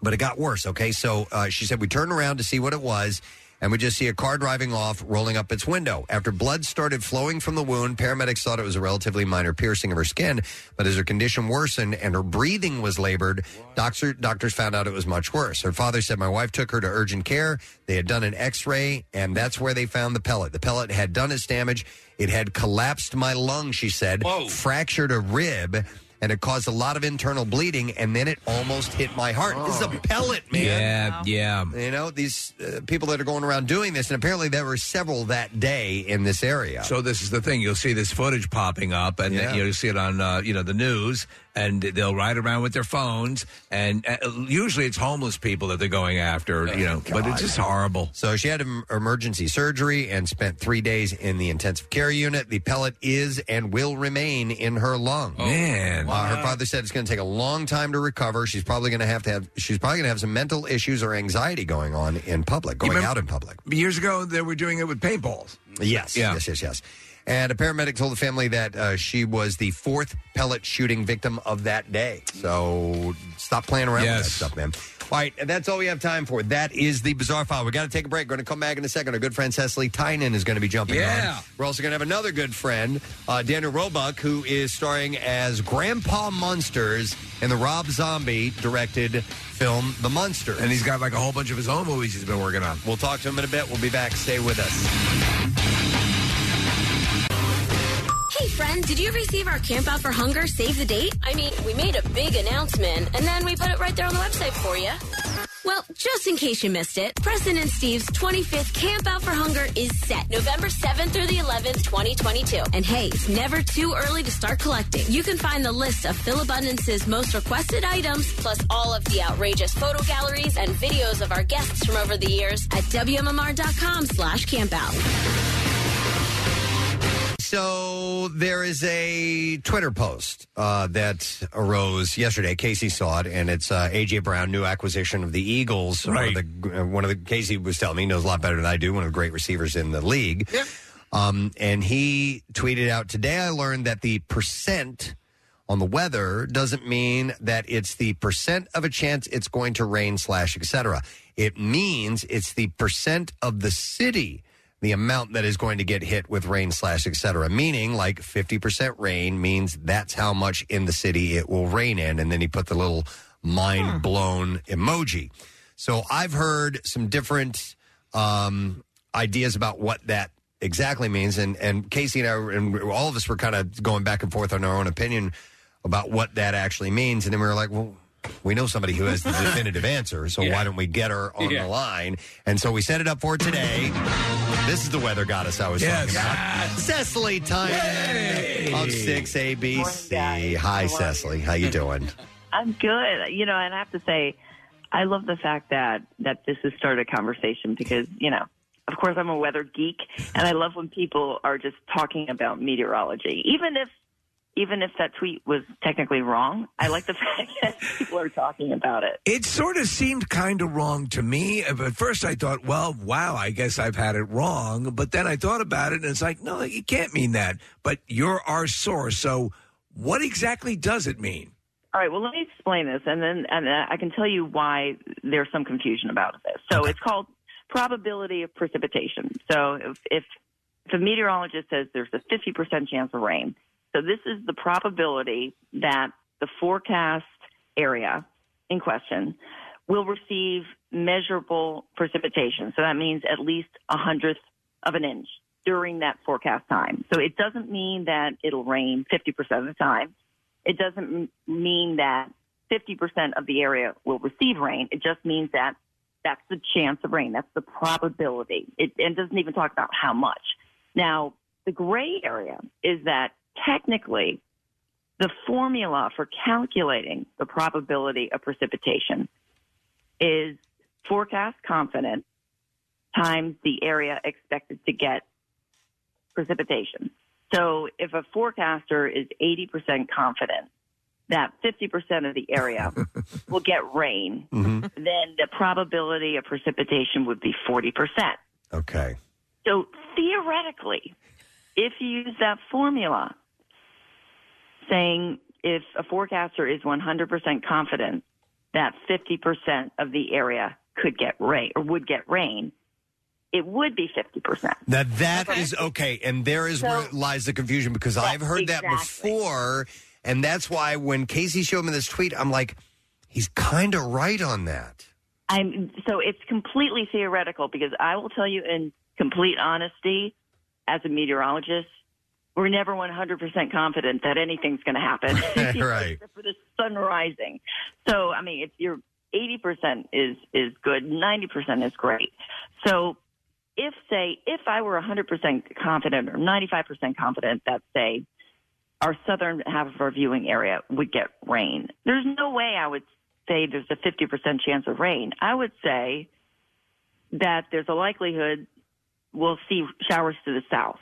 S2: but it got worse. Okay, so uh, she said we turned around to see what it was, and we just see a car driving off, rolling up its window. After blood started flowing from the wound, paramedics thought it was a relatively minor piercing of her skin, but as her condition worsened and her breathing was labored, doctor, doctors found out it was much worse. Her father said my wife took her to urgent care. They had done an x ray, and that's where they found the pellet. The pellet had done its damage. It had collapsed my lung, she said, fractured a rib, and it caused a lot of internal bleeding, and then it almost hit my heart. This is a pellet, man.
S9: Yeah, yeah.
S2: You know, these uh, people that are going around doing this, and apparently there were several that day in this area.
S9: So this is the thing. You'll see this footage popping up, and
S2: Yeah.
S9: you will see it on uh, you know the news, and they'll ride around with their phones, and uh, usually it's homeless people that they're going after, you know. But it's just horrible.
S2: So she had em- emergency surgery and spent three days in the intensive care unit. The pellet is and will remain in her lung.
S9: Oh, Man.
S2: Uh, her father said it's going to take a long time to recover. She's probably going to have to have, she's probably going to have some mental issues or anxiety going on in public, going out in public.
S9: Years ago, they were doing it with paintballs.
S2: Yes, yes, yes, yes. And a paramedic told the family that uh, she was the fourth pellet shooting victim of that day. So stop playing around
S9: Yes.
S2: with that stuff, man. All right, and that's all we have time for. That is the bizarre file. We got to take a break. We're going to come back in a second. Our good friend Cecily Tynan is going to be jumping
S9: Yeah.
S2: on. We're also going to have another good friend, uh, Daniel Roebuck, who is starring as Grandpa Munsters in the Rob Zombie directed film The Munsters.
S9: And he's got like a whole bunch of his own movies he's been working on.
S2: We'll talk to him in a bit. We'll be back. Stay with us.
S21: Hey, friend, did you receive our Camp Out for Hunger Save the Date? I mean, we made a big announcement, and then we put it right there on the website for you. Well, just in case you missed it, Preston and Steve's 25th Camp Out for Hunger is set November 7th through the 11th, 2022. And hey, it's never too early to start collecting. You can find the list of Phil Abundance's most requested items, plus all of the outrageous photo galleries and videos of our guests from over the years at WMMR.com slash campout.
S2: So there is a Twitter post uh, that arose yesterday. Casey saw it, and it's uh, AJ Brown, new acquisition of the Eagles. One of the, uh, one of the Casey was telling me he knows a lot better than I do. One of the great receivers in the league. Um, and he tweeted out today. I learned that the percent on the weather doesn't mean that it's the percent of a chance it's going to rain slash etc. It means it's the percent of the city the amount that is going to get hit with rain slash etc meaning like 50% rain means that's how much in the city it will rain in and then he put the little mind blown emoji so i've heard some different um, ideas about what that exactly means and and casey and i were- and all of us were kind of going back and forth on our own opinion about what that actually means and then we were like well we know somebody who has the definitive answer so why don't we get her on
S7: Yeah.
S2: the line and so we set it up for today this is the weather goddess I was
S7: Yes.
S2: talking about. Cecily Tynan of 6ABC. Hi, Cecily. How you doing?
S22: I'm good. You know, and I have to say, I love the fact that that this has started a conversation because you know, of course, I'm a weather geek, and I love when people are just talking about meteorology, even if even if that tweet was technically wrong. I like the [laughs] fact that people are talking about it.
S9: It sort of seemed kind of wrong to me. At first, I thought, well, wow, I guess I've had it wrong. But then I thought about it, and it's like, no, you can't mean that. But you're our source. So what exactly does it mean?
S22: All right, well, let me explain this, and then and uh, I can tell you why there's some confusion about this. So it's called probability of precipitation. So if, if if a meteorologist says there's a 50% chance of rain, so this is the probability that the forecast area in question will receive measurable precipitation. So that means at least a hundredth of an inch during that forecast time. So it doesn't mean that it'll rain 50% of the time it doesn't m- mean that 50% of the area will receive rain. It just means that that's the chance of rain. That's the probability. It, and doesn't even talk about how much. Now, the gray area is that technically the formula for calculating the probability of precipitation is forecast confidence times the area expected to get precipitation. So if a forecaster is 80% confident that 50% of the area will get rain, then the probability of precipitation would be 40%.
S2: Okay.
S22: So theoretically, if you use that formula, saying if a forecaster is 100% confident that 50% of the area could get rain or would get rain, it would be 50%.
S2: Now that is okay, and there is where lies the confusion because I've heard that
S22: exactly.
S2: before, and that's why when Casey showed me this tweet, I'm like, he's kind of right on that.
S22: I'm so it's completely theoretical because I will tell you in complete honesty, as a meteorologist, we're never 100% confident that anything's going to happen.
S2: right.
S22: Except for the sun rising. So, I mean, if you're 80% is, is good, 90% is great. So, if, say, if I were 100% confident or 95% confident that, say, our southern half of our viewing area would get rain, there's no way I would say there's a 50% chance of rain. I would say that there's a likelihood we'll see showers to the south.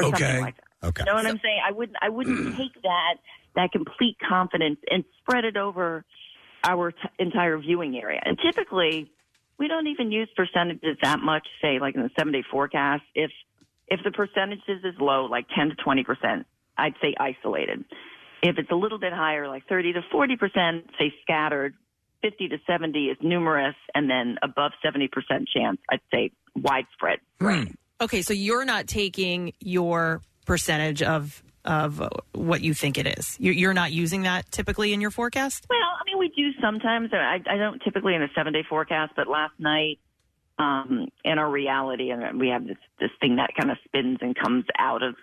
S22: or something
S9: Okay.
S22: like that.
S2: Okay.
S22: You know what I'm saying? I wouldn't I wouldn't take that that complete confidence and spread it over our t- entire viewing area. And typically, we don't even use percentages that much. Say like in the seven day forecast, if if the percentages is low, like ten to twenty percent, I'd say isolated. If it's a little bit higher, like thirty to forty percent, say scattered. Fifty to seventy is numerous, and then above seventy percent chance, I'd say widespread.
S9: Hmm.
S3: Okay, so you're not taking your percentage of of uh, what you think it is. You're, you're not using that typically in your forecast.
S22: Well, I mean, we do sometimes. I, I don't typically in a seven day forecast, but last night um, in our reality, and we have this this thing that kind of spins and comes out of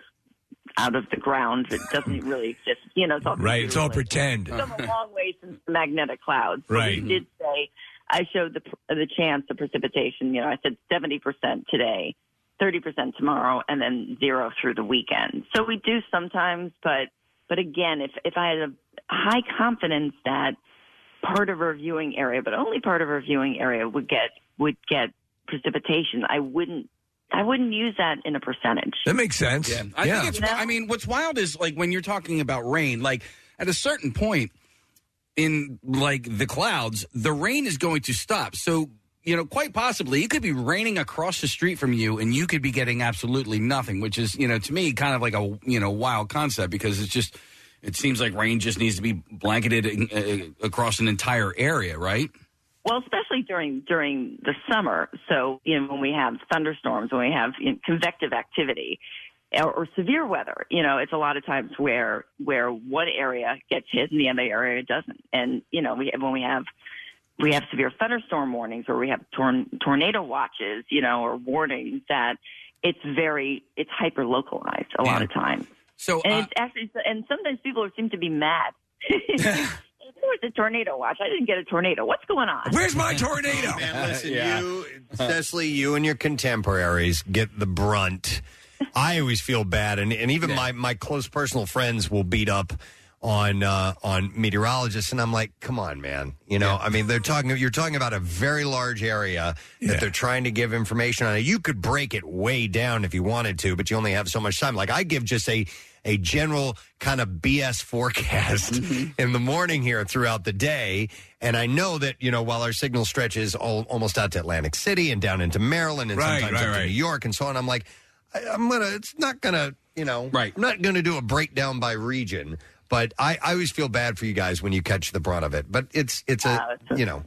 S22: out of the ground. It
S9: [laughs]
S22: doesn't really exist. You know, it's all
S9: Right, it's all pretend.
S22: It's come a long way since the magnetic clouds. But
S9: Right.
S22: We did say I showed the the chance of precipitation. You know, I said seventy percent today, thirty percent tomorrow, and then zero through the weekend. So we do sometimes, but but again, if if I had a high confidence that part of our viewing area, but only part of our viewing area would get would get precipitation, I wouldn't I wouldn't use that in a percentage.
S9: That makes sense.
S5: Yeah. I think it's. I mean, what's wild is like when you're talking about rain. Like at a certain point in like the clouds, the rain is going to stop. So you know, quite possibly, it could be raining across the street from you, and you could be getting absolutely nothing. Which is, you know, to me, kind of like a you know wild concept because it's just. It seems like rain just needs to be blanketed in, uh, across an entire area, right?
S22: Well, especially during during the summer. So you know when we have thunderstorms, when we have you know, convective activity, or, or severe weather, you know it's a lot of times where where one area gets hit and the other area doesn't. And you know we when we have we have severe thunderstorm warnings or we have torn, tornado watches, you know, or warnings that it's very it's hyper localized a lot of times.
S5: So
S22: and it's actually and sometimes people seem to be mad. [laughs] Where's the tornado watch? I didn't get a tornado. What's going on?
S9: Where's
S2: [laughs]
S9: my tornado?
S2: Oh, Man, listen, you, especially you and your contemporaries, get the brunt. I always feel bad, and, and even my, my close personal friends will beat up on uh, on meteorologists, and I'm like, come on, man. You know, I mean, they're talking. You're talking about a very large area that they're trying to give information on. You could break it way down if you wanted to, but you only have so much time. Like I give just a a general kind of BS forecast [laughs] in the morning here throughout the day. And I know that, you know, while our signal stretches all, almost out to Atlantic City and down into Maryland and
S9: Right,
S2: sometimes
S9: right,
S2: up to
S9: right.
S2: New York and so on, I'm like, I, I'm going to, it's not going to, you know, right. I'm not going to do a breakdown by region. But I, I always feel bad for you guys when you catch the brunt of it. But it's, it's a, you know,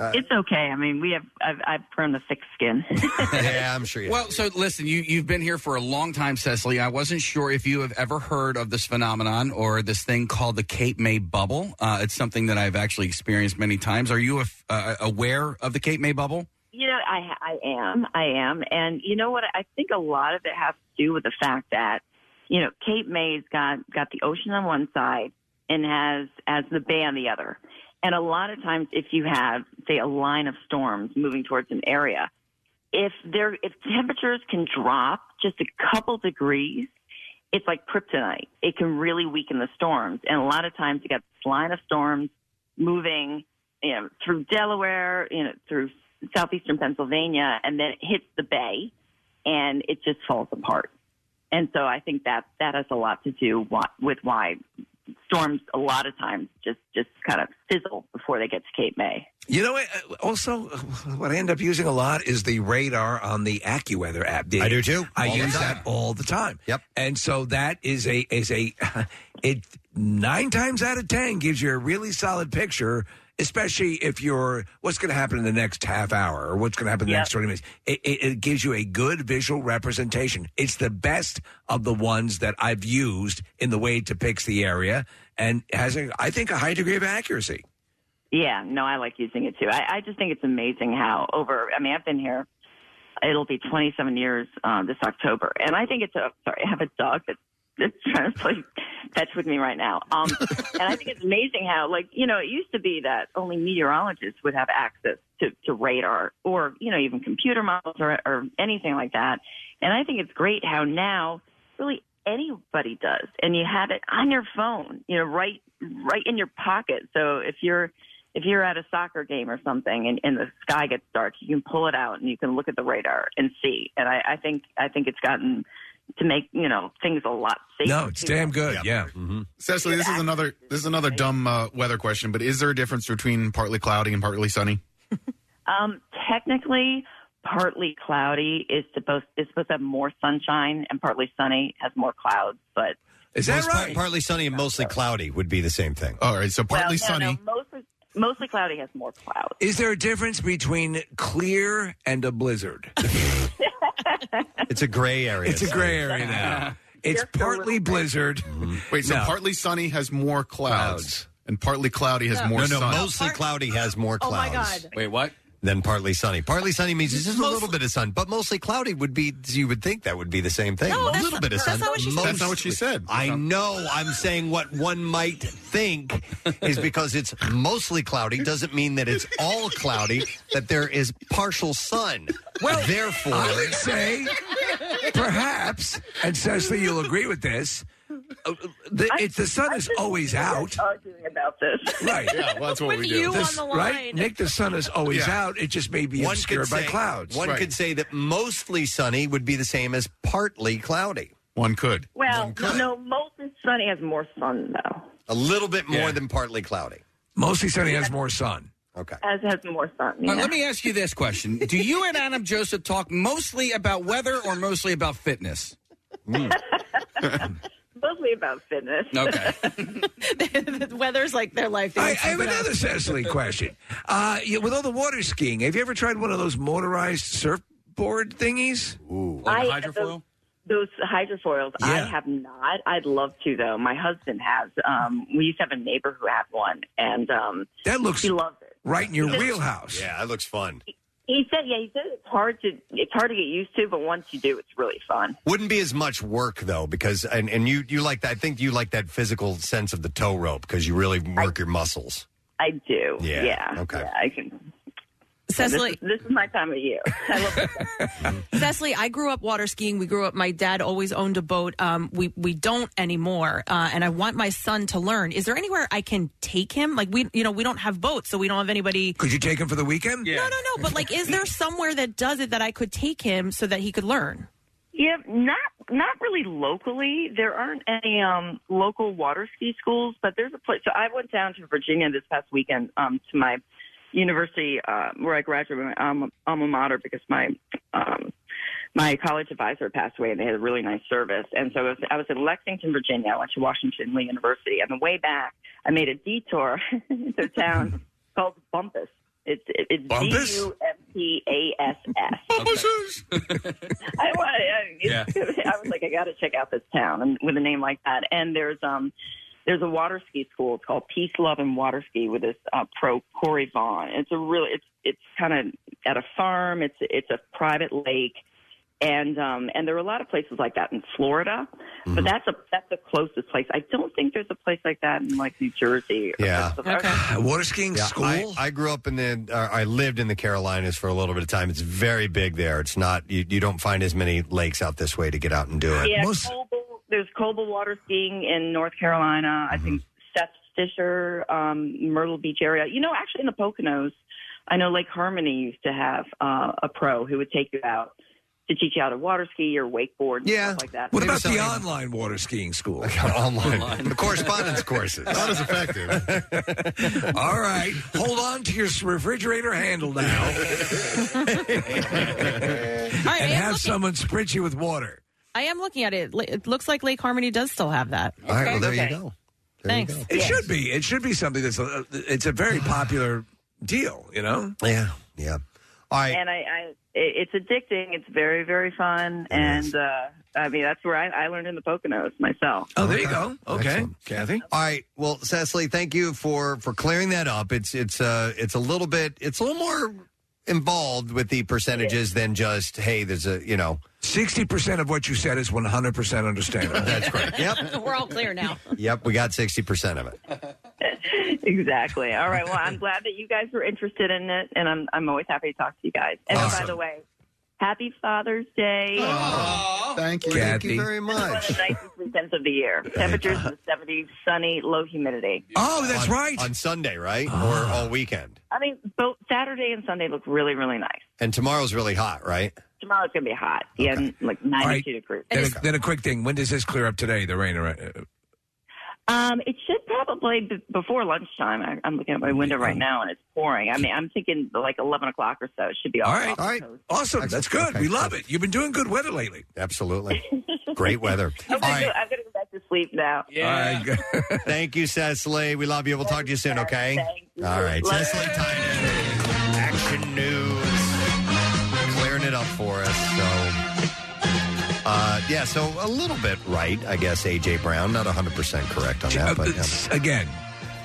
S22: it's okay. I mean, we have I've, I've grown a thick skin. [laughs]
S2: yeah, I'm sure you
S5: Well, so listen, you, you've been here for a long time, Cecily. I wasn't sure if you have ever heard of this phenomenon or this thing called the Cape May bubble. Uh, it's something that I've actually experienced many times. Are you a f uh, aware of the Cape May bubble?
S22: you know, I I am, I am, and you know what? I think a lot of it has to do with the fact that you know Cape May's got got the ocean on one side and has has the bay on the other, and a lot of times if you have say a line of storms moving towards an area, if there if temperatures can drop just a couple degrees, it's like kryptonite. It can really weaken the storms, and a lot of times you got this line of storms moving you know, through Delaware, you know, through southeastern Pennsylvania, and then it hits the bay, and it just falls apart. And so I think that that has a lot to do why, with why storms a lot of times just just kind of sizzle before they get to Cape May.
S9: You know, I- also, uh, what I end up using a lot is the radar on the AccuWeather app.
S2: I do, too.
S9: I
S2: All the
S9: use
S2: time.
S9: that all the time.
S2: Yep.
S9: And so that is a is a [laughs] it nine times out of ten gives you a really solid picture, especially if you're what's going to happen in the next half hour or what's going to happen in the next twenty minutes. It, it, it gives you a good visual representation. It's the best of the ones that I've used in the way to picks the area and has a, I think a high degree of accuracy.
S22: Yeah, no, I like using it too. I, I just think it's amazing how over. I mean, I've been here. It'll be 27 years uh, this October, and I think it's a. Sorry, I have a dog that's that's trying to play fetch with me right now. Um, and I think it's amazing how, like, you know, it used to be that only meteorologists would have access to, to radar or you know even computer models or, or anything like that. And I think it's great how now really anybody does, and you have it on your phone, you know, right right in your pocket. So if you're if you're at a soccer game or something and, and the sky gets dark, you can pull it out and you can look at the radar and see. And I, I think I think it's gotten to make you know things a lot safer. too.
S9: good. Yeah.
S6: Mm-hmm. Cecily, this is another this is another dumb uh, weather question, but is there a difference between partly cloudy and partly sunny?
S22: Um, technically, partly cloudy is supposed is supposed to have more sunshine, and partly sunny has more clouds. But
S2: Is that right? Oh, Partly sunny and mostly cloudy would be the same thing.
S6: All right, so
S22: well, no, No, mostly, mostly cloudy has more clouds.
S9: Is there a difference between clear and a blizzard?
S2: [laughs] it's a gray area.
S9: It's a gray area
S2: [laughs]
S9: now. It's partly blizzard.
S6: Mm-hmm. Wait, so
S9: No.
S6: partly sunny has more clouds, and partly cloudy has
S2: No.
S6: more
S2: No, no,
S6: sun.
S2: mostly cloudy has more
S6: Oh, my
S2: clouds.
S6: God. Wait, what?
S2: Then partly sunny. Partly sunny means it's just a little bit of sun, but mostly cloudy would be. You would think that would be the same thing.
S7: No,
S2: a
S7: that's
S2: little
S7: not-
S2: bit of
S7: that's
S2: sun.
S7: not what she said. That's not what she
S2: mostly-
S7: said.
S2: I know. I'm saying what one might think is because it's mostly cloudy doesn't mean that it's all cloudy. That there is partial sun. Well, therefore,
S9: I would say, perhaps, and Cecily, you'll agree with this. uh, The, it, the sun is always out.
S22: Arguing about this,
S9: Right.
S2: Oh,
S9: This- Right? Nick, the sun is always
S2: Yeah.
S9: out. It just may be
S2: One could
S9: obscured by
S2: say-
S9: clouds.
S2: One could say that mostly sunny would be the same as partly cloudy.
S6: One could.
S22: Well, no, mostly sunny has more sun though.
S2: A little bit more than partly cloudy.
S9: Mostly sunny has more sun.
S2: Okay.
S22: As has more sun.
S5: Uh, let me ask you this question: Do you and Adam Joseph talk mostly about weather or mostly about fitness?
S2: Hmm.
S22: Mostly about fitness.
S5: Okay.
S13: [laughs]
S3: the weather's like their life.
S9: I, I have
S2: [laughs]
S9: another Cecily question. Uh, yeah, with all the water skiing, have you ever tried one of those motorized surfboard thingies?
S2: Ooh,
S22: I- Those, those hydrofoils, I have not. I'd love to though. My husband has. Um, we used to have a neighbor who had one, and um,
S9: that looks
S22: he loves it.
S9: right in your
S22: Just-
S9: wheelhouse.
S2: Yeah, that looks fun.
S22: He said, "Yeah, he said it's hard to it's hard to get used to, but once you do, it's really fun."
S2: Wouldn't be as much work though, because and, and you you like that. I think you like that physical sense of the tow rope because you really work your muscles.
S22: I do.
S2: Yeah,
S22: Yeah.
S2: okay.
S22: Yeah, I can.
S13: Cecily-
S22: This is, this is my time of year. [laughs]
S13: Cecily, I grew up water skiing. We grew up. My dad always owned a boat. Um, we we don't anymore, uh, and I want my son to learn. Is there anywhere I can take him? Like we, you know, we don't have boats, so we don't have anybody.
S9: Could you take him for the weekend?
S13: No, no, no. But like, is there somewhere that does it that I could take him so that he could learn?
S22: Yeah, not not really locally. There aren't any um, local water ski schools, but there's a place. So I went down to Virginia this past weekend um, to my university uh, where I graduated, my alma, alma mater, because my um, my college advisor passed away, and they had a really nice service. And so I was, I was in Lexington, Virginia. I went to Washington Lee University. On the way back, I made a detour [laughs] into a town called Bumpus. It's it's B
S7: Bumpus?
S22: U M P A S S. I, wa- I,
S7: Yeah.
S22: [laughs] I was like, I got to check out this town and with a name like that. And there's um, there's a water ski school. It's called Peace, Love, and Water Ski with this uh, pro Corey Vaughn. It's a really it's it's kind of at a farm. It's it's a private lake, and um, and there are a lot of places like that in Florida, but that's a that's the closest place. I don't think there's a place like that in like New Jersey. or
S2: Yeah.
S22: Pennsylvania.
S9: Water skiing
S2: Yeah,
S9: school.
S2: I, I grew up in the. Uh, I lived in the Carolinas for a little bit of time. It's very big there. It's not. You, you don't find as many lakes out this way to get out and do it.
S9: Mm-hmm.
S22: Yeah, Coble, there's Coble water skiing in North Carolina. I think Seth Fisher, um, Myrtle Beach area. You know, actually in the Poconos, I know Lake Harmony used to have uh, a pro who would take you out to teach you how to water ski or wakeboard and
S9: Yeah.
S22: stuff like that.
S9: What about the online water skiing school?
S2: online.
S9: The
S2: correspondence courses. Not
S6: as effective.
S9: [laughs] All right. Hold on to your refrigerator handle
S2: [laughs]
S9: now. and have someone spritz you with water.
S13: I am looking at it. Li- It looks like Lake Harmony does still have that.
S9: All right, well, there you Okay.
S2: go.
S13: Thanks. [laughs]
S9: It should be. It should be something that's. A, it's a very popular deal. You know.
S2: Yeah. Yeah. All right.
S22: And I, I it, it's addicting. It's very, very fun. and uh, I mean, that's where I, I learned in the Poconos myself.
S9: Oh, there you go. Okay, Kathy.
S2: All right. Well, Cecily, thank you for for clearing that up. It's it's uh it's a little bit it's a little more involved with the percentages than just hey, there's a you know
S9: sixty percent of what you said is one hundred percent understandable.
S2: That's correct. Yep.
S13: We're all clear now.
S2: Yep. We got sixty percent of it.
S22: [laughs] exactly. All right. Well, I'm glad that you guys were interested in it, and I'm I'm always happy to talk to you guys. And by the way, happy Father's Day.
S2: Thank
S22: you.
S2: Thank you very
S22: It's one
S2: much.
S22: of the nicest weekends of the year. Temperatures in the 70s, sunny, low humidity.
S9: Oh, that's right. Ah.
S2: On Sunday, right? Or all weekend.
S22: I mean, both Saturday and Sunday look really, really nice. [laughs]
S2: And tomorrow's really hot, right?
S22: Tomorrow's gonna be hot. Yeah, like 92 degrees.
S9: Then a, then a quick thing. When does this clear up today? The rain. uh,
S22: Um, it should probably be before lunchtime. I, I'm looking out my window right now, and it's pouring. I mean, I'm thinking like 11 o'clock or so. It should be all,
S9: All right.
S22: all
S9: All right. Awesome. That's good. We love it. You've been doing good weather lately.
S2: Absolutely.
S9: [laughs]
S2: Great weather.
S22: I'm gonna, go, I'm gonna go back to sleep now.
S2: All right. [laughs] Thank you, Cecily. We love you. We'll talk to you soon, okay? All right.
S22: Love
S2: Cecily Tynan. Action news. Clearing it up for us. So, uh, yeah, so a little bit right, I guess, A.J. Brown. Not 100% correct on that, but. yeah.
S9: Again,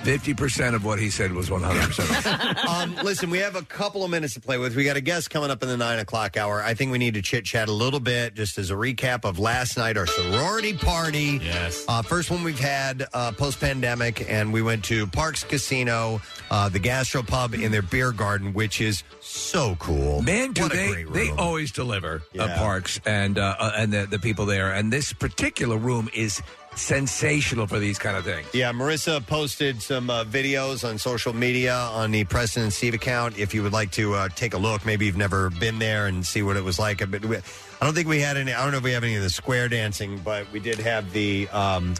S9: fifty percent of what he said was one hundred percent.
S2: um, listen, we have a couple of minutes to play with. We got a guest coming up in the nine o'clock hour. I think we need to chit chat a little bit, just as a recap of last night, our sorority party. Yes, uh, first one we've had uh, post pandemic, and we went to Parks Casino, uh, the gastro pub in their beer garden, which is so cool.
S9: Man, do
S2: What a
S9: they?
S2: great
S9: They
S2: room.
S9: always deliver
S2: Yeah.
S9: uh, parks and uh, uh, and the, the people there. And this particular room is sensational for these kind of things.
S2: Yeah, Marissa posted some uh, videos on social media on the Preston and Steve account. If you would like to uh, take a look, maybe you've never been there and see what it was like. But we- I don't think we had any. I don't know if we have any of the square dancing, but we did have the um,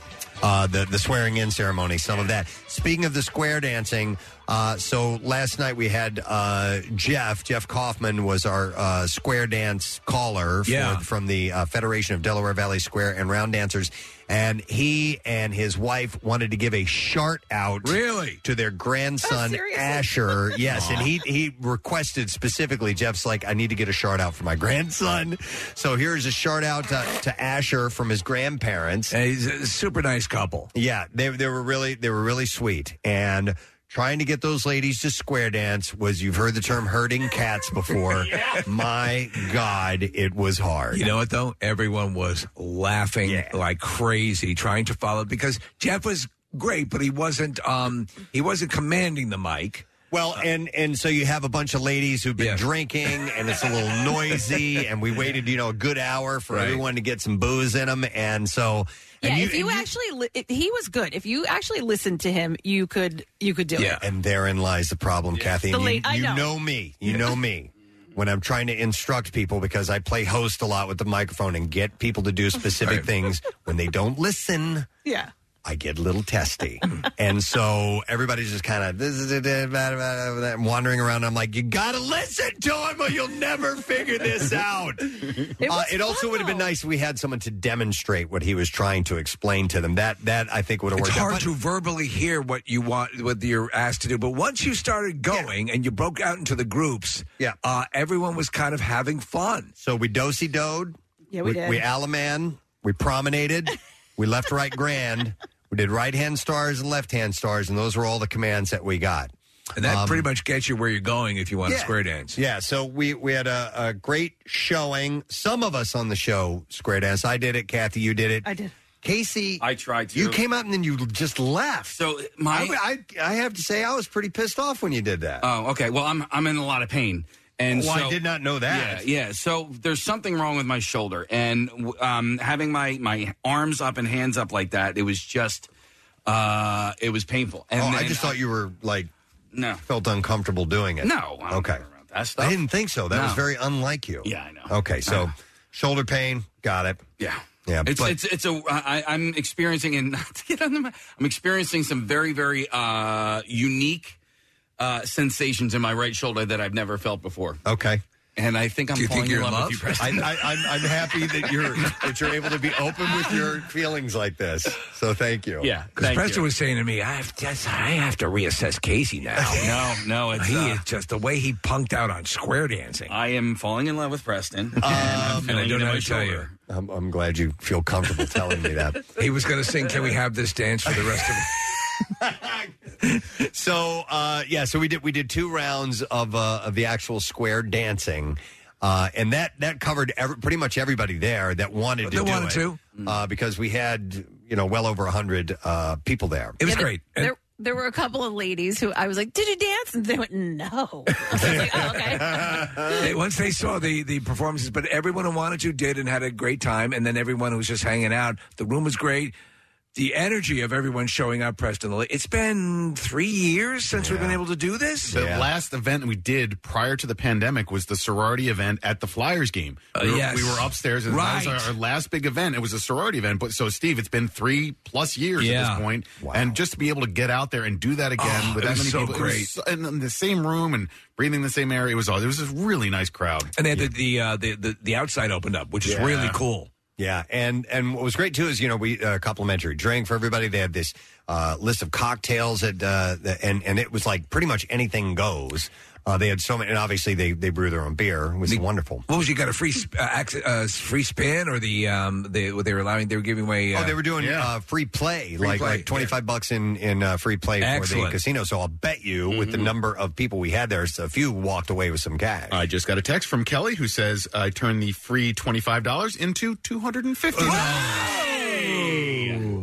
S2: uh, the, the swearing in ceremony. Some of that. Speaking of the square dancing, uh, so last night we had uh, Jeff. Jeff Kaufman was our uh, square dance caller for,
S9: Yeah.
S2: from the uh, Federation of Delaware Valley Square and Round Dancers, and he and his wife wanted to give a shout out
S9: really
S2: to their grandson Asher. Yes, and he he requested specifically. Jeff's like, I need to get a shout out for my grandson. So here's a shout out to, to Asher from his grandparents.
S9: he's a super nice couple.
S2: Yeah, they they were really they were really sweet and. Trying to get those ladies to square dance was you've heard the term herding cats before. My God, it was hard.
S9: You know what though? Everyone was laughing like crazy, trying to follow because Jeff was great, but he wasn't um he wasn't commanding the mic. Uh,
S2: Well, and and so you have a bunch of ladies who've been drinking, and it's a little noisy, and we waited, you know, a good hour for
S9: Right.
S2: everyone to get some booze in them, and so
S13: Yeah,
S2: and
S13: if you actually, li- if he was good. If you actually listened to him, you could, you could do it.
S2: and therein lies the problem, Kathy.
S13: The
S2: and you
S13: late- I
S2: you
S13: know.
S2: me, you know
S13: [laughs]
S2: me. When I'm trying to instruct people, because I play host a lot with the microphone and get people to do specific things, when they don't listen,
S13: Yeah.
S2: I get a little testy. and so everybody's just kind of this is it, blah, blah, blah, blah, and wandering around. I'm like, you got to listen to him or you'll never figure [laughs] this out. It, uh, it also would have been nice if we had someone to demonstrate what he was trying to explain to them. That that I think would have
S9: It's
S2: worked
S9: hard
S2: out.
S9: to verbally hear what you want, what you're asked to do. But once you started going and you broke out into the groups, yeah, uh, everyone was kind of having fun.
S2: So we dosy doed.
S13: Yeah, we did.
S2: We Alaman. We promenaded. we left right grand. We did right hand stars and left hand stars, and those were all the commands that we got.
S9: And that
S2: Um,
S9: pretty much gets you where you're going if you want
S2: Yeah.
S9: square dance.
S2: Yeah, so we we had a, a great showing. Some of us on the show square dance. I did it, Kathy. You did it. I
S13: did.
S2: Casey,
S5: I tried to.
S2: you came out and then you just left.
S5: So my-
S2: I, I, I have to say, I was pretty pissed off when you did that.
S5: Oh, okay. Well, I'm I'm in a lot of pain, and
S2: Oh, I
S5: so,
S2: did not know that.
S5: Yeah, yeah. So there's something wrong with my shoulder, and um, having my my arms up and hands up like that, it was just Uh, it was painful. And
S2: oh, I
S5: then
S2: just thought you were like
S5: no
S2: felt uncomfortable doing it.
S5: No, I don't
S2: okay.
S5: That
S2: I didn't think so. That
S5: No.
S2: was very unlike you.
S5: Yeah, I know.
S2: Okay, so shoulder pain, got it.
S5: Uh-huh. Yeah,
S2: yeah.
S5: It's
S2: but
S5: it's it's a I, I'm experiencing and [laughs] not to get on the mic, I'm experiencing some very very uh, unique uh, sensations in my right shoulder that I've never felt before.
S2: okay.
S5: And I think I'm
S2: Do you
S5: falling
S2: think you're
S5: in
S2: in
S5: love,
S2: love?
S5: with you, Preston.
S2: I, I, I'm, I'm happy
S5: [laughs]
S2: that you're that you're able to be open with your feelings like this. So thank you.
S4: Yeah,
S9: Because Preston
S4: you.
S9: was saying to me, I have, to, I have to reassess Casey now.
S5: [laughs] no, no, it's
S9: he
S5: uh,
S9: is just the way he punked out on square dancing.
S5: I am falling in love with Preston, and,
S9: Um, [laughs] and I don't know how to tell you.
S2: I'm, I'm glad you feel comfortable telling
S5: [laughs]
S2: me that.
S9: He was going to sing, "Can we have this dance for the rest of?" [laughs]
S2: So uh, yeah, so we did we did two rounds of uh, of the actual square dancing. Uh, and that that covered every, pretty much everybody there that wanted to
S9: That
S2: do
S9: wanted
S2: it,
S9: to.
S2: uh, because we had you know well over hundred uh, people there.
S9: It was
S2: great.
S13: There, there were a couple of ladies who I was like, "Did you dance?" And they went, [laughs] "No."
S9: They- once they saw the the performances, but everyone who wanted to did and had a great time, and then everyone who was just hanging out. The room was great. The energy of everyone showing up, Preston. It's been three years since we've been able to do this.
S6: The last event we did prior to the pandemic was the sorority event at the Flyers game.
S9: Uh,
S6: we, were,
S9: yes.
S6: we were upstairs, and that
S9: Right.
S6: was our, our last big event. It was a sorority event. But so, Steve, it's been three plus years at
S9: Yeah.
S6: this point, and just to be able to get out there and do that again
S9: Oh,
S6: with
S9: it
S6: that
S9: was
S6: many
S9: so
S6: people, it was
S9: great.
S6: so- and in the same room and breathing the same air, it was all. It was a really nice crowd.
S9: And then the the, uh, the the the outside opened up, which is
S2: Um, Yeah.
S9: really cool.
S2: Yeah, and and what was great too is you know we uh, complimentary drink for everybody. They had this uh, list of cocktails at uh, the, and and it was like pretty much anything goes. Uh, they had so many, and obviously they they brew their own beer. It was wonderful.
S9: What was you got a free sp- uh, access, uh, free spin or the um they what they were allowing they were giving away? Uh,
S2: Oh, they were doing uh, free play,
S9: Free
S2: like
S9: play,
S2: like twenty five bucks in in uh, free play for the
S9: Excellent.
S2: casino. So I'll bet you, with the
S9: Mm-hmm.
S2: number of people we had there, a few walked away with some cash.
S6: I just got a text from Kelly who says I turned the free twenty five dollars into two hundred and fifty.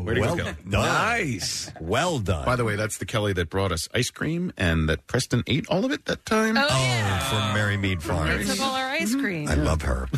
S6: Where'd
S2: Well
S6: it go?
S2: done.
S9: Nice.
S2: Well done.
S6: By the way, that's the Kelly that brought us ice cream and that Preston ate all of it that time.
S13: Oh,
S2: from Mary Mead Farms.
S13: Principal or ice cream.
S2: Mm-hmm. I love her.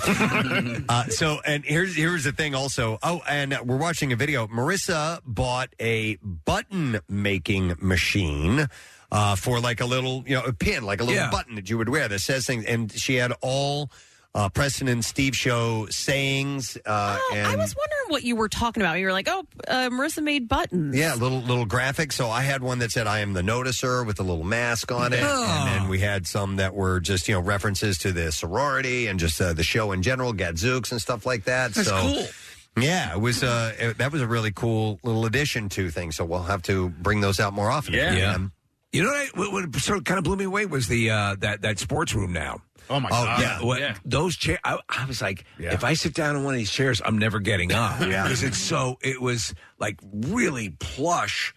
S2: uh, so, and here's here's the thing. Also, oh, and we're watching a video. Marissa bought a button making machine. Uh, for like a little, you know, a pin, like a little
S9: Yeah.
S2: button that you would wear that says things. And she had all uh, Preston and Steve show sayings. Uh, and
S13: Oh, I was wondering what you were talking about. You were like, "Oh, uh, Marissa made buttons."
S2: yeah, little little graphic. So I had one that said "I am the noticer" with a little mask on it,
S13: Oh.
S2: and then we had some that were just you know references to the sorority and just uh, the show in general, Gadzooks and stuff like that.
S9: That's
S2: so,
S9: cool.
S2: Yeah, it was uh, it- that was a really cool little addition to things. So we'll have to bring those out more often. if we can.
S9: You know what, I, what, what sort of kind of blew me away was the uh, that that sports room now.
S6: Oh my God.
S9: Yeah, what, those chairs. I, I was like, if I sit down in one of these chairs, I'm never getting up.
S2: [laughs] Yeah.
S9: because it's so. It was like really plush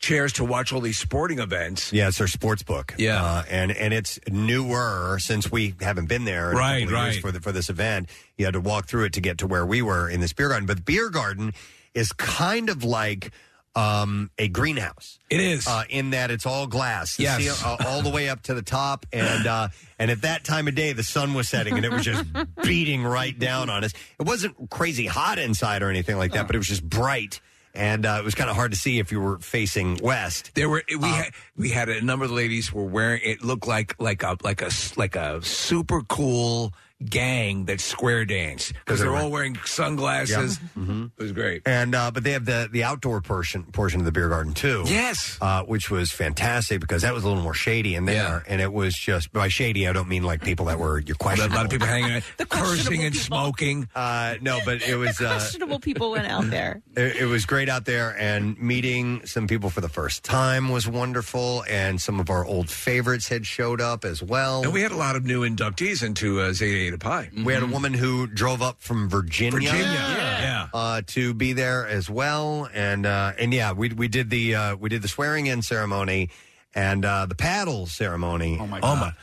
S9: chairs to watch all these sporting events.
S2: Yeah, it's our sports book. Yeah, uh, and and it's newer since we haven't been there. in a
S9: Right,
S2: couple of years
S9: right.
S2: For the, for this event, you had to walk through it to get to where we were in this beer garden. But the beer garden is kind of like um, a greenhouse.
S9: It is
S2: uh, in that it's all glass. The
S9: Yes.
S2: ceiling- uh, all the way up to the top, and uh, and at that time of day, the sun was setting, and it
S9: [laughs]
S2: was just beating right down on us. It wasn't crazy hot inside or anything like that, but it was just bright. And uh, it was kind of hard to see if you were facing west. Uh,
S9: There were we had we had a number of the ladies were wearing it looked like like a like a s- like a super cool gang that square danced because
S2: they
S9: they're
S2: were-
S9: all wearing sunglasses.
S2: Mhm.
S9: It was great.
S2: And uh, but they have the the outdoor portion portion of the beer garden too.
S9: Yes,
S2: uh, which was fantastic because that was a little more shady in there, and it was just by shady I don't mean like people that were your
S9: A
S2: question.
S9: lot of people hanging
S2: [laughs]
S9: out, cursing and smoking.
S2: Uh, no, but it was uh,
S13: [laughs] Questionable people
S2: [laughs]
S13: went out there.
S2: it, it was great out there, and meeting some people for the first time was wonderful, and some of our old favorites had showed up as well.
S9: And we had a lot of new inductees into uh, Zeta Eta Pi.
S2: We had a woman who drove up from Virginia,
S9: Virginia,
S2: yeah, Uh, to be there as well, and uh, and yeah, we we did the uh, we did the swearing in ceremony and uh, the paddle ceremony. Oh my god!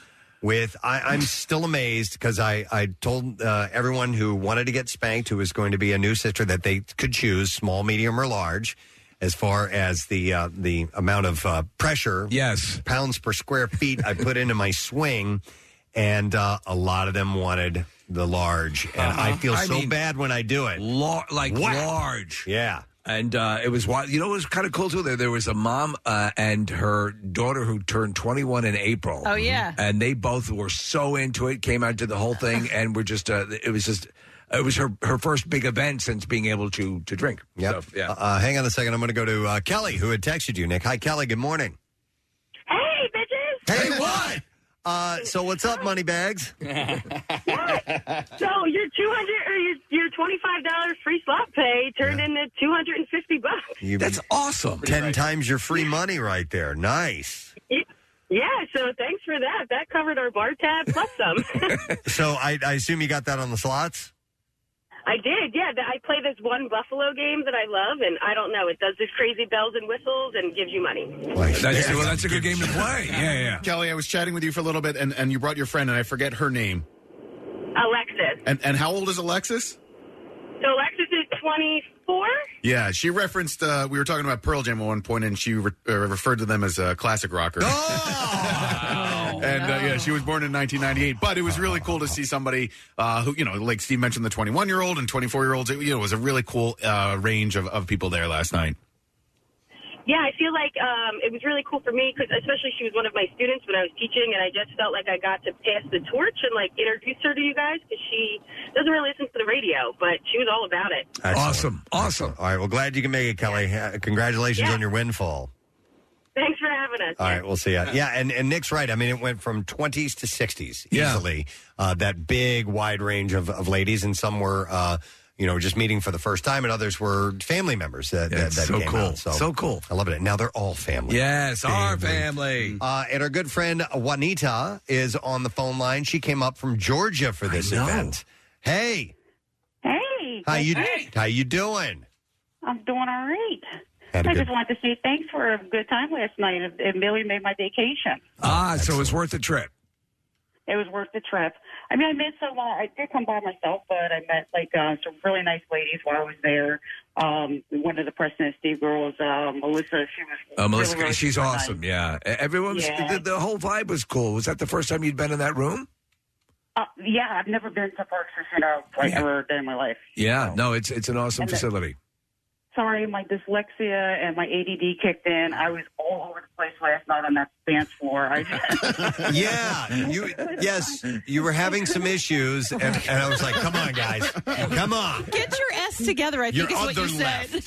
S2: With I, I'm still amazed because I I told uh, everyone who wanted to get spanked who was going to be a new sister that they could choose small, medium, or large. As far as the uh, the amount of uh, pressure,
S9: yes,
S2: pounds per square feet I put into my swing, and uh, a lot of them wanted the large, and I feel
S9: Uh-huh. I
S2: so
S9: mean,
S2: bad when I do it.
S9: Lar- like
S2: Whack.
S9: large.
S2: Yeah.
S9: And uh, it was wild. You know, it was kind of cool too. There, there was a mom uh, and her daughter who turned 21 in April.
S3: Oh, yeah.
S2: Mm-hmm.
S9: and they both were so into it. Came out to the whole thing, and were just. Uh, it was just. It was her her first big event since being able to to drink.
S2: Yep. yeah. Uh, hang on a second. I'm going to go to uh, Kelly, who had texted you, Nick. Hi, Kelly. Good morning.
S23: Hey, bitches!
S2: Hey, what? Uh, so what's up, money [laughs] bags?
S23: So your two hundred or your your twenty five dollars free slot pay turned into two hundred and fifty bucks.
S2: That's
S9: awesome.
S2: Ten times your free money right there. [laughs] Nice.
S23: Ye- Yeah, so thanks for that. That covered our bar tab plus some.
S2: so I, I assume you got that on the slots.
S23: I did, yeah. th- I play this one Buffalo game that I love, and I don't know. It does this crazy bells and whistles and gives you money.
S9: That's, well, that's a good game to play.
S2: [laughs]
S9: Yeah, yeah.
S6: Kelly, I was chatting with you for a little bit, and, and you brought your friend, and I forget her name.
S23: Alexis.
S6: And and how old is Alexis?
S23: So Alexis is 24.
S6: Yeah, she referenced. Uh, we were talking about Pearl Jam at one point, and she re- uh, referred to them as a classic rocker. [laughs] and uh, yeah, she was born in 1998. But it was really cool to see somebody uh, who, you know, like Steve mentioned, the 21 year old and 24 year olds. It, you know, it was a really cool uh, range of, of people there last night.
S23: Yeah, I feel like um, it was really cool for me because, especially, she was one of my students when I was teaching, and I just felt like I got to pass the torch and like introduce her to you guys because she doesn't really listen to the radio, but she was all about it.
S9: Awesome. Awesome.
S2: All right. Well, glad you can make it, Kelly. Uh, Congratulations
S23: Yeah.
S2: on your windfall.
S23: Thanks for having us.
S2: All right, we'll see. Ya. Yeah, and, and Nick's right. I mean, it went from 20s to 60s easily. Uh, that big, wide range of, of ladies, and some were, uh, you know, just meeting for the first time, and others were family members that, that,
S9: That's
S2: that
S9: so
S2: came
S9: cool.
S2: out.
S9: So cool.
S2: I love it. Now they're all family.
S9: Yes, our family.
S2: Uh, and our good friend Juanita is on the phone line. She came up from Georgia for this event. Hey,
S24: Hey,
S2: how you
S24: Hey.
S2: how you doing?
S24: I'm doing all right.
S2: Had a
S24: I
S2: good-
S24: just wanted to say thanks for a good time last night, and Billy made my vacation.
S9: Ah, so it was worth the trip.
S24: It was worth the trip. I mean, I met so uh, I did come by myself, but I met like uh, some really nice ladies while I was there. Um, one of the President Steve girls, uh, Melissa, she was
S9: Uh, Melissa,
S24: really, really
S9: she's
S24: nice.
S9: awesome. Yeah, E- everyone's
S24: Yeah.
S9: The, the whole vibe was cool. Was that the first time you'd been in that room?
S24: Uh, yeah, I've never been to Parks and Center like ever a day in my life.
S25: Oh.
S9: Yeah, no, it's it's an awesome
S24: And the-
S9: facility.
S24: Sorry, my dyslexia and my ADD kicked in. I was all over the place last night on that dance floor.
S2: [laughs]
S24: I
S2: yeah, you yes, you were having some issues, and, and I was like, "Come on, guys, come on."
S3: Get your ass together, I think
S2: Your
S3: is what you
S2: other
S3: said.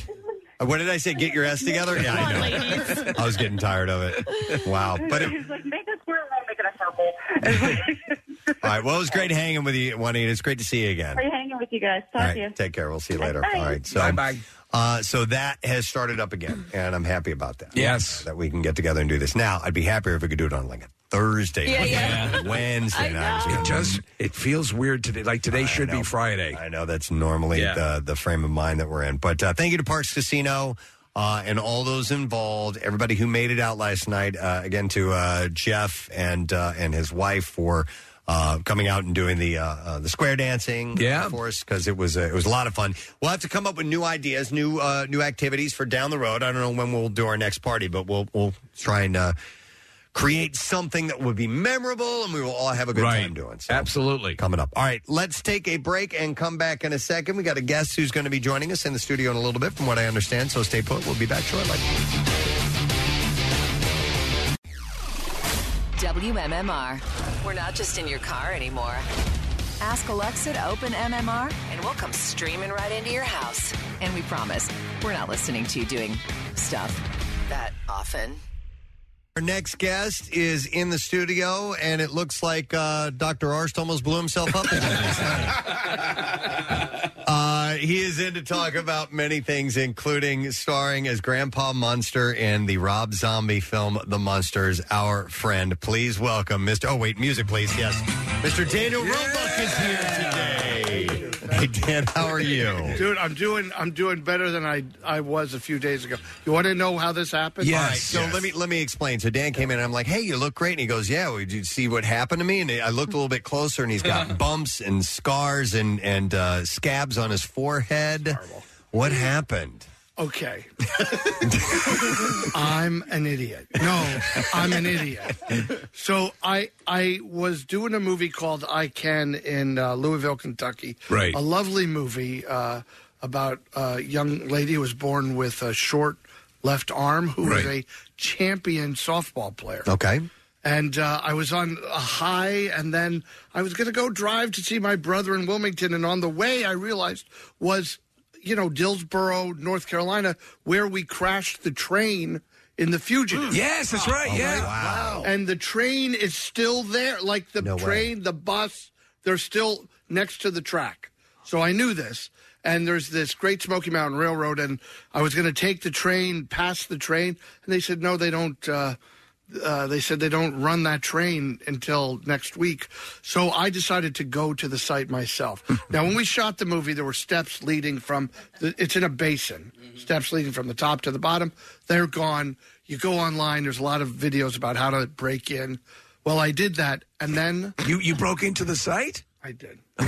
S2: Uh, What did I say? Get your ass together. Yeah,
S24: Come on,
S2: I know.
S24: ladies.
S2: I was getting tired of it. Wow, but it,
S24: [laughs] he's like, make a square round, make it a circle.
S2: all right. Well, it was great hanging with you, Juanita. It's great to see you again.
S24: Are you hanging with you guys? Talk
S2: All right,
S24: to you.
S2: take care. We'll see you later.
S24: Bye.
S2: All right, so bye bye. Uh, so that has started up again, and I'm happy about that. Yes, that we can get together and do this. Now, I'd be happier if we could do it on like a Thursday,
S9: Yeah,
S2: night,
S9: yeah.
S2: or [laughs] Wednesday night.
S9: It just it feels weird today. Like today should be Friday.
S2: I know that's normally the the frame of mind that we're in. But uh, thank you to Parks Casino uh, and all those involved, everybody who made it out last night. Uh, again to uh, Jeff and uh, and his wife for. Uh, coming out and doing the uh, uh, the square dancing, yeah, for us because it was uh, it was a lot of fun. We'll have to come up with new ideas, new uh, new activities for down the road. I don't know when we'll do our next party, but we'll we'll try and uh, create something that will be memorable, and we will all have a good time doing. So
S9: Absolutely.
S2: Coming up. All right, let's take a break and come back in a second. We got a guest who's going to be joining us in the studio in a little bit, from what I understand. So stay put. We'll be back shortly.
S17: WMMR. We're not just in your car anymore. Ask Alexa to open MMR, and we'll come streaming right into your house. And we promise, we're not listening to you doing stuff that often.
S2: Our next guest is in the studio, and it looks like uh, Dr. Arst almost blew himself up. uh, he is in to talk about many things, including starring as Grandpa Munster in the Rob Zombie film The Munsters. Our friend, please welcome Mr. Oh, wait, music, please. Yes. Mr. Daniel Roebuck is here today. Hey, Dan, how are you?
S25: Dude, I'm doing I'm doing better than I I was a few days ago. You want to know how this happened?
S2: All right, so let me let me explain. So Dan came in and I'm like, "Hey, you look great." And he goes, "Yeah, well, did you see what happened to me?" And I looked a little bit closer, and he's got bumps and scars and and uh, scabs on his forehead. What happened?
S25: Okay. [laughs] I'm an idiot. No, I'm an idiot. So I I was doing a movie called I Can in uh, Louisville, Kentucky.
S9: Right.
S25: A lovely movie. Uh, about a young lady who was born with a short left arm who was a champion softball player.
S2: Okay.
S25: And uh, I was on a high, and then I was going to go drive to see my brother in Wilmington. And on the way, I realized was, you know, Dillsboro, North Carolina, where we crashed the train in The Fugitive.
S9: Mm.
S25: Oh,
S9: Yes, that's right. yeah.
S25: Wow. And the train is still there. Like the train, the bus, they're still next to the track. So I knew this. And there's this great Smoky Mountain Railroad, and I was going to take the train past the train, and they said no, they don't. Uh, uh, they said they don't run that train until next week. So I decided to go to the site myself. now, when we shot the movie, there were steps leading from the, it's in a basin, steps leading from the top to the bottom. They're gone. You go online, there's a lot of videos about how to break in. Well, I did that, and then.
S9: You, you broke into the site?
S25: I did. I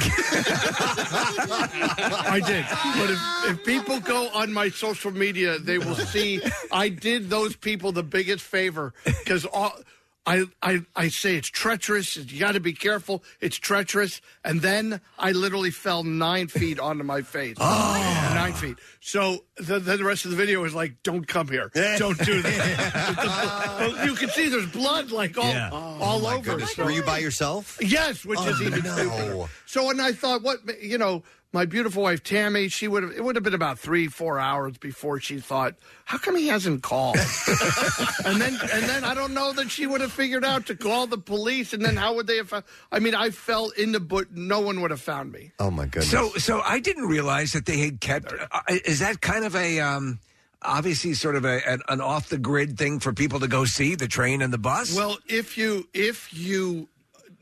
S25: did. But if, if people go on my social media, they will see I did those people the biggest favor because all. I, I, I say it's treacherous. You got to be careful. It's treacherous. And then I literally fell nine feet onto my face.
S9: Ah.
S25: Oh. Nine feet. So the, the rest of the video is like, don't come here. Don't do that. [laughs] Well, you can see there's blood like all,
S2: Yeah.
S25: all
S2: Oh my
S25: over.
S2: goodness.
S25: So-
S2: Were you by yourself?
S25: Yes, which is
S2: Oh,
S25: even
S2: no.
S25: stupider. So, and I thought, what you know, my beautiful wife Tammy, she would have it would have been about three, four hours before she thought, how come he hasn't called? [laughs] and then, and then I don't know that she would have figured out to call the police, and then how would they have? Found, I mean, I fell in the but no one would have found me.
S2: Oh my goodness.
S9: So, so I didn't realize that they had kept. Uh, is that kind of a um, obviously sort of a, an, an off the grid thing for people to go see the train and the bus?
S25: Well, if you if you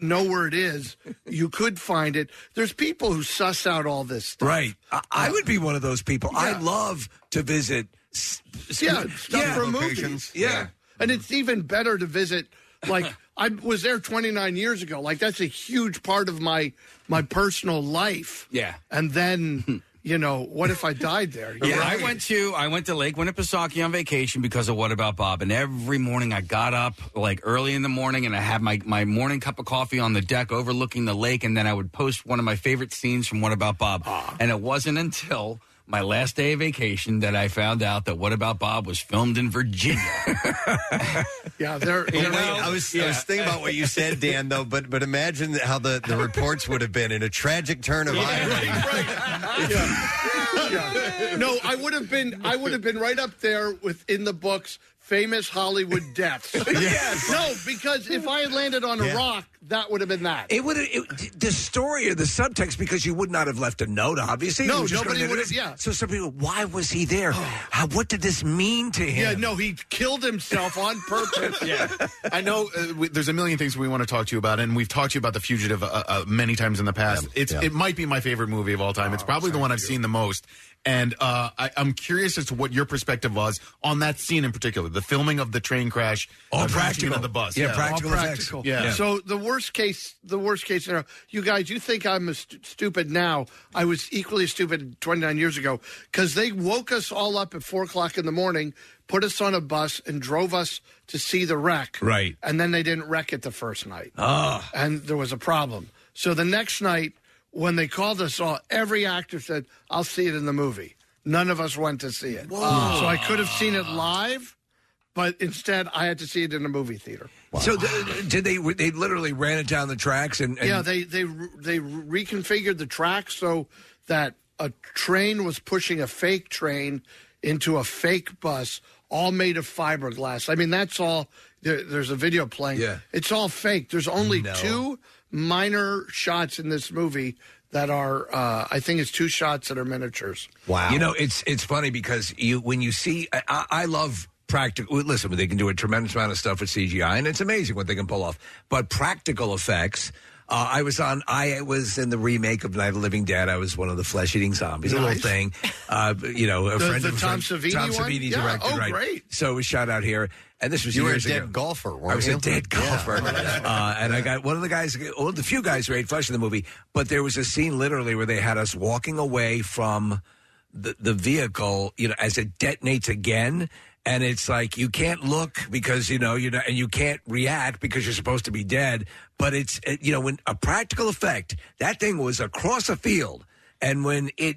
S25: know where it is, you could find it. There's people who suss out all this stuff.
S9: right. I, I would be one of those people. I love to visit. s- s-
S25: yeah, stuff
S9: yeah,
S25: from
S9: locations.
S25: movies.
S9: Yeah.
S25: and it's even better to visit. Like [laughs] I was there 29 years ago. Like that's a huge part of my my personal life.
S5: Yeah.
S9: [laughs]
S25: And then you know, what if I died there? You
S5: Yeah,
S25: know?
S5: I went to I went to Lake Winnipesaukee on vacation because of What About Bob, and every morning I got up like early in the morning and I had my my morning cup of coffee on the deck overlooking the lake, and then I would post one of my favorite scenes from What About Bob,
S6: Ah.
S5: and it wasn't until. My last day of vacation, that I found out that What About Bob was filmed
S6: [laughs]
S5: in Virginia.
S25: Yeah,
S2: Well,
S25: there. you
S2: wait,
S25: know,
S2: I was I was thinking about what you said, Dan. Though, but but imagine how the, the reports would have been in a tragic turn of irony.
S25: Yeah. No, I would have been. I would have been right up there within the books. Famous Hollywood
S9: [laughs]
S25: deaths. yes. No, because if I had landed on a
S9: Yeah.
S25: rock, that would have been that.
S9: It would it, the story or the subtext because you would not have left a note. Obviously,
S25: No,
S9: It was just
S25: nobody
S9: going to-
S25: would have- yeah. Oh.
S9: So some people, why was he there? How, what did this mean to him?
S25: Yeah, no, he killed
S9: [laughs]
S25: himself on purpose. yeah.
S6: I know uh, we, there's a million things we want to talk to you about, and we've talked to you about The Fugitive uh, uh, many times in the past. it's
S1: yeah.
S6: It might be my favorite movie of all time. it's probably the one I've seen the most. And uh, I, I'm curious as to what your perspective was on that scene in particular, the filming of the train crash, all
S9: practical.
S6: of the bus,
S9: Yeah,
S25: all practical.
S6: Yeah.
S25: So the worst case, the worst case scenario. You guys, you think I'm a st- stupid now? I was equally stupid 29 years ago because they woke us all up at four o'clock in the morning, put us on a bus, and drove us to see the wreck.
S9: Right.
S25: And then they didn't wreck it the first night.
S9: Ah.
S25: And there was a problem. So the next night, when they called us all, every actor said, "I'll see it in the movie." None of us went to see it. So I could have seen it live, but instead I had to see it in a movie theater.
S9: So th- did they? They literally ran it down the tracks and, and
S25: yeah, they they they reconfigured the track so that a train was pushing a fake train into a fake bus, all made of fiberglass. I mean, that's all. There, there's a video playing.
S9: Yeah.
S25: it's all fake. There's only two minor shots in this movie that are. Uh, I think it's two shots that are miniatures.
S9: You know, it's it's funny because you when you see, I- I, I love practical. Listen, they can do a tremendous amount of stuff with CGI, and it's amazing what they can pull off. But practical effects. Uh, I was on. I was in the remake of Night of the Living Dead. I was one of the flesh-eating zombies. A
S25: Nice.
S9: little thing, uh, you know. A
S25: The-
S9: friend
S25: the
S9: of a
S25: Tom
S9: friend-
S25: Savini
S9: Tom
S25: one?
S9: Savini
S25: Yeah.
S9: directed.
S25: Oh,
S9: right.
S25: great.
S9: So it was shot out here, and this was
S2: You were a
S9: years
S2: dead
S9: ago.
S2: golfer, weren't
S9: I was
S2: you?
S9: a dead golfer, uh, and I got one of the guys, one of the few guys who ate flesh in the movie. But there was a scene literally where they had us walking away from the, the vehicle, you know, as it detonates again. And it's like you can't look because you know you know, and you can't react because you're supposed to be dead. But it's uh, you know when a practical effect that thing was across a field, and when it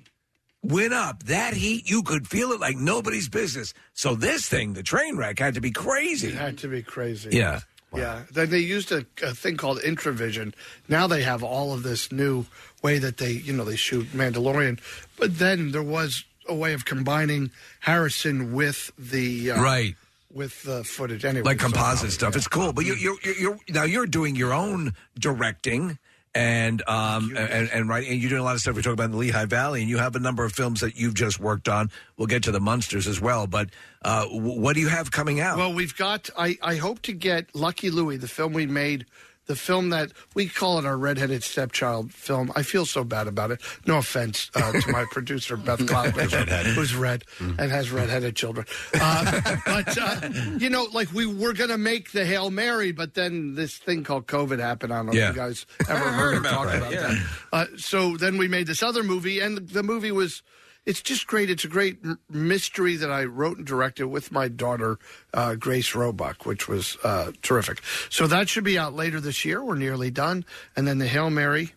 S9: went up that heat. You could feel it like nobody's business. So this thing, the train wreck, had to be crazy.
S25: It had to be crazy.
S9: Yeah.
S25: Yeah. Then they used a, a thing called Intravision. Now they have all of this new way that they, you know, they shoot Mandalorian. But then there was a way of combining Harrison with the uh,
S9: Right.
S25: with the footage anyway,
S9: like
S25: so-
S9: composite stuff. It's cool, but you you you you're, now you're doing your own directing and um and and right and you're doing a lot of stuff we talk about in the Lehigh Valley and you have a number of films that you've just worked on. We'll get to the monsters as well, but uh w- what do you have coming out?
S25: Well, we've got. I, I hope to get Lucky Louie, the film we made, the film that we call it our redheaded stepchild film. I feel so bad about it. No offense uh,
S9: [laughs]
S25: to my producer Beth Clockman, who's red and has redheaded children. [laughs] Uh, but uh, you know, like we were gonna make the Hail Mary, but then this thing called COVID happened. [laughs] I don't know
S9: Yeah.
S25: if you guys ever heard or talked about that. Uh, so then we made this other movie, and the movie was. It's just great. It's a great m- mystery that I wrote and directed with my daughter, uh, Grace Roebuck, which was uh, terrific. So that should be out later this year. We're nearly done. And then the Hail Mary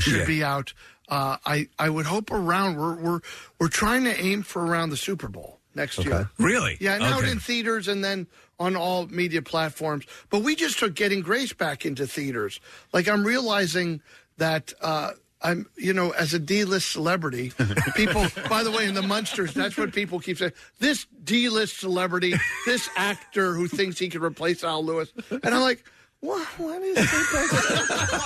S25: should
S9: Yeah.
S25: be out. Uh, I, I would hope around, we're, we're, we're trying to aim for around the Super Bowl next year.
S9: Really?
S25: Yeah, and out
S9: Okay.
S25: in theaters and then on all media platforms. But we just took Getting Grace back into theaters. Like I'm realizing that uh, I'm, you know, as a
S9: [laughs]
S25: D-list celebrity, people. by the way, in the Munsters, that's what people keep saying. This D-list celebrity, this actor who thinks he can replace Al Lewis, and I'm like. What? What is
S9: [laughs]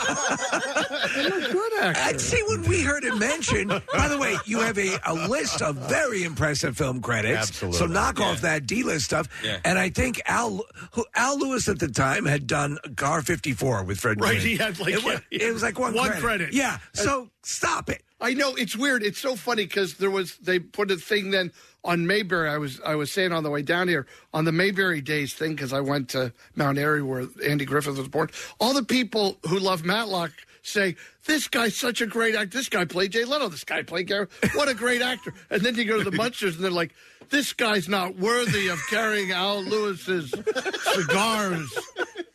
S25: I'm a good actor.
S9: I'd say Uh, when we heard it mentioned. By the way, you have a, a list of very impressive film credits.
S2: Absolutely.
S9: So knock off
S2: Yeah.
S9: that D list stuff.
S2: Yeah.
S9: And I think Al who, Al Lewis at the time had done Car 54 with Fred.
S25: Right,
S9: Green.
S25: he had like
S9: it was, it was like one,
S25: credit. Uh,
S9: Yeah. So stop it.
S25: I know it's weird. It's so funny because there was they put a thing then on Mayberry. I was I was saying on the way down here on the Mayberry Days thing because I went to Mount Airy where Andy Griffith was born. All the people who love Matlock say this guy's such a great actor. This guy played Jay Leno. This guy played Gary. What a great actor! And then you go to the Munsters and they're like, this guy's not worthy of carrying Al Lewis's cigars.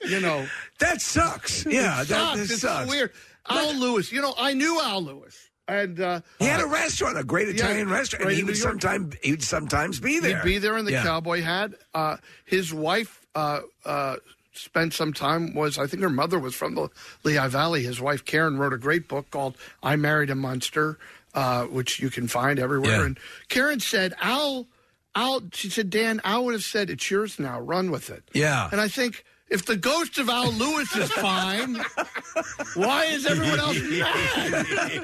S25: You know
S9: that sucks. Yeah, that-
S25: it sucks.
S9: that
S25: it's
S9: sucks.
S25: So weird. Al Lewis. You know, I knew Al Lewis, and uh,
S9: He had a restaurant, a great Italian restaurant, and he would sometime he would sometimes be there.
S25: He'd be there in the
S9: Yeah.
S25: cowboy hat. Uh, his wife uh, uh, spent some time. Was I think her mother was from the Lehigh Valley. His wife Karen wrote a great book called "I Married a Monster," uh, which you can find everywhere.
S9: Yeah.
S25: And Karen said, "Al, Al," she said, "Dan, Al would have said it's yours now. Run with it."
S9: Yeah.
S25: And I think if the ghost of Al Lewis is fine, why is everyone else
S9: [laughs]
S25: mad?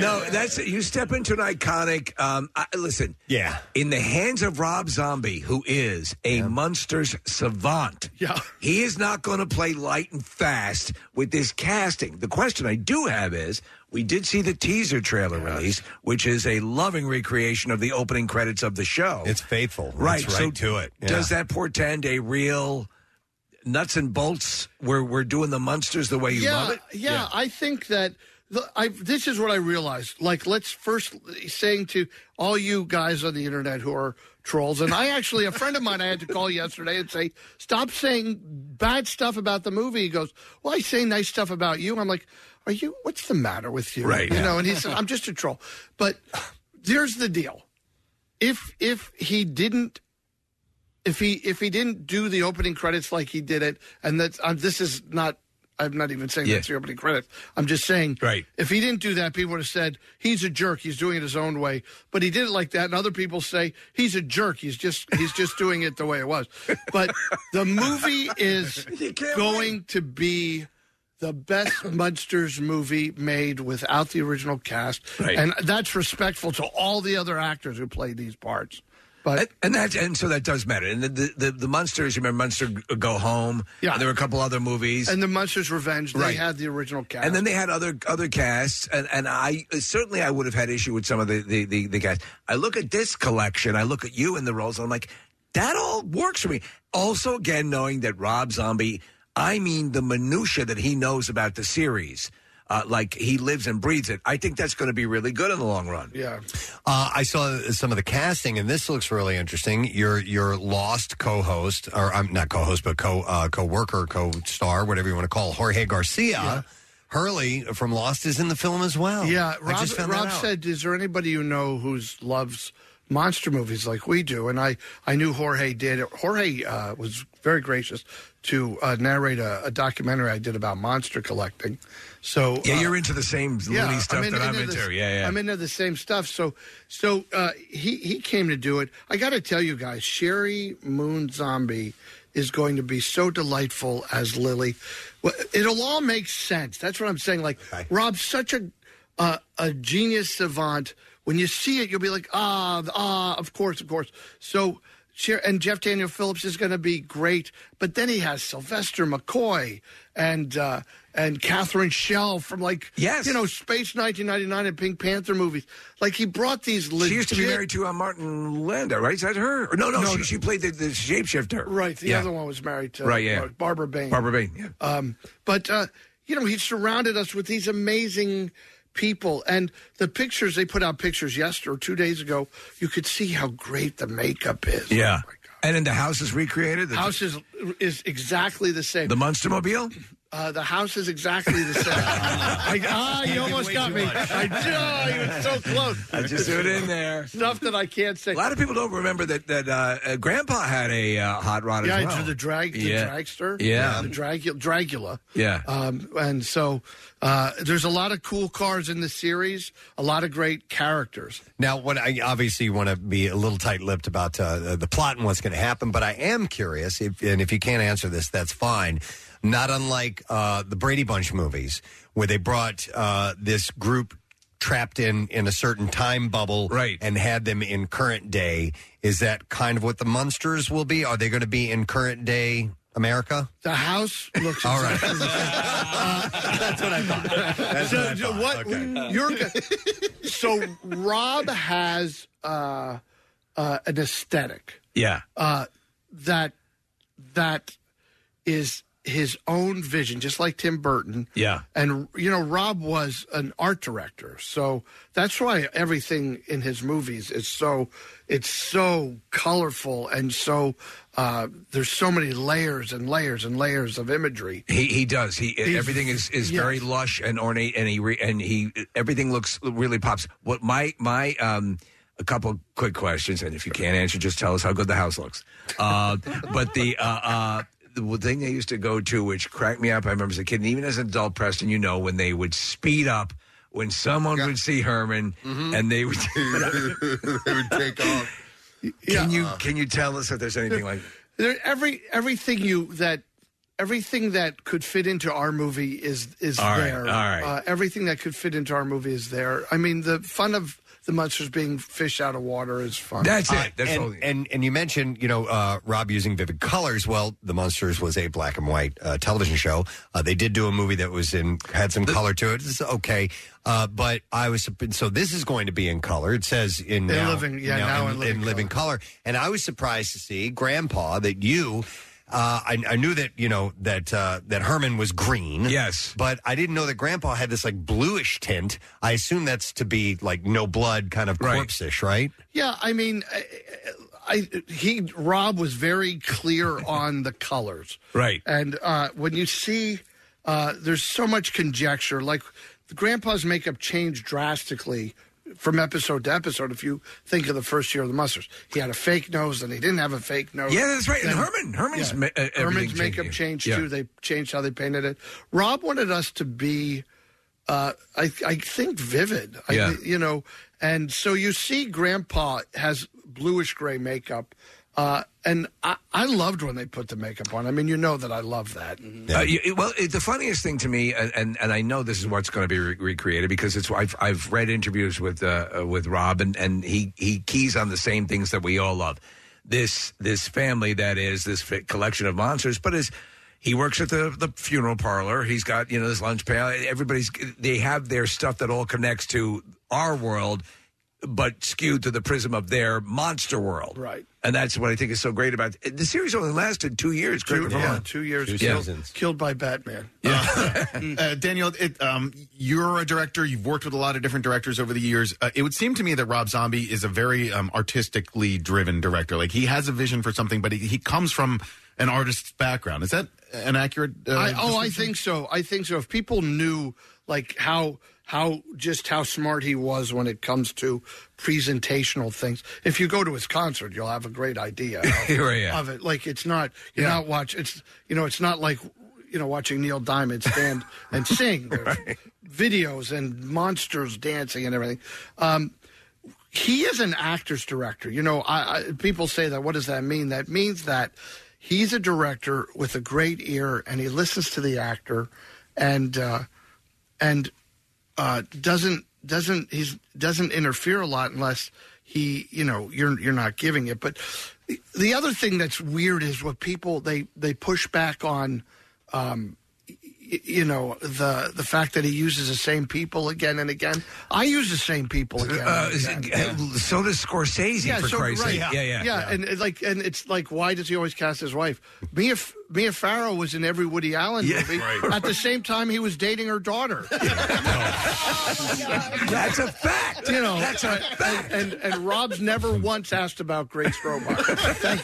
S9: No, that's it. You step into an iconic. Um, I, listen, yeah, in the hands of Rob Zombie, who is a monsters savant.
S25: Yeah,
S9: he is not going to play light and fast with this casting. The question I do have is. We did see the teaser trailer release, which is a loving recreation of the opening credits of the show. It's
S2: faithful,
S9: right?
S2: It's
S9: so
S2: right to it. Yeah.
S9: Does that portend a real nuts and bolts where we're doing the monsters the way you
S25: yeah,
S9: love it?
S25: Yeah, I think that the, I, this is what I realized. Like, let's first saying to all you guys on the internet who are trolls, and I actually, a friend of mine, I had to call yesterday and say, stop saying bad stuff about the movie. He goes, well, I say nice stuff about you. I'm like, are you, what's the matter with you?
S9: Right,
S25: You
S9: yeah.
S25: know, and he said, I'm just a troll. But here's the deal. If, if he didn't if he if he didn't do the opening credits like he did it, and that's um, this is not. I'm not even saying
S9: Yeah.
S25: that's the opening credits. I'm just saying, right. if he didn't do that, people would have said he's a jerk. He's doing it his own way. But he did it like that, and other people say he's a jerk. He's just he's just [laughs] doing it the way it was. But the movie is going to be the best Munsters movie made without the original cast,
S9: Right.
S25: and that's respectful to all the other actors who played these parts. But
S9: and that and so that does matter. And the the, the, the Munsters, you remember Munster Go Home? Yeah. And there were a couple other movies.
S25: And the Munsters Revenge, they
S9: Right.
S25: had the original cast.
S9: And then they had other other casts, and, and I certainly I would have had issue with some of the the, the the cast. I look at this collection, I look at you in the roles, and I'm like, that all works for me. Also, again, knowing that Rob Zombie, I mean the minutia that he knows about the series, uh, like he lives and breathes it. I think that's going to be really good in the long run.
S25: Yeah.
S2: Uh, I saw some of the casting, and this looks really interesting. Your your lost co-host, or I'm not co-host, but co uh, co-worker, co-star, whatever you want to call, Jorge Garcia. Hurley from Lost is in the film as well.
S25: Yeah,
S2: I
S25: Rob,
S2: just found
S25: Rob
S2: that out.
S25: said, "Is there anybody you know who loves monster movies like we do?" And I, I knew Jorge did. Jorge uh, was very gracious to uh, narrate a, a documentary I did about monster collecting. So
S9: Yeah,
S25: uh,
S9: you're into the same
S25: yeah,
S9: loony stuff that I'm
S25: the-
S9: into. yeah, yeah.
S25: I'm into the same stuff. So, so uh, he he came to do it. I got to tell you guys, Sherry Moon Zombie is going to be so delightful as Lily. Well, It'll all make sense. That's what I'm saying. Like Rob's such a uh, a genius savant. When you see it, you'll be like, ah, th- ah, of course, of course. So. Sher- And Jeff Daniel Phillips is going to be great, but then he has Sylvester McCoy and uh, and Catherine Shell from like
S9: Yes.
S25: you know Space 1999 and Pink Panther movies. Like he brought these. Legit...
S9: She used to be married to uh, Martin Landau, right? Is that her? Or no, no,
S25: No,
S9: she,
S25: no.
S9: she played the, the shapeshifter.
S25: Right. The
S9: yeah.
S25: other one was married to
S9: Right, yeah.
S25: Barbara Bain.
S9: Barbara Bain, yeah.
S25: Um, but uh, you know, he surrounded us with these amazing people, and the pictures they put out pictures yesterday or two days ago. You could see how great the makeup is.
S9: Yeah. and then the house is recreated. The
S25: house is is exactly the same.
S9: The Munstermobile?
S25: Uh, the house is exactly
S9: [laughs]
S25: the same. I, ah, you almost got me. I ah, you were so close.
S9: I just threw it in there.
S25: Stuff that I can't say.
S9: A lot of people don't remember that that uh, uh, Grandpa had a uh, hot rod
S25: yeah,
S9: as well.
S25: to the drag, the
S9: Yeah.
S25: dragster,
S9: Yeah.
S25: the Dragu- Dragula,
S9: Yeah.
S25: Um, and so uh, there's a lot of cool cars in the series, a lot of great characters.
S2: Now, what I obviously want to be a little tight-lipped about uh, the- the plot and what's going to happen, but I am curious, if, and if you can't answer this, that's fine. Not unlike uh, the Brady Bunch movies, where they brought uh, this group trapped in in a certain time bubble, right. and had them in current day. Is that kind of what the monsters will be? Are they going to be in current day America?
S25: The house looks
S2: all right.
S9: [laughs]
S25: Uh, That's
S2: what I thought.
S25: [laughs]
S2: That's
S25: so
S2: what I thought.
S25: what-
S2: Okay.
S25: you're go- [laughs] so Rob has uh, uh, an aesthetic
S9: Yeah.
S25: uh, that that is his own vision, just like Tim Burton.
S9: Yeah.
S25: And you know, Rob was an art director, so that's why everything in his movies is so it's so colorful and so uh, there's so many layers and layers and layers of imagery.
S9: He he does. He
S25: He's-
S9: everything is is
S25: yes.
S9: very lush and ornate, and he re, and he everything looks really pops. What my my um a couple quick questions, and if you can't answer, just tell us how good the house looks. Uh, [laughs] but the. Uh, uh, the thing they used to go to, which cracked me up, I remember as a kid, and even as an adult, Preston, you know, when they would speed up, when someone would see Herman, and they would, Mm-hmm. [laughs] they would take off. [laughs] Can you can you tell us if there's anything like?
S25: There, every everything you that everything that could fit into our movie is is
S9: All right,
S25: there.
S9: all right.
S25: Uh, everything that could fit into our movie is there. I mean, the fun of the monsters being fish out of water is fun.
S2: Uh, and, and and you mentioned you know uh, Rob using vivid colors. Well, The Monsters was a black and white uh, television show. Uh, they did do a movie that was in had some color to it. It's okay, uh, but I was so this is going to be in color. It says in,
S25: In
S2: now,
S25: living- yeah, now in living
S2: living color. And I was surprised to see Grandpa that you. Uh, I, I knew that you know that uh, that Herman was green. Yes, but I didn't know that Grandpa had this like bluish tint. I assume that's to be like no blood, kind of corpseish, right?
S25: Yeah, I mean, I, I he Rob was very
S9: [laughs]
S25: clear on the colors,
S9: Right.
S25: And uh, when you see, uh, there's so much conjecture. Like Grandpa's makeup changed drastically from episode to episode. If you think of the first year of the Musters, he had a fake nose, and he didn't have a fake nose.
S9: Yeah, that's right. And
S25: Then-
S9: Herman, Herman's ma- uh, everything
S25: Herman's makeup
S9: changed.
S25: changed
S9: Yeah.
S25: too. They changed how they painted it. Rob wanted us to be, uh, I, I think, vivid. I,
S9: Yeah.
S25: You know, and so you see, Grandpa has bluish gray makeup. Uh, and I, I loved when they put the makeup on. I mean, you know that I love that.
S9: Uh, you- it- well, it, the funniest thing to me, and, and, and I know this is what's going to be re- recreated because it's I've, I've read interviews with uh, uh, with Rob, and, and he he keys on the same things that we all love. This this family that is this fi- collection of monsters, but is he works at the the funeral parlor. He's got you know this lunch pail. Everybody's they have their stuff that all connects to our world, but skewed to the prism of their monster world.
S25: Right.
S9: And that's what I think is so great about it. the series. Only lasted two years. correct me if I'm
S25: yeah,
S9: wrong.
S25: two years.
S9: Two
S25: killed,
S9: seasons.
S25: Killed by Batman.
S6: uh, Daniel, it, um, you're a director. You've worked with a lot of different directors over the years. Uh, it would seem to me that Rob Zombie is a very um, artistically driven director. Like he has a vision for something, but he, he comes from an artist's background. Is that an accurate? Uh,
S25: I, oh, I
S6: description?
S25: think so. I think so. If people knew like how how just how smart he was when it comes to presentational things. If you go to his concert, you'll have a great
S9: [laughs]
S25: idea of,
S9: Right, yeah.
S25: of it. Like it's not you're not watch it's you know it's not like you know watching Neil Diamond
S9: [laughs]
S25: stand and sing. There's videos and monsters dancing and everything. Um, he is an actor's director. You know, I, I, people say that. What does that mean? That means that he's a director with a great ear, and he listens to the actor, and uh, and uh, doesn't doesn't he's doesn't interfere a lot unless he you know you're you're not giving it. But the, the other thing that's weird is what people they they push back on. Um, y- you know the the fact that he uses the same people again and again. I use the same people again. and
S9: Uh,
S25: again.
S9: So does Scorsese, for Christ's sake.
S25: Yeah, yeah, And it's like, and it's like, why does he always cast his wife? Mia, F- Mia Farrow was in every Woody Allen
S9: Yeah,
S25: movie.
S9: right.
S25: At the same time, he was dating her
S9: [laughs]
S25: daughter.
S9: That's a fact.
S25: You know,
S9: That's a fact.
S25: And, and, and Rob's never once asked about Grace Robar. Thank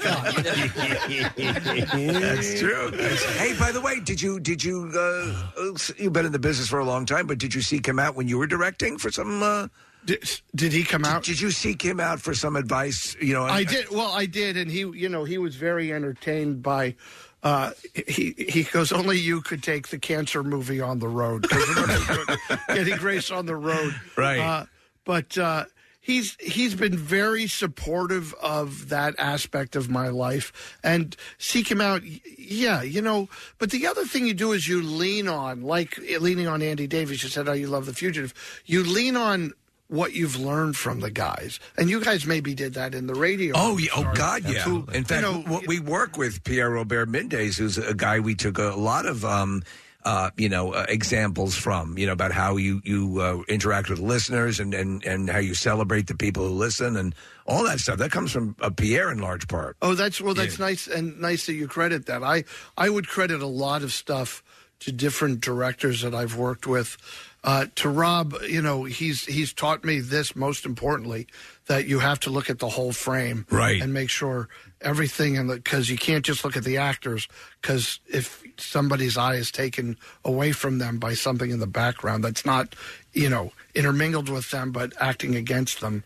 S25: God.
S9: That's true. That's- hey, by the way, did you did you uh, you've been in the business for a long time, but did you seek him out when you were directing for some? Uh,
S25: did, did he come out?
S9: Did, you seek him out for some advice? You know,
S25: I did. Well, I did, and he, you know, he was very entertained by. Uh, he he goes. Only you could take the cancer movie on the road. 'Cause remember, Getting Grace on the road,
S9: [laughs] Right.
S25: Uh, but uh, he's he's been very supportive of that aspect of my life, and seek him out. y- Yeah, you know. But the other thing you do is you lean on, like leaning on Andy Davis. You said how you love the fugitive. You lean on what you've learned from the guys, and you guys maybe did that in the radio.
S9: Oh, yeah. oh God, yeah.
S25: Who-
S9: In fact,
S25: you know,
S9: what we work with Pierre Robert Mendes, who's a guy we took a lot of. Um, uh, you know uh, examples from you know about how you you uh, interact with listeners and, and and how you celebrate the people who listen and all that stuff that comes from uh, Pierre in large part.
S25: Oh, that's well, that's nice and nice that you credit that. I I would credit a lot of stuff to different directors that I've worked with. Uh, to Rob, you know, he's he's taught me this most importantly that you have to look at the whole frame,
S9: Right.
S25: and make sure everything and because you can't just look at the actors because if somebody's eye is taken away from them by something in the background that's not, you know, intermingled with them but acting against them,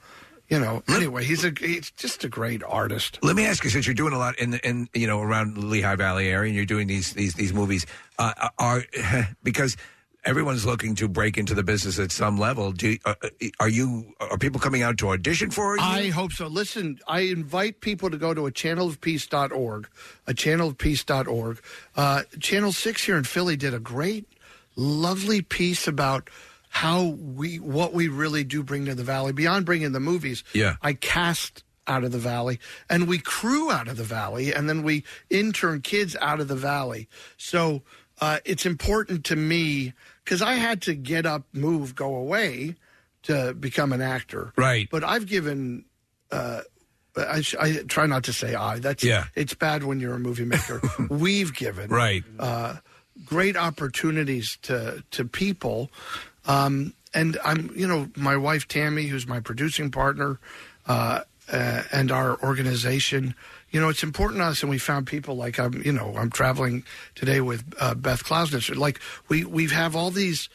S25: you know. Anyway, he's a he's just a great artist.
S9: Let me ask you, since you're doing a lot in in you know around Lehigh Valley area, and you're doing these these these movies, uh, are [laughs] because everyone's looking to break into the business at some level. Do uh, are you are people coming out to audition for you?
S25: I hope so. Listen, I invite people to go to a channelofpeace.org, a channelofpeace.org. Uh, Channel 6 here in Philly did a great, lovely piece about how we, what we really do bring to the Valley, beyond bringing the movies.
S9: Yeah.
S25: I cast out of the valley and we crew out of the valley and then we intern kids out of the valley so uh, it's important to me because i had to get up move go away to become an actor
S9: Right.
S25: but i've given uh, I, sh- I try not to say i that's
S9: Yeah.
S25: it's bad when you're a
S9: [laughs]
S25: movie maker we've given
S9: Right.
S25: uh, great opportunities to to people. Um, and I'm, you know, my wife Tammy, who's my producing partner, uh, uh, and our organization. You know, it's important to us, and we found people like I'm. You know, I'm traveling today with uh, Beth Klausner. Like we we have all these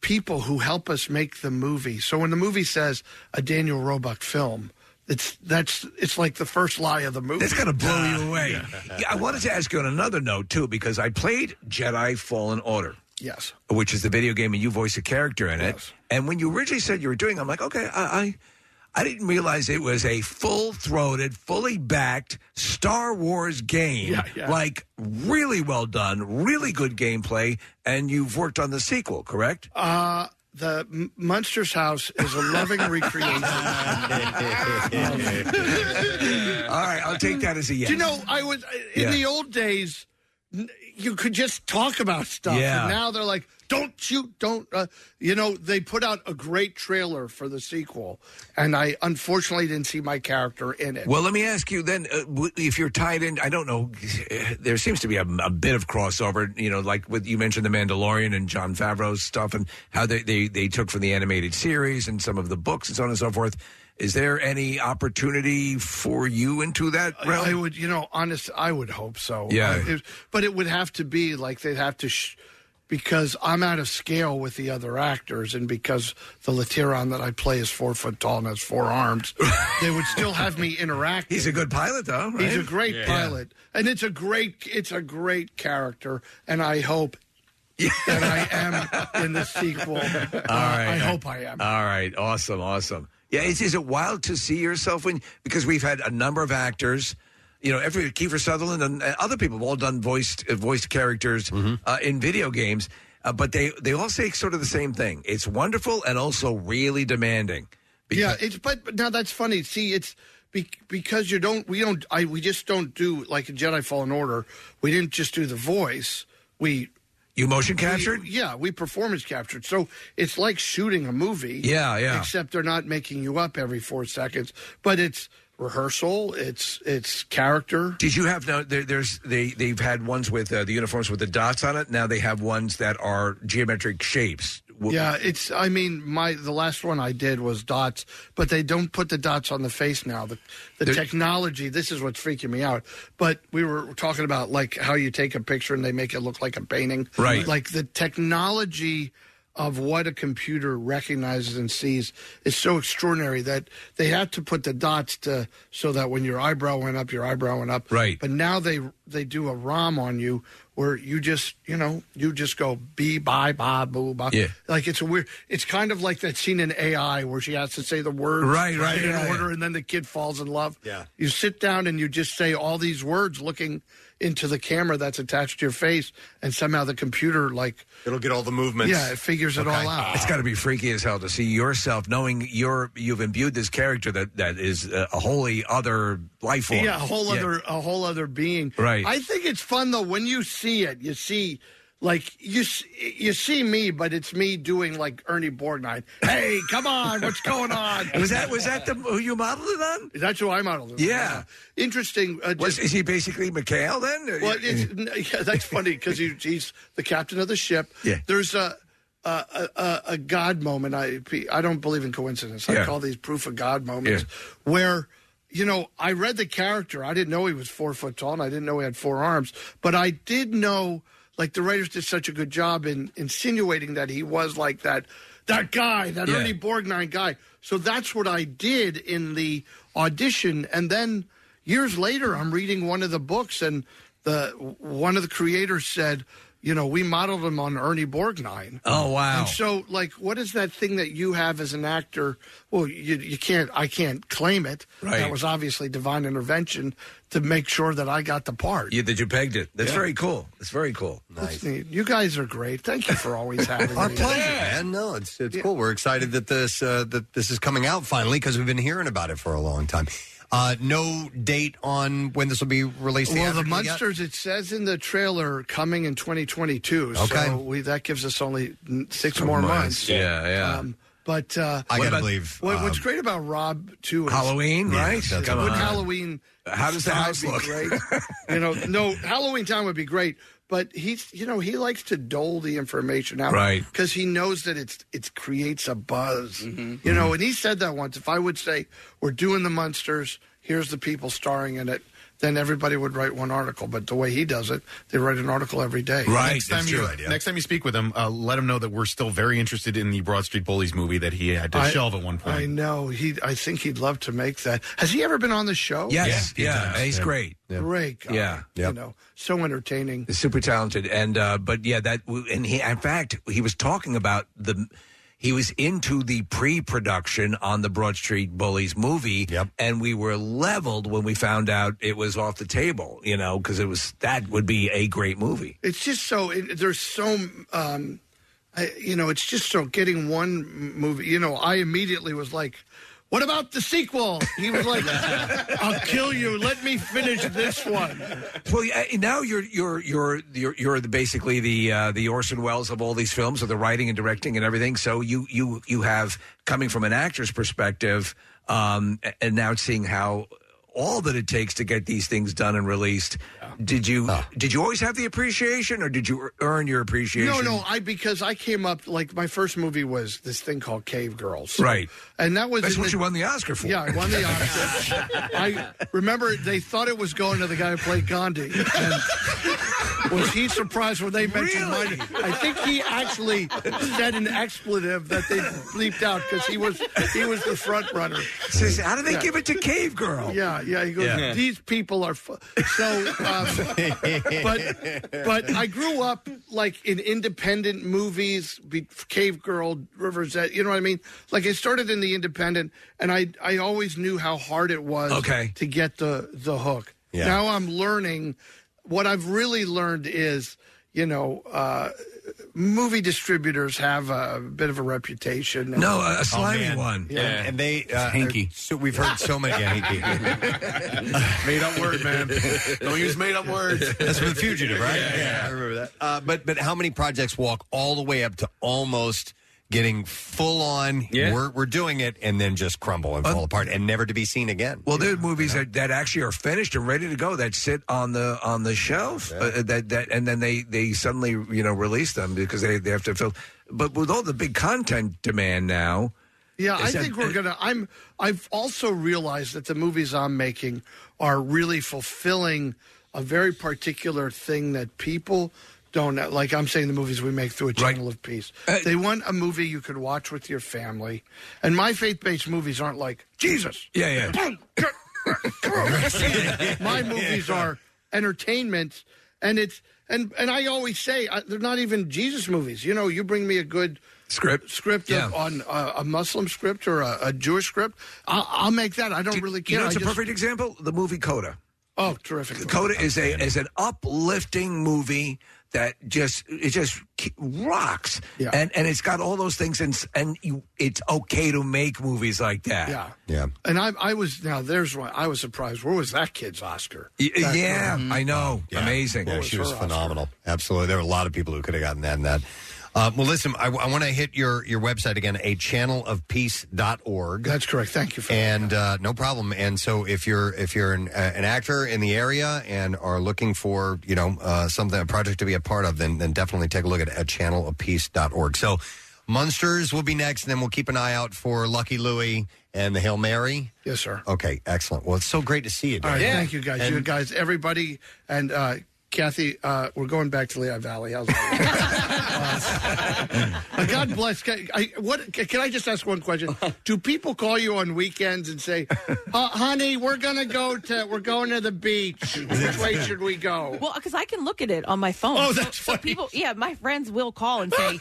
S25: people who help us make the movie. So when the movie says a Daniel Roebuck film, it's that's it's like the first lie of the movie.
S9: That's gonna blow
S25: [laughs]
S9: you away. Yeah, I wanted to ask you on another note too, because I played Jedi Fallen Order.
S25: Yes.
S9: which is the video game, and you voice a character in it. And when you originally said you were doing, it, I'm like, okay, I, I, I didn't realize it was a full throated, fully backed Star Wars game.
S15: Yeah, yeah.
S9: Like really well done, really good gameplay, and you've worked on the sequel, correct? [laughs]
S25: [laughs] Uh, the M- Munster's house is a
S9: [laughs]
S25: loving recreation.
S9: All right, I'll take that as a yes.
S25: Do you know, I was uh, in
S9: Yeah.
S25: the old days. n- You could just talk about stuff.
S9: Yeah.
S25: And now they're like, don't you don't uh, you know they put out a great trailer for the sequel and i unfortunately didn't see my character in it
S9: Well, let me ask you then, uh, w- if you're tied in, I don't know, there seems to be a, a bit of crossover, you know, like with you mentioned The Mandalorian and John Favreau's stuff and how they, they, they took from the animated series and some of the books and so on and so forth. Is there any opportunity for you into that realm?
S25: I would, you know, honest, I would hope so.
S9: Yeah.
S25: Uh, it- but it would have to be like they'd have to, sh- because I'm out of scale with the other actors, and because the Latiron that I play is four foot tall and has
S9: [laughs]
S25: four arms, they would still have me interact.
S9: He's a good pilot, though.
S25: He's a
S9: right?
S25: great
S9: Yeah.
S25: pilot, and it's a great, it's a great character, and I hope. that I am in
S9: [laughs]
S25: the sequel. Uh, I hope I am.
S9: All right. Awesome. Awesome. Yeah. Is, is it wild to see yourself when, because we've had a number of actors, you know, every Kiefer Sutherland and uh, other people have all done voiced, uh, voiced characters
S25: Mm-hmm.
S9: uh, in video games, uh, but they, they all say sort of the same thing. It's wonderful and also really demanding.
S25: yeah, it's but, but now that's funny. See, it's be, because you don't we don't I we just don't do like in Jedi Fallen Order. We didn't just do the voice. We
S9: you motion captured?
S25: yeah, we performance captured. So it's like shooting a movie.
S9: Yeah, yeah.
S25: Except they're not making you up every four seconds, but it's rehearsal. It's it's character.
S9: Did you have now? There, there's they they've had ones with uh, the uniforms with the dots on it. Now they have ones that are geometric shapes. W-
S25: Yeah, it's. I mean, my the last one I did was dots, but they don't put the dots on the face now. The the
S9: They're-
S25: technology. This is what's freaking me out. But we were talking about like how you take a picture and they make it look like a painting,
S9: Right.
S25: Like the technology of what a computer recognizes and sees is so extraordinary that they had to put the dots to so that when your eyebrow went up, your eyebrow went up,
S9: Right.
S25: But now they they do a ROM on you where you just you know you just go b bye bye boo bye
S9: Yeah.
S25: like it's a weird. It's kind of like that scene in AI where she has to say the words
S9: Right, right,
S25: in
S9: right.
S25: order, and then the kid falls in love. Yeah. You sit down and you just say all these words, looking into the camera that's attached to your face, and somehow the computer like
S2: it'll get all the movements.
S25: Yeah, it figures it all out.
S9: It's got to be freaky as hell to see yourself knowing you're you've imbued this character that that is a a wholly other life form.
S25: [laughs] Yeah, a whole other a whole other being.
S9: Right.
S25: I think it's fun though when you see it. You see. Like you, s- you see me, but it's me doing like Ernie Borgnine. Hey, come
S9: [laughs]
S25: on, what's going on?
S9: Was that- was that the who you modeled it on?
S25: That's who I modeled it. on,
S9: Yeah.
S25: interesting. Uh,
S9: Was, is he basically McHale then?
S25: Well, it's, n- [laughs] yeah, that's funny because he, he's the captain of the ship.
S9: Yeah.
S25: There's a a, a, a God moment. I I don't believe in coincidence. I
S9: Yeah.
S25: call these proof of God moments
S9: Yeah.
S25: where. You know, I read the character. I didn't know he was four foot tall, and I didn't know he had four arms. But I did know, like the writers did such a good job in insinuating that he was like that, that guy, that
S9: Yeah.
S25: Ernie Borgnine guy. So that's what I did in the audition, and then years later, I'm reading one of the books, and the one of the creators said, "You know, we modeled him on Ernie Borgnine."
S9: Oh, wow.
S25: And so, like, what is that thing that you have as an actor? Well, you you can't. I can't claim it.
S9: Right.
S25: That was obviously divine intervention to make sure that I got the part.
S9: Yeah, that you pegged it. That's
S25: Yeah.
S9: very cool. That's very cool.
S25: That's neat. You guys are great. Thank you
S9: [laughs]
S25: for always having
S2: Our
S25: me.
S2: pleasure, man. No, it's it's cool. We're excited that this uh, that this is coming out finally because we've been hearing about it for a long time. Uh, no date on when this will be released.
S25: Well, the
S2: theatrically yet?
S25: Munsters, it says in the trailer, coming in 2022.
S2: Okay.
S25: So we, that gives us only mm, six
S9: Some
S25: more
S9: months.
S25: months.
S9: Yeah, yeah.
S12: Um,
S25: but uh,
S9: I
S25: what
S9: gotta
S25: about-
S9: believe,
S25: What, what's
S9: um,
S25: great about Rob too? Is
S9: Halloween, Yeah, right? that's
S25: Would
S9: what-
S25: Halloween?
S9: How does the
S25: time
S9: house
S25: be
S9: look?
S25: Great?
S9: [laughs]
S25: you know, no Halloween time would be great, but he's you know he likes to dole the information out,
S9: Right.
S25: Because he knows that it's it creates a buzz,
S6: Mm-hmm.
S25: you
S9: Mm-hmm.
S25: know. And he said that once. If I would say we're doing the monsters, here's the people starring in it. Then everybody would write one article, but the way he does it, they write an article every day.
S6: Next time, you, next time you speak with him, uh, let him know that we're still very interested in the Broad Street Bullies movie that he had to
S25: I-
S6: shelve at one point.
S25: I know. He. I think he'd love to make that. Has he ever been on the show?
S9: Yes,
S6: Yeah,
S9: yeah,
S6: he does.
S9: he's
S6: Yeah.
S9: great.
S25: Great. guy.
S9: Yeah,
S25: You know, so entertaining.
S9: super talented and uh but yeah that and he in fact he was talking about the he was into the pre-production on the broad street bullies movie yep. and we were leveled when we found out it was off the table you know because it was that would be a great movie
S25: It's just so. It, there's so. Um, I, you know, it's just so getting one m- movie. You know, I immediately was like, What about the sequel? He was like, I'll kill you. Let me finish this one.
S9: Well, yeah, now you're you're you're you're, you're the, basically the uh, the Orson Welles of all these films, with the writing and directing and everything. So you you you have coming from an actor's perspective, um, a- and now seeing how all that it takes to get these things done and released. Did you did you always have the appreciation, or did you ear- earn your appreciation?
S25: No, no, I because I came up like my first movie was this thing called Cave Girls,
S9: Right.
S25: And that was
S9: That's
S25: in
S9: what you won the Oscar for.
S25: Yeah, I won
S9: [laughs]
S25: the Oscar. I remember they thought it was going to the guy who played Gandhi. And was he surprised when they mentioned my name? I think he actually said an expletive that they bleeped out because he was he was the front runner.
S9: Says, "How do they give it to Cave Girl?"
S25: Yeah, yeah. He goes,
S9: Yeah.
S25: these people are fu-. so.
S9: [laughs]
S25: Um, but but I grew up like in independent movies, be, Cave Girl, Rivers Edge. You know what I mean? Like I started in the independent, and I I always knew how hard it was
S9: Okay.
S25: to get the the hook.
S9: Yeah.
S25: Now I'm learning. What I've really learned is, you know, uh, movie distributors have a bit of a reputation.
S9: No, a- a slimy one.
S2: Oh, Yeah. And, and they uh, hanky. So we've heard so many [laughs] yeah, hanky.
S6: made up word, man. Don't use made up words.
S2: That's from the fugitive, right? Yeah, I remember that. Uh, but but how many projects walk all the way up to almost getting full on?
S9: Yeah.
S2: We're we're doing it, and then just crumble and fall apart, and never to be seen again.
S9: Well, there are movies that, that actually are finished and ready to go that sit on the on the shelf uh, that that and then they they suddenly you know release them because they, they have to fill. But with all the big content demand now,
S25: Yeah, I
S9: Is that-
S25: think we're gonna. I'm. I've also realized that the movies I'm making are really fulfilling a very particular thing that people don't know. like. I'm saying the movies we make through a channel of peace.
S9: Uh,
S25: they want a movie you could watch with your family, and my faith-based movies aren't like Jesus.
S9: Yeah,
S25: yeah. my movies are entertainment, and it's and and I always say I, they're not even Jesus movies. You know, you bring me a good
S9: script
S25: script
S9: Yeah.
S25: of, on uh, a Muslim script or a, a Jewish script, I'll, I'll make that. I don't really care.
S9: you know, it's
S25: I
S9: a
S25: just-
S9: perfect example. The movie Coda.
S25: Oh, terrific!
S9: Coda is a is an uplifting movie that just it just k- rocks,
S25: Yeah.
S9: and and it's got all those things, and s- and you, it's okay to make movies like that.
S25: Yeah.
S2: Yeah.
S25: And I, I was now. There's one. I was surprised. Where was that kid's Oscar? That- uh,
S9: yeah, I know. Amazing.
S2: Mm-hmm. Yeah, she was
S25: her Oscar?
S2: phenomenal. Absolutely. There were a lot of people who could have gotten that and that. Uh, well, listen, I, want to hit your, your website again, a channelofpeace.org.
S25: That's correct. Thank you for
S2: And uh, no problem. And so if you're if you're an, uh, an actor in the area and are looking for, you know, uh, something, a project to be a part of, then, then definitely take a look at, at channelofpeace.org. So Munsters will be next, and then we'll keep an eye out for Lucky Louie and the Hail Mary.
S25: Yes, sir.
S2: Okay, excellent. Well, it's so great to see you.
S25: All right.
S2: Doug.
S25: Thank you, guys.
S2: And-
S25: you guys, everybody, and uh, Kathy. Uh, we're going back to Lehigh Valley. How's that?
S9: [laughs]
S25: Uh, God bless. Can I, what, can I just ask one question? Do people call you on weekends and say, uh, "Honey, we're gonna go to we're going to the beach. Which way should we go?"
S13: [laughs] Well, because I can look at it on my phone.
S25: Oh,
S13: So-
S25: that's
S13: so, people. Yeah, my friends will call and
S25: [laughs]
S13: say,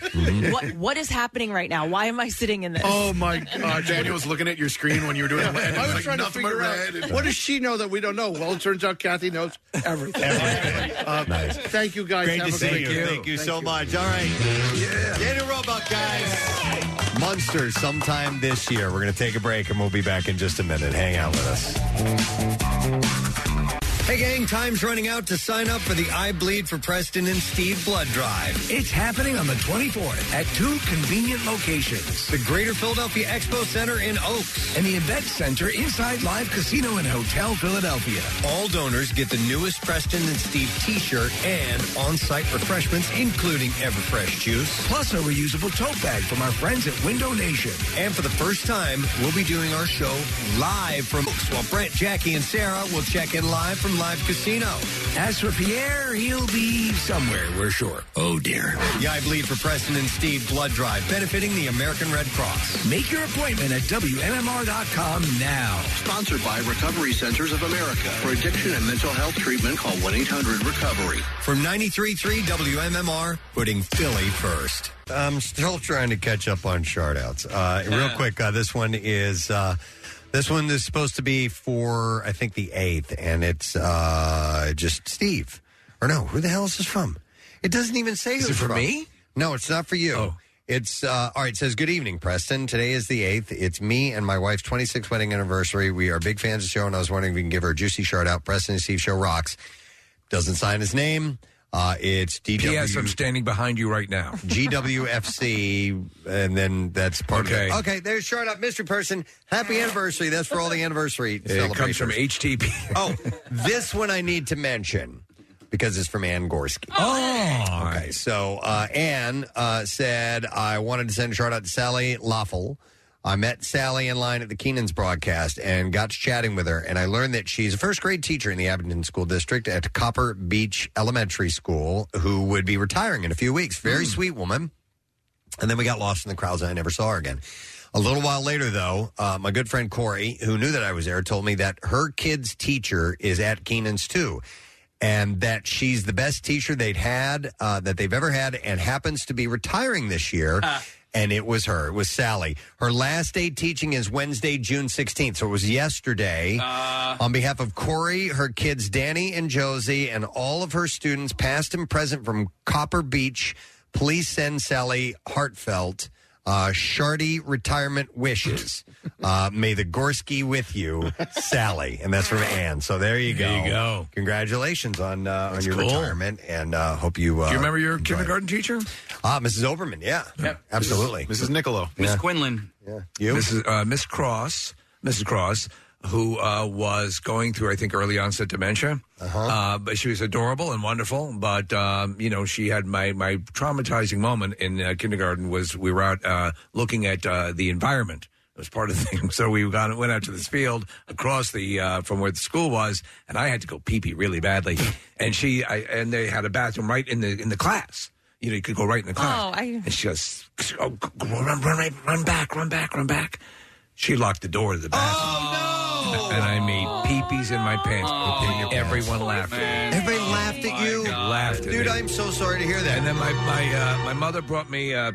S13: "What what is happening right now? Why am I sitting in this?"
S25: Oh my God!
S6: uh, [laughs] Daniel was looking at your screen when you were [laughs] doing it. and it
S25: I was
S6: like
S25: trying to
S6: nothing but
S25: figure
S6: red
S25: out
S6: and-
S25: what does she know that we don't know. Well, it turns out Kathy knows everything. Uh, Thank you guys.
S2: Great
S25: Have
S2: to
S25: a
S2: see
S25: great
S2: you.
S25: day.
S2: Thank you so much. All right. Yeah. Get a robot, guys. Munster sometime this year. We're going to take a break and we'll be back in just a minute. Hang out with us. Hey, gang, time's running out to sign up for the I Bleed for Preston and Steve Blood Drive.
S9: It's happening on the 24th at two convenient locations
S2: the Greater Philadelphia Expo Center in Oaks
S9: and the Event Center inside Live Casino and Hotel Philadelphia.
S2: All donors get the newest Preston and Steve t-shirt and on-site refreshments, including Everfresh juice.
S9: Plus a reusable tote bag from our friends at Window Nation.
S2: And for the first time, we'll be doing our show live from Oaks, while Brent, Jackie, and Sarah will check in live from Live Casino.
S9: As for Pierre, he'll be somewhere, we're sure. Oh dear.
S2: Yeah, I bleed for Preston and Steve Blood Drive, benefiting the American Red Cross.
S9: Make your appointment at WMMR.com now.
S12: Sponsored by Recovery Centers of America. For addiction and mental health treatment, call 1 800 Recovery.
S2: From 93.3 WMMR, putting Philly first. I'm still trying to catch up on shout outs. Uh, real quick, uh, this one is. Uh, this one is supposed to be for, I think, the 8th, and it's uh, just Steve. Or no, who the hell is this from? It doesn't even say
S9: Is
S2: who
S9: it
S2: it's
S9: for
S2: from.
S9: me? Oh.
S2: No, it's not for you. It's uh, all right. it Says good evening, Preston. Today is the eighth. It's me and my wife's 26th wedding anniversary. We are big fans of the show, and I was wondering if we can give her a juicy shout out. Preston and Steve show rocks. Doesn't sign his name. Uh, it's DW.
S9: P.S. I'm standing behind you right now.
S2: GWFC, and then that's part
S9: Okay.
S2: of it. Okay, there's short up mystery person. Happy anniversary. That's for all the anniversary
S9: It comes from HTP.
S2: Oh, this one I need to mention because it's from Ann Gorski.
S9: Oh,
S2: okay. So uh, Ann uh, said, I wanted to send a shout out to Sally Loffel. I met Sally in line at the Keenan's broadcast and got to chatting with her. And I learned that she's a first grade teacher in the Abington School District at Copper Beach Elementary School who would be retiring in a few weeks. Very sweet woman. And then we got lost in the crowds and I never saw her again. A little while later, though, uh, my good friend Corey, who knew that I was there, told me that her kid's teacher is at Keenan's too, and that she's the best teacher they'd had uh, that they've ever had, and happens to be retiring this year. And it was her. It was Sally. Her last day teaching is Wednesday, June 16th. So it was yesterday. On behalf of Corey, her kids, Danny and Josie, and all of her students, past and present from Copper Beach, please send Sally heartfelt uh, Shardy retirement wishes. Uh, may the Gorski with you, Sally, and that's from Ann. So there you go.
S9: There you go.
S2: Congratulations on uh, on
S9: That's
S2: your
S9: cool.
S2: retirement, and uh, hope you. Uh,
S9: Do you remember your
S2: enjoy it.
S9: kindergarten teacher?
S2: Ah, Mrs. Overman. Yeah, absolutely.
S6: Niccolo.
S2: Yeah.
S5: Quinlan.
S2: Yeah. You?
S9: Mrs. Uh, Miss Cross. Mrs. Cross, who uh, was going through, I think, early onset dementia. Uh-huh. but she was adorable and wonderful. But, um, you know, she had my, my traumatizing moment in uh, kindergarten was we were out uh, looking at uh, the environment. It was part of the thing. [laughs] So we got, went out to this field across the uh, from where the school was, and I had to go pee pee really badly. And she I, and they had a bathroom right in the in the class. You know, you could go right in the class.
S13: Oh, I-
S9: And she goes, oh, g- g- run, run, right- run back, run back, run back. She locked the door to the bathroom. Oh, no! And I made peepees in my pants. and everyone laughed.
S2: Everybody laughed at you.
S9: Laughed at
S2: Dude,
S9: me.
S2: I'm so sorry to hear that.
S9: And then my my uh, my mother brought me uh,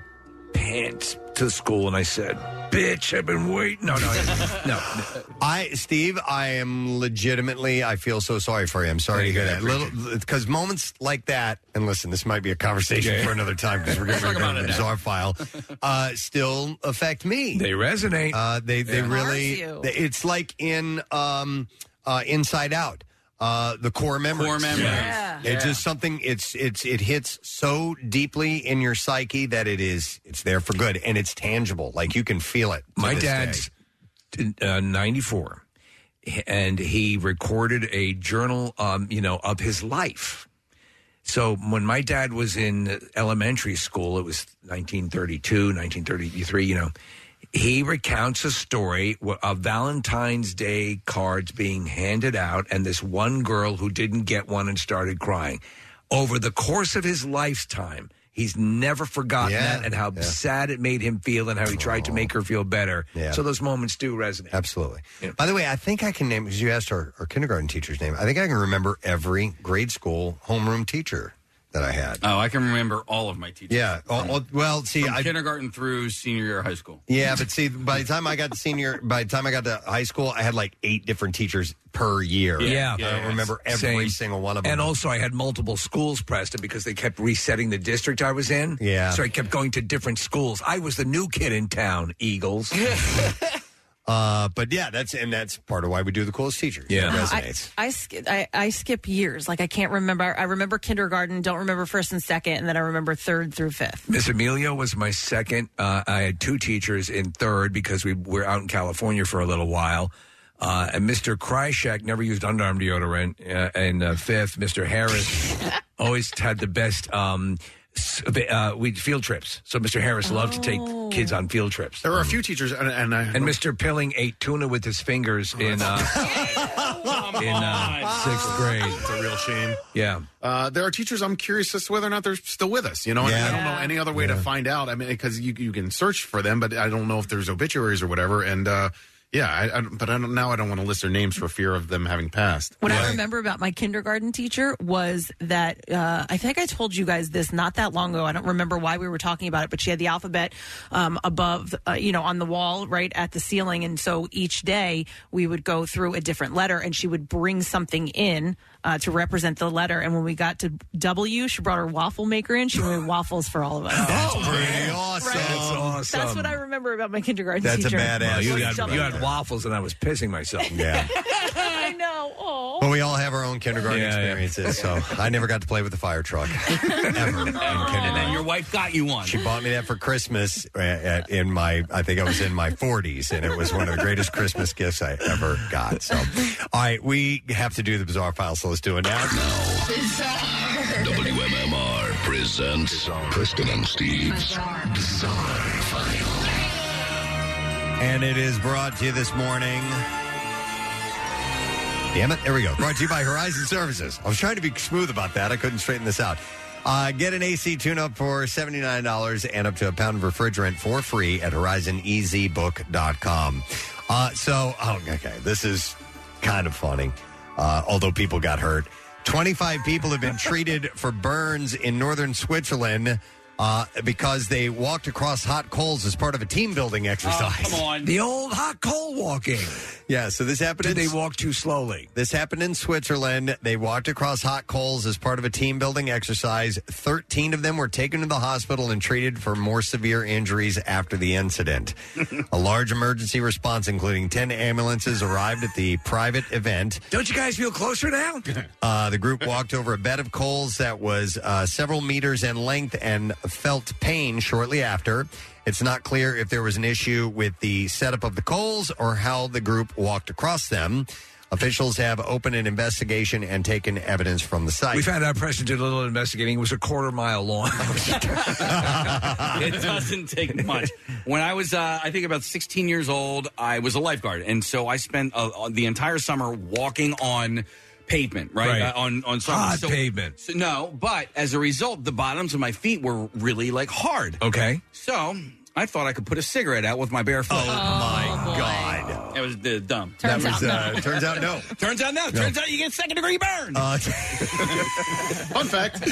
S9: pants to school, and I said, "Bitch, I've been waiting." No, no, I- [laughs] no.
S2: I, Steve, I am legitimately. I feel so sorry for you. I'm sorry to hear that. Little because moments like that, and listen, this might be a conversation
S9: Yeah.
S2: for another time because we're going
S9: Talk about
S2: to
S9: it
S2: use
S9: now.
S2: our file. Uh, still affect me.
S9: They resonate.
S2: Uh, they they
S9: Yeah.
S2: really.
S9: Mars you.
S2: they- it's like in um, uh, Inside Out. Uh, the core memories.
S5: Core memories. Yeah.
S2: It's
S5: Yeah.
S2: just something. It's it's it hits so deeply in your psyche that it is it's there for good and it's tangible. Like you can feel it. to
S9: My
S2: this day.
S9: dad's uh, 94, and he recorded a journal, um, you know, of his life. So when my dad was in elementary school, it was 1932, 1933, you know, he recounts a story wh- of Valentine's Day cards being handed out and this one girl who didn't get one and started crying. Over the course of his lifetime, he's never forgotten that and how sad it made him feel and how he tried to make her feel better.
S2: Yeah.
S9: So those moments do resonate.
S2: Absolutely. By the way, I think I can name because you asked our, our kindergarten teacher's name. I think I can remember every grade school homeroom teacher that I had.
S5: Oh, I can remember all of my teachers.
S2: Yeah. Oh, oh, well, see,
S5: From
S2: I,
S5: kindergarten through senior year of high school.
S2: yeah, but see, by the time I got to senior, [laughs] by the time I got to high school, I had like eight different teachers per year.
S9: Yeah.
S2: I don't remember every single one of them.
S9: And also, I had multiple schools, Preston, because they kept resetting the district I was in.
S2: Yeah.
S9: So I kept going to different schools. I was the new kid in town,
S2: [laughs]
S9: Eagles.
S2: uh, but yeah, that's and that's part of why we do the coolest teachers.
S9: Yeah.
S2: it
S9: No,
S13: [laughs] I-
S2: resonates.
S13: I, skip I, I skip years. Like I can't remember. I remember kindergarten. Don't remember first and second, and then I remember third through fifth.
S9: Miss Emilio was my second. Uh, I had two teachers in third because we were out in California for a little while. Uh, and Mr. Kryshak never used underarm deodorant. Uh, and uh, fifth, Mr.
S13: [laughs]
S9: Harris always had the best. Um, s- uh, we field trips. So Mr. Harris loved to take
S13: Oh.
S9: kids on field trips.
S6: There were a few teachers, and, and I Oh,
S9: And Mr. Pilling ate tuna with his fingers in uh,
S6: [laughs]
S9: in uh, sixth grade.
S6: It's a real shame.
S9: Yeah.
S6: Uh, there are teachers I'm curious as to whether or not they're still with us. You know, and I
S9: Yeah.
S6: don't know any other way to find out. I mean, because you, you can search for them, but I don't know if there's obituaries or whatever. And uh, Yeah, I, I, don't- but I don't, now I don't want to list their names for fear of them having passed.
S13: What I remember about my kindergarten teacher was that uh, I think I told you guys this not that long ago. I don't remember why we were talking about it, but she had the alphabet um, above, uh, you know, on the wall right at the ceiling. And so each day we would go through a different letter and she would bring something in uh, to represent the letter. And when we got to W, she brought her waffle maker in. She
S9: [laughs]
S13: made waffles for all of us.
S9: Oh, pretty
S2: awesome.
S9: That's awesome.
S13: That's what I remember about my kindergarten
S9: That's a
S13: teacher.
S9: badass. You
S13: Was
S9: had,
S13: W.
S9: you had waffles, and I was pissing myself.
S2: [laughs] Yeah.
S13: I know. Oh.
S2: Well, we all have our own kindergarten
S9: Yeah, yeah.
S2: experiences.
S5: [laughs]
S2: So I never got to play with the fire truck.
S5: And then your wife got you one.
S2: She bought me that for Christmas uh, at, in my, I think I was in my 40s, and it was one of the greatest Christmas gifts I ever got. So, all right, we have to do the bizarre file, so let's do it now.
S1: WMMR presents Preston and Steve's Bizarre File.
S2: And it is brought to you this morning. Damn it. There we go. Brought to you by Horizon Services. I was trying to be smooth about that. I couldn't straighten this out. Uh, get an AC tune up for $79 and up to a pound of refrigerant for free at E horizoneasybook.com. Uh, so, oh, okay. This is kind of funny, uh, although people got hurt. 25 people have been treated for burns in northern Switzerland uh, because they walked across hot coals as part of a team building exercise.
S9: The old hot coal walking.
S2: Yeah, so this happened.
S9: Did
S2: in-
S9: they walk too slowly?
S2: This happened in Switzerland. They walked across hot coals as part of a team building exercise. 13 of them were taken to the hospital and treated for more severe injuries after the incident. a large emergency response, including 10 ambulances, arrived at the private event.
S9: Don't you guys feel closer now?
S6: [laughs]
S2: Uh, the group walked over a bed of coals that was uh, several meters in length and felt pain shortly after. It's not clear if there was an issue with the setup of the coals or how the group walked across them. Officials have opened an investigation and taken evidence from the site.
S9: We found out Preston did a little investigating. It was a quarter mile long.
S2: [laughs]
S5: it doesn't take much. When I was, uh, I think, about 16 years old, I was a lifeguard, and so I spent uh, the entire summer walking on pavement, right,
S9: Right.
S5: Uh, on on summer.
S9: Hot
S5: So-
S9: pavement.
S5: So, no, but as a result, the bottoms of my feet were really like hard.
S9: Okay.
S5: So I thought I could put a cigarette out with my bare foot. Oh,
S2: my god!
S5: It was uh, dumb.
S2: Turns That was, out uh, no. turns out no.
S5: [laughs] turns out no.
S2: No.
S5: Turns out you get second degree
S2: [laughs]
S5: burn. [laughs]
S2: Uh,
S5: Fun fact.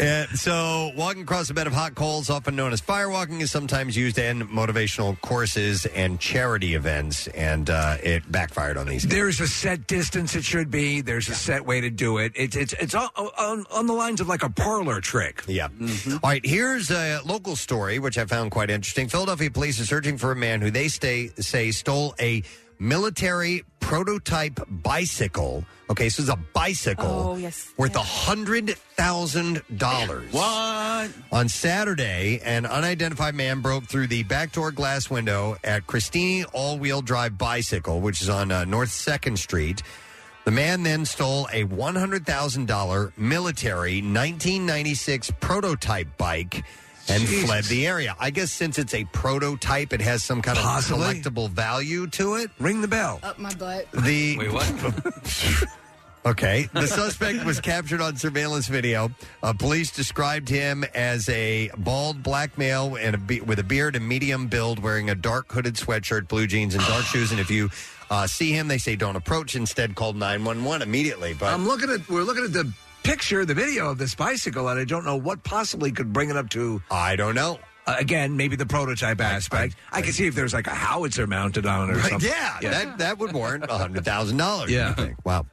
S2: Uh, so, walking across a bed of hot coals, often known as firewalking, is sometimes used in motivational courses and charity events, and uh, it backfired on these.
S9: [laughs] There's a set distance it should be. There's a set way to do it. It's it's it's on, on, on the lines of like a parlor trick.
S2: Yeah. All right, here's a local story which I found quite interesting. Philadelphia police are searching for a man who they stay, say stole a military prototype bicycle. Okay, so it's a bicycle
S7: Oh, yes.
S2: worth a $100,000.
S5: What?
S2: On Saturday, an unidentified man broke through the backdoor glass window at Christini All Wheel Drive Bicycle, which is on uh, North 2nd Street. The man then stole a $100,000 military 1996 prototype bike and
S9: Jesus.
S2: fled the area. I guess since it's a prototype, it has some kind
S9: Possibly.
S2: of collectible value to it.
S9: Ring the
S20: Uh,
S9: bell.
S15: Up my butt.
S2: The
S5: [laughs] Wait,
S2: [laughs]
S5: what?
S2: Okay. The suspect was captured on surveillance video. Uh, police described him as a bald black male and a be- with a beard and medium build, wearing a dark hooded sweatshirt, blue jeans, and dark shoes. And if you uh, see him, they say don't approach. Instead, call nine one one immediately. But
S9: I'm looking at we're looking at the picture, the video of this bicycle, and I don't know what possibly could bring it up to.
S2: I don't know.
S9: Uh, again, maybe the prototype aspect. I, can see if there's like a howitzer mounted on it or
S2: Right,
S9: something.
S2: yeah, that that would warrant hundred thousand dollars.
S9: Yeah.
S2: Wow.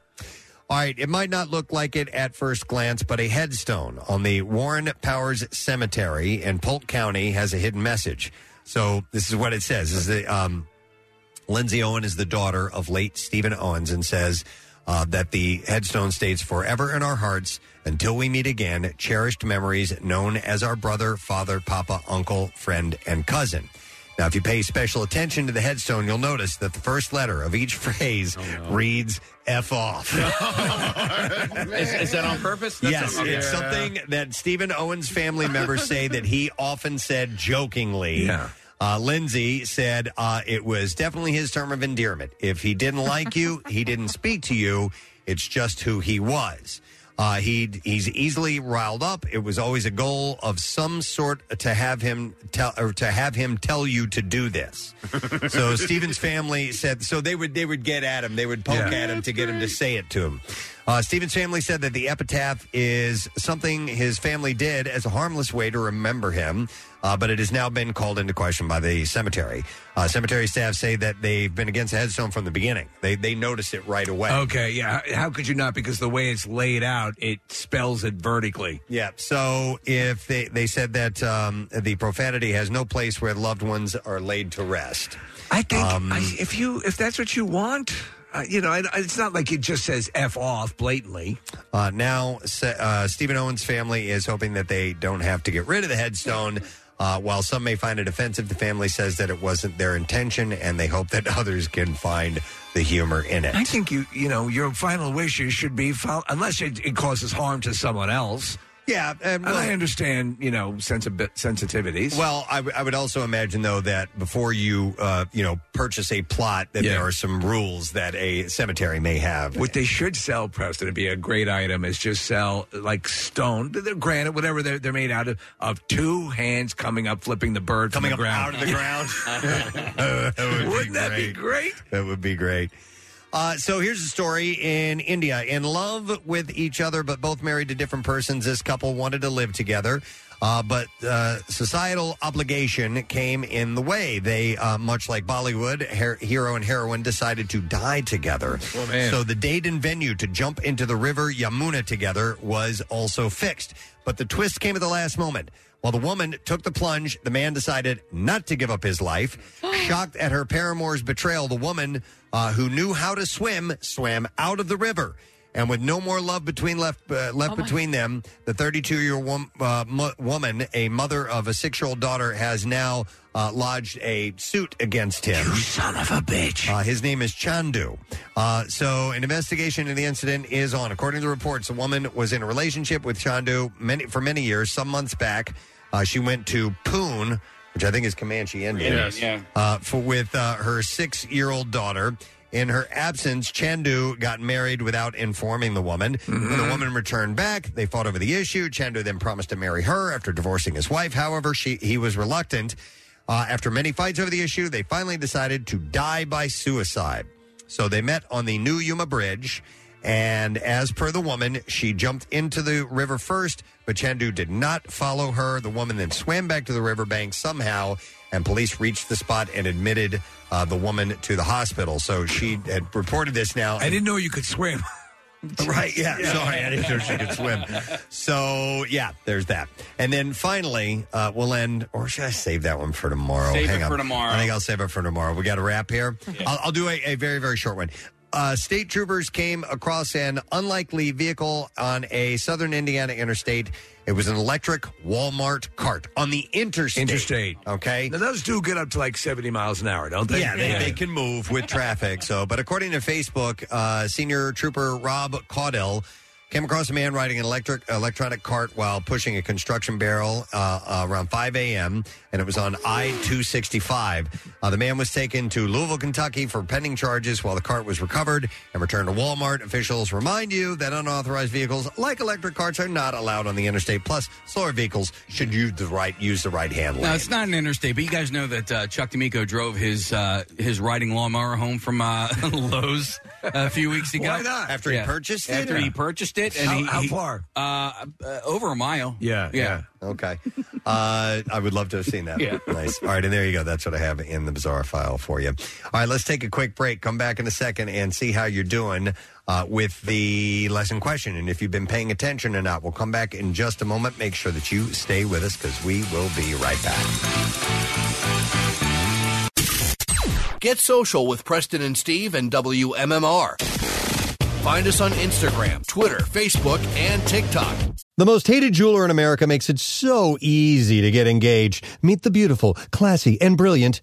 S2: All right, it might not look like it at first glance, but a headstone on the Warren Powers Cemetery in Polk County has a hidden message. So this is what it says: is the um, Lindsay Owen is the daughter of late Stephen Owens and says uh, that the headstone states forever in our hearts until we meet again, cherished memories known as our brother, father, papa, uncle, friend, and cousin. Now, if you pay special attention to the headstone, you'll notice that the first letter of each [laughs] phrase reads F off.
S5: is, is that on purpose?
S2: yes,
S5: on- okay.
S2: it's something that Stephen Owens' family members say that he often said jokingly. Yeah. Uh, Lindsay said uh, it was definitely his term of endearment. If he didn't like you, he didn't speak to you. It's just who he was. Uh, he he's easily riled up. It was always a goal of some sort to have him tell or to have him tell you to do this. [laughs] so Stephen's family said so they would they would get at him. They would poke at him to get him to say it to him. Uh, Stephen's family said that the epitaph is something his family did as a harmless way to remember him, uh, but it has now been called into question by the cemetery. Uh, cemetery staff say that they've been against the headstone from the beginning. They they noticed it right away.
S9: Okay, yeah. How could you not? Because the way it's laid out, it spells it vertically.
S2: Yeah. So if they, they said that um, the profanity has no place where loved ones are laid to rest. Um,
S9: I think I, if you if that's what you want, uh, you know, I, I- it's not like it just says f off blatantly.
S2: Uh, now, se- uh, Stephen Owens' family is hoping that they don't have to get rid of the headstone. Uh, while some may find it offensive, the family says that it wasn't their intention, and they hope that [laughs] others can find the humor in it.
S9: I think you you know your final wishes should be fol- unless it, it causes harm to someone else.
S2: Yeah, and,
S9: I understand you know sensi- sensitivities.
S2: Well, I, w- I would also imagine though that before you, uh, you know, purchase a plot, that there are some rules that a cemetery may have.
S9: What they should sell, Preston, would be a great item is just sell like stone, they're granite, whatever they're, they're made out of, of two hands coming up, flipping the bird
S2: Coming
S9: from
S2: up
S9: the ground.
S2: out of the [laughs] ground.
S9: Wouldn't that be great?
S2: That would be great. Uh, so here's a story in India. In love with each other, but both married to different persons, this couple wanted to live together. Uh, but uh, societal obligation came in the way. They, uh, much like Bollywood, her- hero and heroine decided to die together.
S9: Oh, man.
S2: So the date and venue to jump into the river Yamuna together was also fixed. But the twist came at the last moment. While the woman took the plunge, the man decided not to give up his life. Shocked at her paramour's betrayal, the woman, uh, who knew how to swim, swam out of the river. And with no more love between left uh, left between them, the 32 year wom- uh, mo- woman, a mother of a six year old daughter, has now uh, lodged a suit against him. You
S9: son of a bitch!
S2: Uh, his name is Chandu. Uh, so an investigation into the incident is on. According to reports, the woman was in a relationship with Chandu many for many years. Some months back, uh, she went to Pune, which I think is Comanche Indian
S5: Yes. Indian,
S2: uh, for with uh, her six-year-old daughter. In her absence, Chandu got married without informing the woman. When the woman returned back, they fought over the issue. Chandu then promised to marry her after divorcing his wife. However, she he was reluctant. Uh, after many fights over the issue, they finally decided to die by suicide. So they met on the new Yuma Bridge. And as per the woman, she jumped into the river first, but Chandu did not follow her. The woman then swam back to the riverbank somehow, and police reached the spot and admitted uh, the woman to the hospital. So she had reported this
S9: [laughs]
S2: now.
S9: I didn't know you could swim.
S2: [laughs] right,
S9: [laughs]
S2: yeah. Sorry, I didn't know she could swim. So, yeah, there's that. And then finally, uh, we'll end, or should I save that one for tomorrow?
S5: Save
S2: Hang
S5: it
S2: on.
S5: for tomorrow.
S2: I think I'll save it for tomorrow. We got a wrap here. I'll, I'll do a, a very, very short one. Uh, state troopers came across an unlikely vehicle on a southern Indiana interstate. It was an electric Walmart cart on the interstate.
S9: Interstate.
S2: Okay.
S9: Now those do get up to like seventy miles an hour, don't they?
S2: Yeah, they, they can move with traffic. So, but according to Facebook, uh, senior trooper Rob Caudell came across a man riding an electric electronic cart while pushing a construction barrel uh, uh, around 5 a.m. and it was on I-265. Uh, the man was taken to Louisville, Kentucky for pending charges while the cart was recovered and returned to Walmart. Officials remind you that unauthorized vehicles like electric carts are not allowed on the interstate. Plus, slower vehicles should use the right use the right hand lane.
S5: No, it's not an interstate, but you guys know that uh, Chuck D'Amico drove his uh, his riding lawnmower home from uh, [laughs] Lowe's a few weeks ago.
S9: Why not? After he purchased it?
S5: After he purchased it, and
S9: How-
S5: he,
S9: how
S5: he-
S9: far?
S5: Uh, uh, over a mile.
S2: Yeah,
S5: yeah.
S2: Okay. Uh, I would love to have seen that.
S5: Yeah.
S2: Nice. All right, and there you go. That's what I have in the bizarre file for you. All right, let's take a quick break. Come back in a second and see how you're doing uh, with the lesson question and if you've been paying attention or not. We'll come back in just a moment. Make sure that you stay with us because we will be right back.
S8: Get social with Preston and Steve and WMMR. Find us on Instagram, Twitter, Facebook, and TikTok.
S2: The most hated jeweler in America makes it so easy to get engaged. Meet the beautiful, classy, and brilliant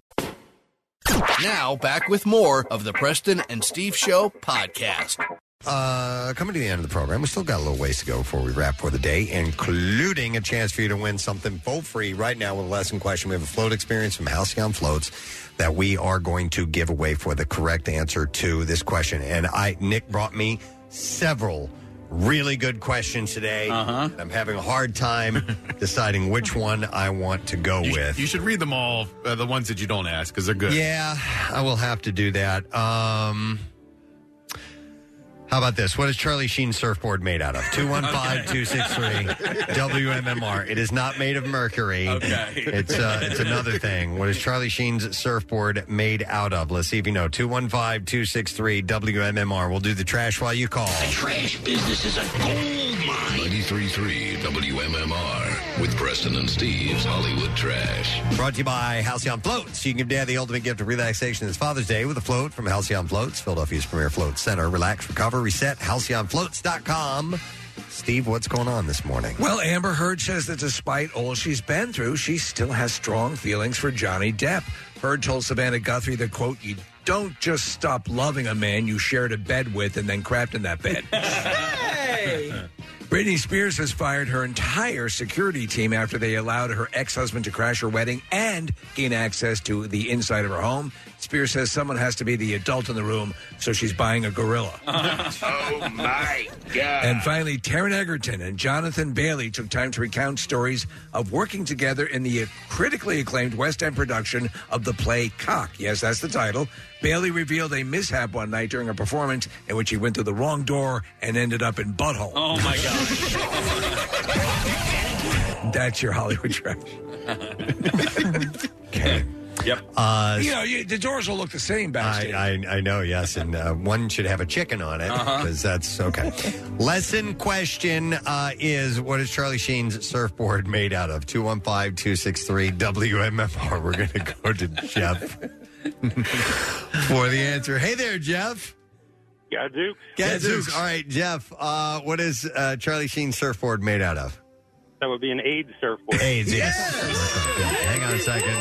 S8: Now back with more of the Preston and Steve Show podcast.
S2: Uh, coming to the end of the program, we still got a little ways to go before we wrap for the day, including a chance for you to win something for free right now with a lesson question. We have a float experience from Halcyon Floats that we are going to give away for the correct answer to this question. And I, Nick, brought me several really good questions today. Uh-huh. I'm having a hard time deciding which one I want to go
S6: You,
S2: with.
S6: you should read them all, uh, the ones that you don't ask, because they're good.
S2: Yeah, I will have to do that. Um, how about this? What is Charlie Sheen's surfboard made out of? 215 263 WMMR. It is not made of mercury.
S7: Okay.
S2: It's, uh, it's another thing. What is Charlie Sheen's surfboard made out of? Let's see if you know. 215 263 WMMR. We'll do the trash while you call.
S1: Trash business is a gold mine. 93.3 WMMR with Preston and Steve's Hollywood Trash.
S2: Brought to you by Halcyon Floats. You can give Dad the ultimate gift of relaxation this Father's Day with a float from Halcyon Floats, Philadelphia's premier float center. Relax, recover, reset. HalcyonFloats.com. Steve, what's going on this morning?
S9: Well, Amber Heard says that despite all she's been through, she still has strong feelings for Johnny Depp. Heard told Savannah Guthrie that, quote, you don't just stop loving a man you shared a bed with and then crapped in that bed. Britney Spears has fired her entire security team after they allowed her ex husband to crash her wedding and gain access to the inside of her home. Spears says someone has to be the adult in the room, so she's buying a gorilla.
S7: [laughs] oh my god!
S9: And finally, Taryn Egerton and Jonathan Bailey took time to recount stories of working together in the critically acclaimed West End production of the play Cock. Yes, that's the title. Bailey revealed a mishap one night during a performance in which he went through the wrong door and ended up in Butthole.
S7: Oh my god!
S9: That's your Hollywood [laughs] trash.
S2: [laughs] okay.
S5: Yep.
S2: Uh,
S9: you know, you, the doors will look the same backstage.
S2: I, I, I know, yes. And uh, one should have a chicken on it
S9: Uh-huh.
S2: because that's okay. Lesson question uh, is what is Charlie Sheen's surfboard made out of? 215 263 WMFR. We're going to go to Jeff [laughs] for the answer. Hey there, Jeff.
S18: Gadzooks.
S2: Gadzooks. All right, Jeff, uh, what is uh, Charlie Sheen's surfboard made out of?
S18: That would be an AIDS surfboard.
S2: AIDS, Hang on a second.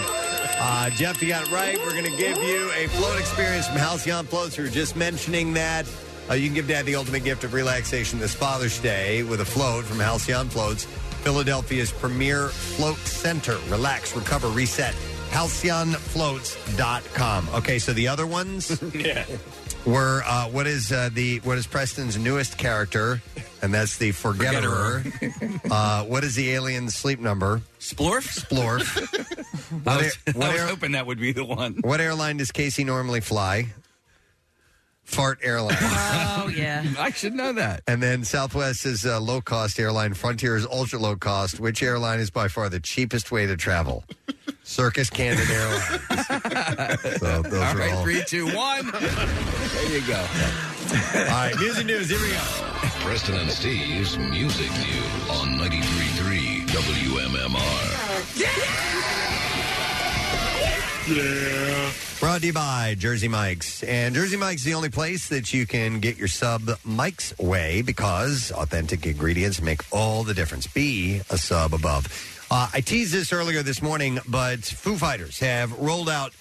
S2: Uh, Jeff, you got it right. We're going to give you a float experience from Halcyon Floats. We were just mentioning that. Uh, you can give Dad the ultimate gift of relaxation this Father's Day with a float from Halcyon Floats, Philadelphia's premier float center. Relax, recover, reset. HalcyonFloats.com. Okay, so the other ones
S18: yeah.
S2: were uh, what is uh, the what is Preston's newest character, and that's the Forgetterer. uh, what is the alien's sleep number?
S5: Splorf.
S2: Splorf.
S5: [laughs] I
S2: What
S5: was,
S2: air- what
S5: I was
S2: air-
S5: hoping that would be the one.
S2: What airline does Casey normally fly? Fart
S5: [laughs]
S2: Airlines.
S5: Oh yeah, I should know that.
S2: and then Southwest is a low cost airline. Frontier is ultra low cost. Which airline is by far the cheapest way to travel? Circus Canada Airlines.
S5: [laughs]
S2: so those
S5: All
S2: are
S5: right,
S2: all.
S5: three, two,
S2: [laughs]
S5: one. There you go.
S2: All right, music news. Here we go.
S1: Preston and Steve's Music News on 93.3 WMMR.
S2: Yeah. Brought to you by Jersey Mike's. And Jersey Mike's is the only place that you can get your sub Mike's way because authentic ingredients make all the difference. Be a sub above. Uh, I teased this earlier this morning, but Foo Fighters have rolled out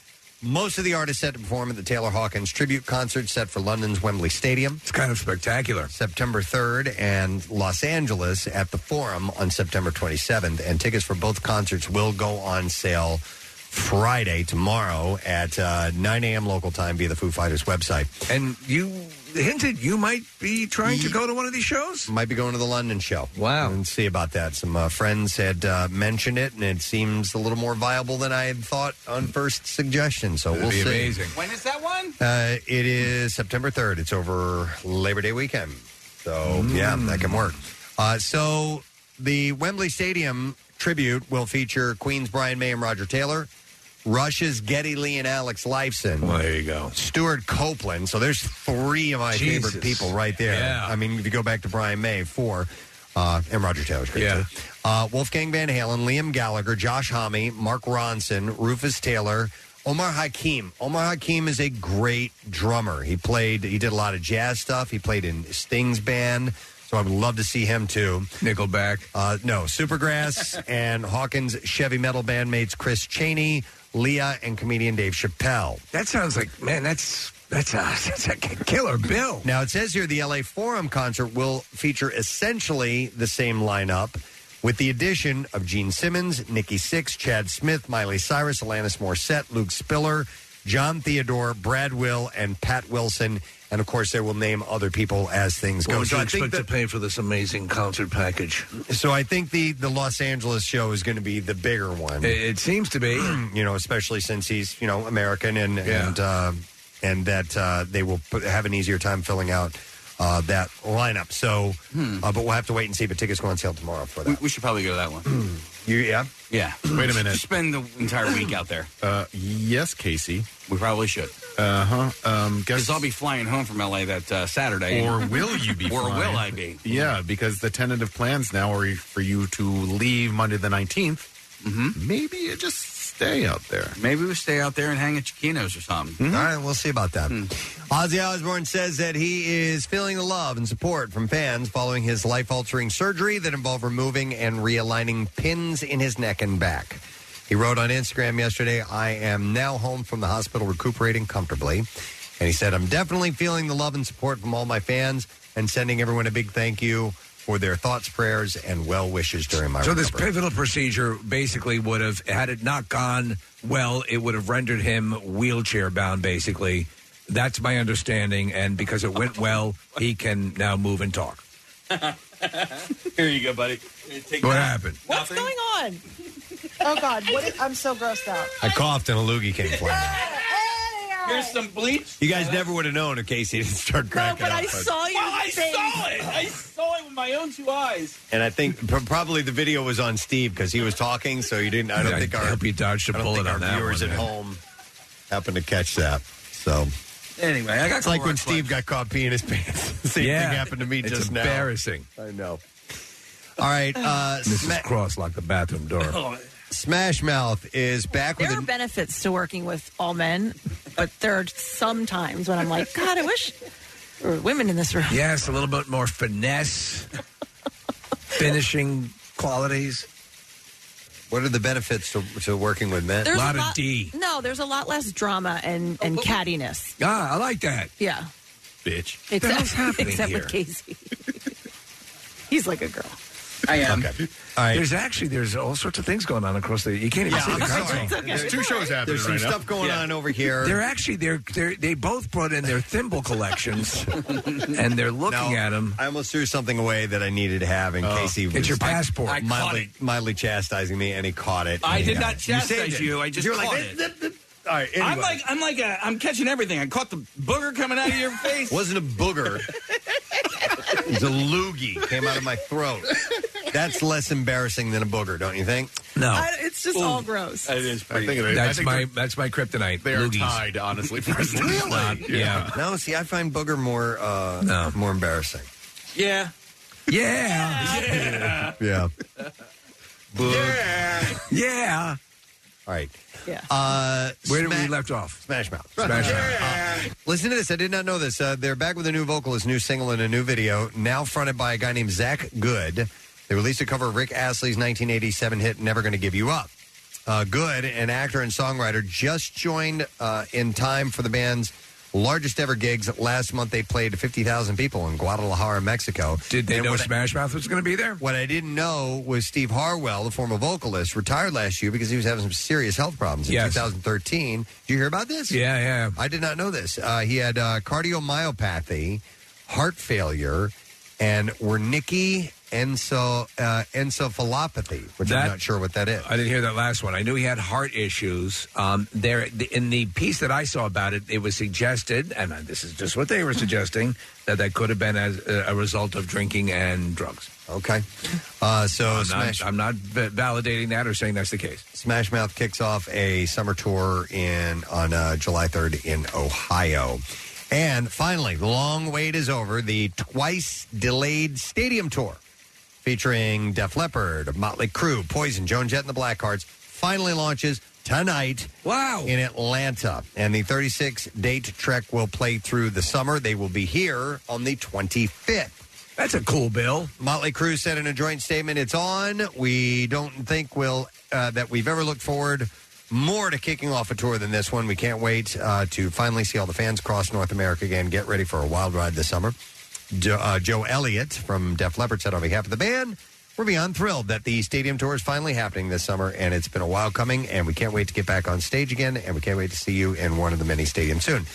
S2: most of the artists set to perform at the Taylor Hawkins tribute concert set for London's Wembley Stadium. It's
S9: kind of spectacular.
S2: September 3rd and Los Angeles at the Forum on September 27th. And tickets for both concerts will go on sale Friday, tomorrow at uh, 9 a.m. local time via the Foo Fighters website.
S9: And you hinted you might be trying to go to one of these shows?
S2: Might be going to the London show. Wow. And see about that. Some uh, friends had uh, mentioned it, and it seems a little more viable than I had thought on first suggestion. So we'll see.
S5: When is that one?
S2: Uh, it is September 3rd. It's over Labor Day weekend. So, yeah, that can work. Uh, so, the Wembley Stadium tribute will feature Queen's Brian May and Roger Taylor, Russia's Getty Lee and Alex Lifeson.
S9: Well, there you go.
S2: Stuart Copeland. So there's three of my
S9: Jesus.
S2: favorite people right there.
S9: Yeah.
S2: I mean, if you go back to Brian May, four. Uh, and Roger Taylor's great yeah. too. Uh, Wolfgang Van Halen, Liam Gallagher, Josh Homme, Mark Ronson, Rufus Taylor, Omar Hakim. Omar Hakim is a great drummer. He played, he did a lot of jazz stuff. He played in Sting's band. So I would love to see him too.
S9: Nickelback.
S2: Uh,
S9: [laughs]
S2: no, Supergrass and Hawkins Chevy metal bandmates Chris Cheney, Leah, and comedian Dave Chappelle.
S9: That sounds like man. That's that's a that's a killer bill.
S2: Now it says here the LA Forum concert will feature essentially the same lineup. With the addition of Gene Simmons, Nikki Six, Chad Smith, Miley Cyrus, Alanis Morissette, Luke Spiller, John Theodore, Brad Will, and Pat Wilson, and of course they will name other people as things
S9: What
S2: go.
S9: would
S2: So
S9: you
S2: I think
S9: expect
S2: that-
S9: to pay for this amazing concert package?
S2: So I think the the Los Angeles show is going to be the bigger one.
S9: It- it seems to be,
S2: [clears throat] you know, especially since he's you know American and
S9: Yeah.
S2: and uh, and that uh, they will put, have an easier time filling out uh, that lineup. So,
S9: Hmm.
S2: uh, but we'll have to wait and see. But tickets go on sale tomorrow for that.
S5: We, we should probably go to that one.
S2: You, yeah,
S5: Yeah.
S6: Wait a minute.
S5: Spend the entire week out there.
S6: Uh, yes, Casey.
S5: We probably should.
S6: Uh huh. Um, guess
S5: Because I'll be flying home from LA that uh, Saturday.
S6: Or will you be?
S5: [laughs] Or
S6: flying?
S5: will I be?
S6: Yeah, because the tentative plans now are for you to leave Monday the 19th. Mm-hmm. Maybe you just stay out there.
S5: Maybe we stay out there and hang at Chiquinos or something.
S2: All right, we'll see about that. Ozzy Osbourne says that he is feeling the love and support from fans following his life altering surgery that involved removing and realigning pins in his neck and back. He wrote on Instagram yesterday, I am now home from the hospital recuperating comfortably. And he said, I'm definitely feeling the love and support from all my fans and sending everyone a big thank you for their thoughts, prayers, and well wishes during my
S9: so this
S2: recovery."
S9: pivotal procedure basically would have had it not gone well, it would have rendered him wheelchair bound. Basically, that's my understanding. And because it went well, he can now move and talk.
S5: Here you go, buddy. Here, take
S9: What
S5: that.
S9: happened?
S5: Nothing.
S15: going on? Oh God! What is, I'm so grossed out.
S2: I coughed and a loogie came flying.
S5: Here's some bleach.
S2: You guys never would have known if Casey didn't start cracking up.
S15: you.
S5: I saw it. I saw it with my own two eyes.
S2: And I think pr- probably the video was on Steve because he was talking, so you didn't. I don't
S9: Yeah, I
S2: think our
S9: hope you dodged a
S2: I don't
S9: bullet
S2: think our
S9: on that
S2: viewers
S9: one,
S2: at
S9: man.
S2: home happened to catch that. So
S5: Anyway, I got
S2: it's like when
S5: chlorox
S2: Steve got caught peeing his pants. [laughs] Same
S9: Yeah.
S2: thing happened to me
S9: It's
S2: just now.
S9: embarrassing.
S2: I know. All right, uh, Oh.
S9: Mrs. Cross locked the bathroom door.
S2: Smash Mouth is back with
S13: There
S2: a
S13: are benefits to working with all men, but there are some times when I'm like, God, I wish there were women in this room.
S9: Yes, a little bit more
S13: [laughs]
S9: finesse, finishing qualities.
S2: What are the benefits to, to working with men?
S13: There's No, there's a lot less drama and and
S2: Oh.
S13: cattiness.
S9: Ah, I like that,
S13: Yeah,
S6: bitch.
S13: except except with Casey. [laughs] He's like a girl.
S5: I
S9: am.
S2: All right.
S9: There's actually there's all sorts of things going on across the. You can't even
S2: Yeah,
S9: see
S2: I'm
S9: the
S2: sorry.
S9: console.
S2: It's okay. There's two shows happening There's some right now. stuff going on over here.
S9: They're actually they're, they're they both brought in their thimble [laughs] collections, and they're looking
S2: No,
S9: at them.
S2: I almost threw something away that I needed to have in
S9: Oh.
S2: case he
S9: It's
S2: was
S9: your passport.
S2: I,
S9: I caught
S2: mildly, mildly chastising me, and he caught it.
S5: I
S2: and he
S5: did
S2: got
S5: not
S2: it.
S5: chastise
S2: saved
S5: you. I just
S2: You're
S5: caught
S2: like,
S5: it.
S2: "Th- th- th-" All right, anyway.
S5: I'm like I'm like a, I'm catching everything. I caught the booger coming out of your face.
S2: Wasn't a booger. It's a loogie came out of my throat. That's less embarrassing than a booger, don't you think?
S9: No.
S15: I- it's just all gross.
S5: It is
S2: pretty- I think it is. I
S9: That's
S2: think
S9: my
S2: they're-
S9: that's my kryptonite.
S2: they are
S9: loogies.
S2: tied,
S6: honestly,
S9: It's not- yeah.
S2: No, see, I find booger more uh, more embarrassing.
S5: Yeah.
S9: Yeah.
S5: Yeah.
S2: Yeah.
S5: Yeah.
S9: [laughs] Yeah.
S2: All right.
S13: Yeah.
S2: Uh,
S9: Where did
S2: Sma-
S9: we left off?
S2: Smash Mouth.
S9: Smash Mouth.
S2: Listen to this. I did not know this. Uh, they're back with a new vocalist, new single, and a new video, now fronted by a guy named Zach Good. They released a cover of Rick Astley's 1987 hit, Never Gonna Give You Up. Uh, Good, an actor and songwriter, just joined uh, in time for the band's largest ever gigs. Last month, they played to 50,000 people in Guadalajara, Mexico.
S9: Did they
S2: And
S9: know
S2: what I-
S9: Smash Mouth was going to be there?
S2: what I didn't know was Steve Harwell, the former vocalist, retired last year because he was having some serious health problems in
S9: Yes.
S2: 2013. Did you hear about this?
S9: Yeah, yeah.
S2: I did not know this. Uh, he had uh, cardiomyopathy, heart failure, and Wernicke enso, uh, encephalopathy, which
S9: That-
S2: I'm not sure what that is.
S9: I didn't hear that last one. I knew he had heart issues. Um, there in the piece that I saw about it, it was suggested, and this is just what they were suggesting, that that could have been as a, a result of drinking and drugs.
S2: Okay. Uh, so
S9: I'm
S2: Smash-
S9: not, I'm not va- validating that or saying that's the case.
S2: Smash Mouth kicks off a summer tour in on uh, July 3rd in Ohio. And finally, the long wait is over. The twice delayed stadium tour featuring Def Leppard, Motley Crue, Poison, Joan Jett, and the Blackhearts finally launches tonight.
S9: Wow.
S2: In Atlanta. And the 36 date trek will play through the summer. They will be here on the 25th.
S9: That's a cool bill.
S2: Motley Crue said in a joint statement, "It's on. We don't think we'll uh, that we've ever looked forward more to kicking off a tour than this one. We can't wait uh, to finally see all the fans cross North America again. Get ready for a wild ride this summer." Jo- uh, Joe Elliott from Def Leppard said on behalf of the band, "We're beyond thrilled that the stadium tour is finally happening this summer, and it's been a while coming. And we can't wait to get back on stage again, and we can't wait to see you in one of the many stadiums soon."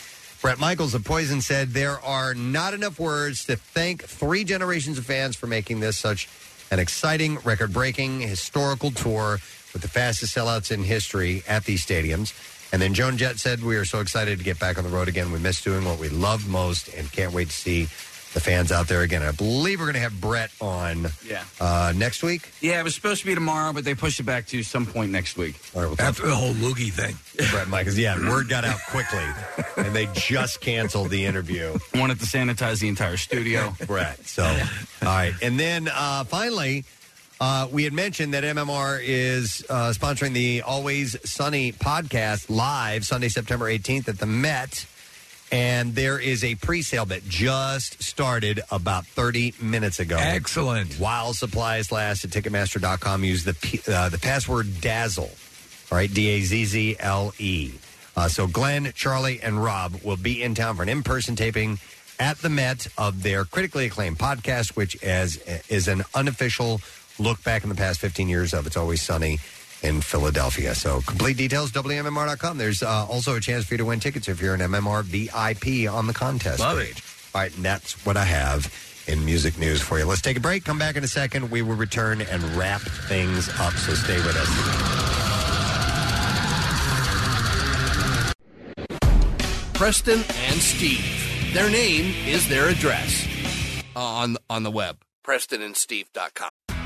S2: Brett Michaels of Poison said there are not enough words to thank three generations of fans for making this such an exciting, record breaking, historical tour with the fastest sellouts in history at these stadiums. And then Joan Jett said, We are so excited to get back on the road again. We miss doing what we love most and can't wait to see the fans out there again. I believe we're going to have Brett on
S5: Yeah.
S2: uh, next week.
S5: Yeah, it was supposed to be tomorrow, but they pushed it back to some point next week.
S9: After the whole loogie thing.
S5: [laughs]
S2: Brett Michaels, yeah, word got out quickly, and they just canceled the interview.
S5: Wanted to sanitize the entire studio.
S2: [laughs] Brett. So, all right. And then uh, finally, uh, we had mentioned that MMR is uh, sponsoring the Always Sunny podcast live Sunday, September 18th at the Met. And there is a pre sale that just started about 30 minutes ago.
S9: Excellent.
S2: While supplies last at Ticketmaster.com, use the, P- uh, the password DAZZLE. All right, D A Z Z L E. Uh, so Glenn, Charlie, and Rob will be in town for an in-person taping at the Met of their critically acclaimed podcast, which as is an unofficial look back in the past 15 years of It's Always Sunny in Philadelphia. So complete details, WMMR.com. There's uh, also a chance for you to win tickets if you're an MMR VIP on the contest
S9: Love
S2: page. All right, and that's what I have in music news for you. Let's take a break. Come back in a second. We will return and wrap things up, so stay with us.
S8: Preston and Steve. Their name is their address Uh, on on the web. PrestonandSteve.com.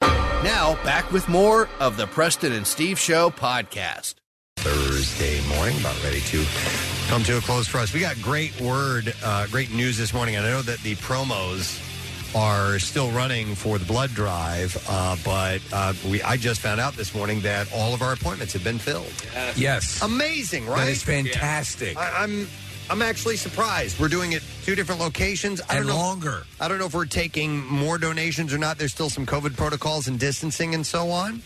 S8: Now back with more of the Preston and Steve Show podcast.
S2: Thursday morning, about ready to come to a close for us. We got great word, uh, great news this morning. I know that the promos are still running for the blood drive, uh, but uh, we I just found out this morning that all of our appointments have been filled.
S9: Yes.
S2: Amazing, right?
S9: That is fantastic.
S2: I, I'm I'm actually surprised. We're doing it two different locations. I
S9: And
S2: don't know
S9: longer.
S2: I don't know if we're taking more donations or not. There's still some COVID protocols and distancing and so on.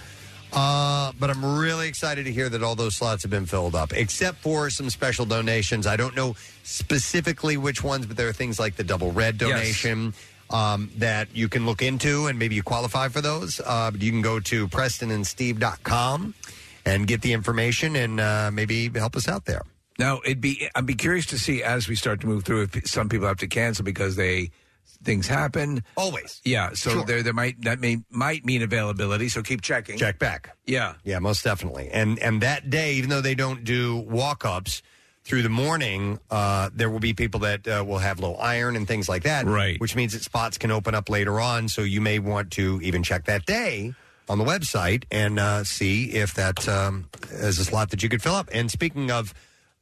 S2: Uh, but I'm really excited to hear that all those slots have been filled up, except for some special donations. I don't know specifically which ones, but there are things like the double red
S9: Yes.
S2: donation um, that you can look into, and maybe you qualify for those. Uh, but you can go to PrestonandSteve.com and get the information, and uh, maybe help us out there.
S9: Now, it'd be I'd be curious to see as we start to move through if some people have to cancel because they things happen.
S2: Always.
S9: Yeah, so
S2: Sure.
S9: there there might that may might mean availability, so keep checking.
S2: Check back.
S9: Yeah.
S2: Yeah, most definitely. And and that day, even though they don't do walk ups through the morning, uh, there will be people that uh, will have low iron and things like that. Right. Which means that spots can open up later on. So you may want to even check that day on the website and uh, see if that um, is a slot that you could fill up. And speaking of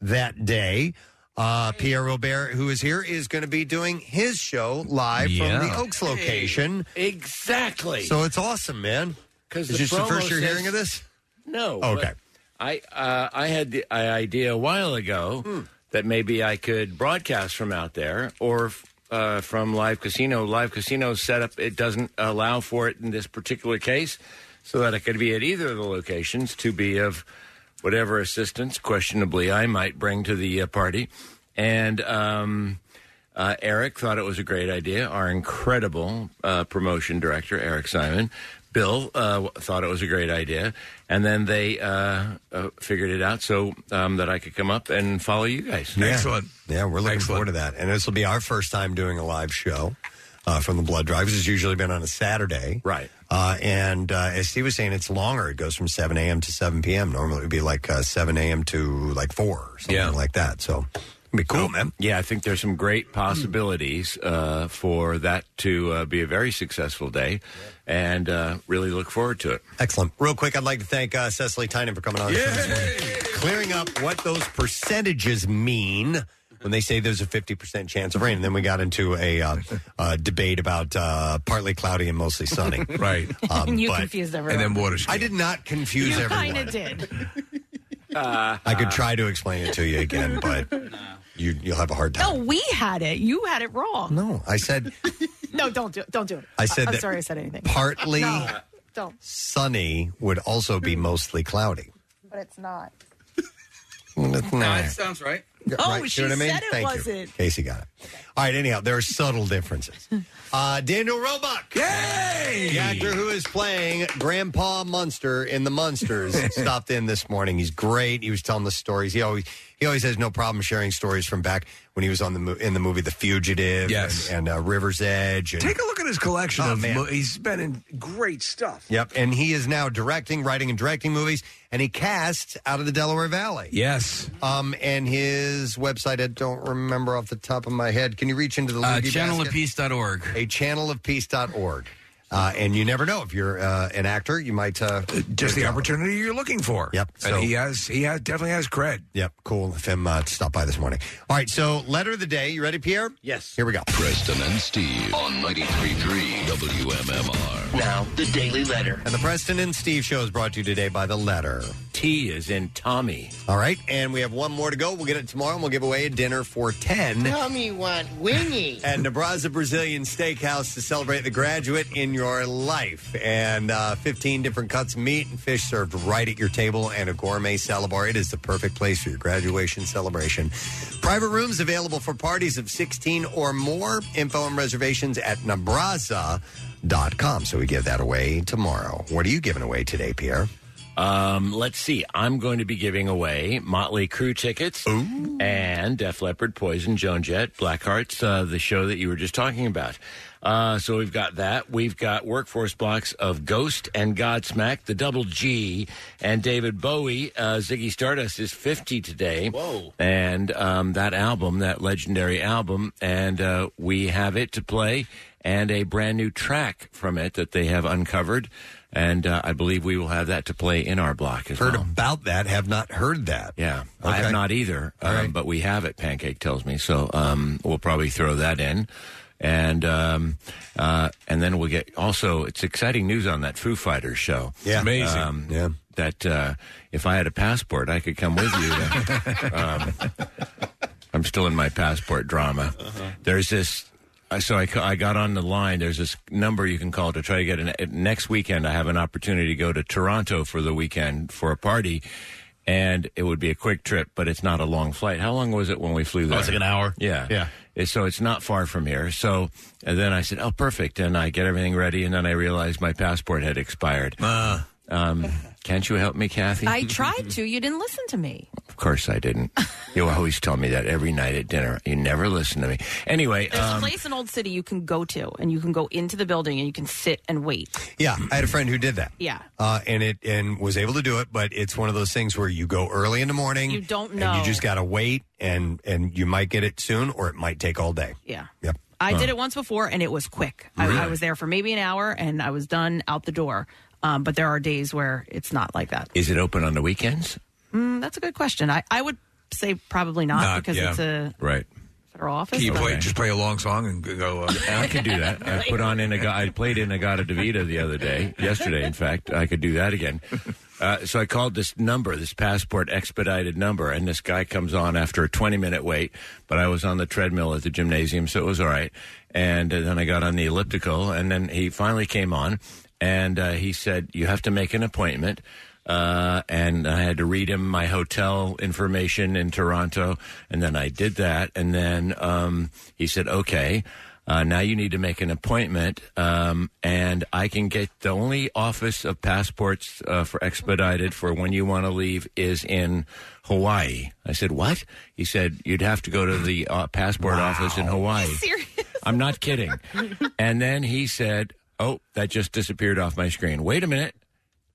S2: that day. Uh, Pierre Robert, who is here, is going to be doing his show live from the
S25: Yeah.
S2: Oaks location.
S25: Exactly.
S2: So it's awesome, man.
S14: Because
S2: is
S14: the
S2: this the
S14: promo
S2: first you're
S14: says-
S2: hearing of this?
S14: No.
S2: Oh,
S14: but
S2: okay.
S14: I uh, I had the i- idea a while ago
S2: Hmm.
S14: that maybe I could broadcast from out there or uh, from Live Casino. Live Casino setup it doesn't allow for it in this particular case, so that I could be at either of the locations to be of whatever assistance questionably I might bring to the uh, party, and. Um, Uh, Eric thought it was a great idea. Our incredible uh, promotion director, Eric Simon. Bill uh, w- thought it was a great idea. And then they uh, uh, figured it out so um, that I could come up and follow you guys.
S2: Yeah. Yeah, we're looking forward to that. And this will be our first time doing a live show uh, from the blood drives. It's usually been on a Saturday. Right. Uh, and uh, as Steve was saying, it's longer. It goes from 7 a.m. to 7 p.m. Normally it would be like uh, 7 a.m. to like 4 or something like that. So it'd be cool, man.
S14: Yeah, I think there's some great possibilities uh, for that to uh, be a very successful day, and uh, really look forward to it.
S2: Excellent. Real quick, I'd like to thank uh, Cecily Tynan for coming on. the show this morning. Clearing up what those percentages mean when they say there's a 50% chance of rain. And then we got into a uh, uh, debate about uh, partly cloudy and mostly sunny.
S9: right.
S2: Um,
S3: [laughs] you
S2: but-
S3: confused everyone.
S2: I did not confuse
S3: you
S2: everyone.
S3: kind of did.
S2: I could try to explain it to you
S3: [laughs]
S2: again, but you, you'll have a hard time.
S3: No, we had it. You had it wrong.
S2: No, I said
S3: No, don't do it. Don't do it.
S2: I said
S3: I'm
S2: that
S3: sorry I said anything.
S2: partly-
S3: No, don't.
S2: sunny would also be mostly cloudy.
S15: But it's not.
S5: No, that sounds right.
S2: Oh, Right, she see what I mean? said it Thank you. wasn't. Casey got it. All right, anyhow, there are subtle
S9: [laughs]
S2: differences. Uh, Daniel Roebuck. Yay! The actor who is playing Grandpa Munster in
S9: [laughs]
S2: The Munsters stopped in this morning. He's great. He was telling the stories. He always he always has no problem sharing stories from back when he was on the mo- in the movie The Fugitive
S9: Yes.
S2: and, and, uh, River's Edge. And,
S9: Take a look at his collection
S2: Oh,
S9: of.
S2: man.
S9: Mo- he's been in great stuff.
S2: Yep, and he is now directing, writing, and directing movies, and he casts out of the Delaware Valley.
S9: Yes.
S2: Um, and his website, I don't remember off the top of my head. Can you reach into the
S5: Uh,
S2: loogie basket?
S5: channelofpeace.org.
S2: A channelofpeace.org. Uh, and you never know if you're uh, an actor, you might uh,
S9: Just the opportunity you're looking for.
S2: Yep.
S9: And he has. He has definitely has cred.
S2: Yep. Cool. If him uh, stop by this morning. All right. So letter of the day. You ready, Pierre? Yes. Here we go.
S1: Preston and Steve on 93.3 WMMR.
S2: Now the Daily Letter. And the Preston and Steve show is brought to you today by the letter
S14: T is in Tommy.
S2: All right, and we have one more to go. We'll get it tomorrow, and we'll give away a dinner for ten.
S19: me one, wingy.
S2: at Nebraska Brazilian Steakhouse to celebrate the graduate in your life. And uh, 15 different cuts of meat and fish served right at your table and a gourmet salad bar. It is the perfect place for your graduation celebration. Private rooms available for parties of 16 or more. Info and reservations at nebraza.com. So we give that away tomorrow. What are you giving away today, Pierre?
S14: Um, let's see. I'm going to be giving away Motley Crue tickets and Def Leppard, Poison, Joan Jett, Blackhearts, uh, the show that you were just talking about. Uh, so we've got that. We've got workforce blocks of Ghost and Godsmack, the double G, and David Bowie. Uh, Ziggy Stardust is 50 today. Whoa. And um, that album, that legendary album, and uh, we have it to play and a brand new track from it that they have uncovered. And uh, I believe we will have that to play in our block as
S2: Heard
S14: well.
S2: about that, have not heard that.
S14: Yeah, I
S2: Okay.
S14: have not either, um, but we have it. Pancake tells me so. Um, we'll probably throw that in, and um, uh, and then we'll get. Also, it's exciting news on that Foo Fighters show. Um,
S2: Yeah. Amazing. yeah,
S14: that uh, if I had a passport, I could come with you.
S2: [laughs]
S14: To, um, I'm still in my passport drama. There's this. I So I, ca- I got on the line. There's this number you can call to try to get an. uh, Next weekend, I have an opportunity to go to Toronto for the weekend for a party, and it would be a quick trip, but it's not a long flight. How long was it when we flew there?
S6: Oh, it's like an hour.
S14: Yeah,
S6: Yeah.
S14: It- So it's not far from here. So and then I said, "Oh, perfect!" And I get everything ready, and then I realized my passport had expired.
S6: Uh.
S14: Um, can't you help me, Kathy?
S13: I tried to. You didn't listen to me.
S14: Of course I didn't. You always tell me that every night at dinner. You never listen to me. Anyway,
S13: There's a
S14: um,
S13: place in Old City you can go to, and you can go into the building and you can sit and wait.
S2: Yeah, I had a friend who did that.
S13: Yeah.
S2: uh, and it and was able to do it. But it's one of those things where you go early in the morning.
S13: You don't
S2: And
S13: know.
S2: you just got to wait, and and you might get it soon, or it might take all day.
S13: Yeah.
S2: Yep.
S13: I did it once before, and it was quick.
S2: Really?
S13: I, I was there for maybe an hour, and I was done out the door. Um, but there are days where it's not like that.
S14: is it open on the weekends?
S13: Mm, that's a good question. I, I would say probably not,
S14: Not,
S13: because
S14: yeah.
S13: it's a
S14: Right.
S13: federal office.
S14: Keep
S13: but-
S14: away.
S9: Just play a long song and go. Uh,
S14: I could do that. I put on in a. I played in Agata Davida the other day. Yesterday, in fact, I could do that again. Uh, so I called this number, this passport expedited number, and this guy comes on after a 20 minute wait. But I was on the treadmill at the gymnasium, so it was all right. And uh, then I got on the elliptical, and then he finally came on, and uh, he said, "You have to make an appointment." uh, and I had to read him my hotel information in Toronto, and then I did that, and then um, he said, "Okay, uh, now you need to make an appointment, um, and I can get the only office of passports uh, for expedited for when you want to leave is in Hawaii." I said, "What?" He said, "You'd have to go to the uh, passport office in Hawaii."
S7: [laughs]
S13: Serious?
S14: [laughs] I'm not kidding. and then he said, "Oh, that just disappeared off my screen. Wait a minute."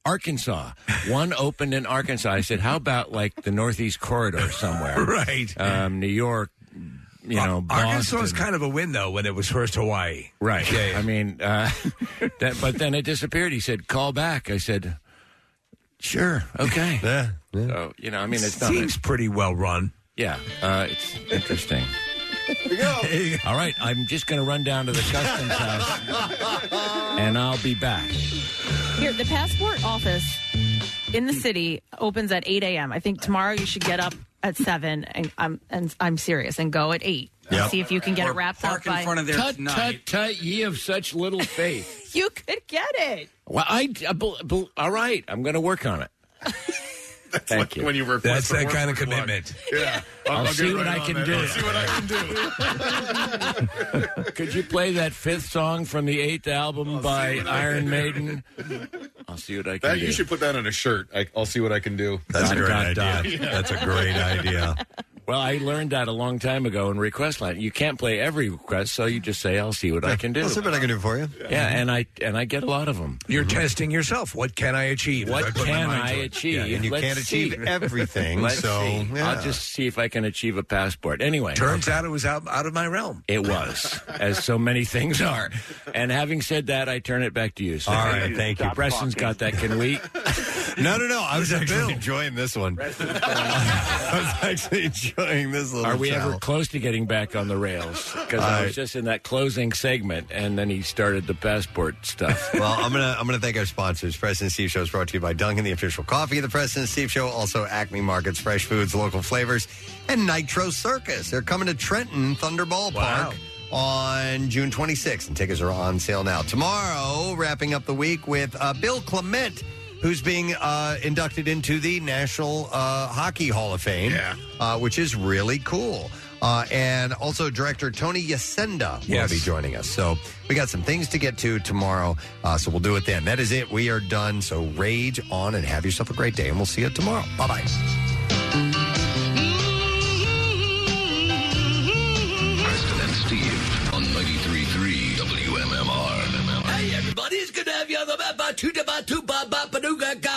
S14: Arkansas. One opened in Arkansas. I said, "How about like the Northeast Corridor somewhere?
S9: [laughs] Right.
S14: Um, New York. You know,
S9: Arkansas was
S14: Boston.
S9: kind of a win though when it was first Hawaii.
S14: Right.
S9: Yeah,
S14: I mean, uh, [laughs] that, but then it disappeared. He said, "Call back." I said, "Sure, okay."
S2: yeah.
S14: So you know, I mean, it's not
S9: seems pretty well run.
S14: Yeah, uh, it's interesting. [laughs] All right, I'm just going to run down to the customs
S13: [laughs]
S14: house and I'll be back.
S13: Here, the passport office in the city opens at 8 a.m. I think tomorrow you should get up at 7, and I'm, and I'm serious, and go at 8. and
S14: Yep.
S13: See if you can get it wrapped up by.
S14: tut, tut, tut, ye of such little faith.
S13: You could get it.
S14: Well, I, I bel- bel- all right. I'm going to work
S13: [laughs]
S14: on it. Thank you.
S6: When you request
S14: That's
S6: for
S14: that
S6: work
S14: kind of
S6: for luck.
S14: commitment.
S6: Yeah.
S14: I'll
S6: get
S14: see what
S6: right
S14: I
S6: on
S14: can
S6: that.
S14: do.
S6: I'll see what I can do.
S14: [laughs] Could you play that fifth song from the eighth album by
S6: what I can do.
S14: Iron Maiden? I'll see what I can
S6: That,
S14: do.
S6: you should put that on a shirt. I, I'll see what I can do.
S14: That's a great idea.
S6: Yeah.
S14: That's a great idea. Well, I learned that a long time ago in request line. You can't play every request, so you just say, "I'll see what I can do."
S2: I'll see what I can do for you.
S14: Yeah, and I and I get a lot of them.
S9: You're testing yourself. What can I achieve?
S14: What
S9: If put my
S14: can
S9: mind
S14: I
S9: to it.
S14: achieve?
S9: Yeah,
S2: and you
S14: Let's
S2: can't
S14: see. [laughs]
S2: achieve everything,
S14: Let's
S2: so,
S14: see.
S2: yeah.
S14: I'll just see if I can achieve a passport. Anyway,
S9: Turns out it was out, out of my realm.
S14: It was, as so many things are. And having said that, I turn it back to you. sir.
S2: All right, thank you.
S14: Preston's got that. Can we?
S2: [laughs] No, no, no. I was actually enjoying this one. [laughs] I was actually enjoying this little.
S14: Are we
S2: chat.
S14: ever close to getting back on the rails? Because
S2: All
S14: I
S2: right.
S14: was just in that closing segment, and then he started the passport stuff.
S2: [laughs] well, I'm gonna I'm gonna thank our sponsors. President Steve Show is brought to you by Dunkin', the official coffee of the President Steve Show. Also, Acme Markets, fresh foods, local flavors, and Nitro Circus. They're coming to Trenton Thunderball Park on June 26th, and tickets are on sale now. Tomorrow, wrapping up the week with uh, Bill Clement, who's being uh, inducted into the National uh, Hockey Hall of Fame, uh, which is really cool. Uh, and also, director Tony Yacenda will
S9: Yes.
S2: be joining us. So we got some things to get to tomorrow. Uh, so we'll do it then. That is it. We are done. So rage on and have yourself a great day. And we'll see you tomorrow. Bye bye.
S1: Preston and Steve on 93.3 WMMR.
S20: Hey, everybody, it's good to have you on the map. Ba- Tuta Ba- Tu Ba- Ba- Ba- Doo- Ga- Ga-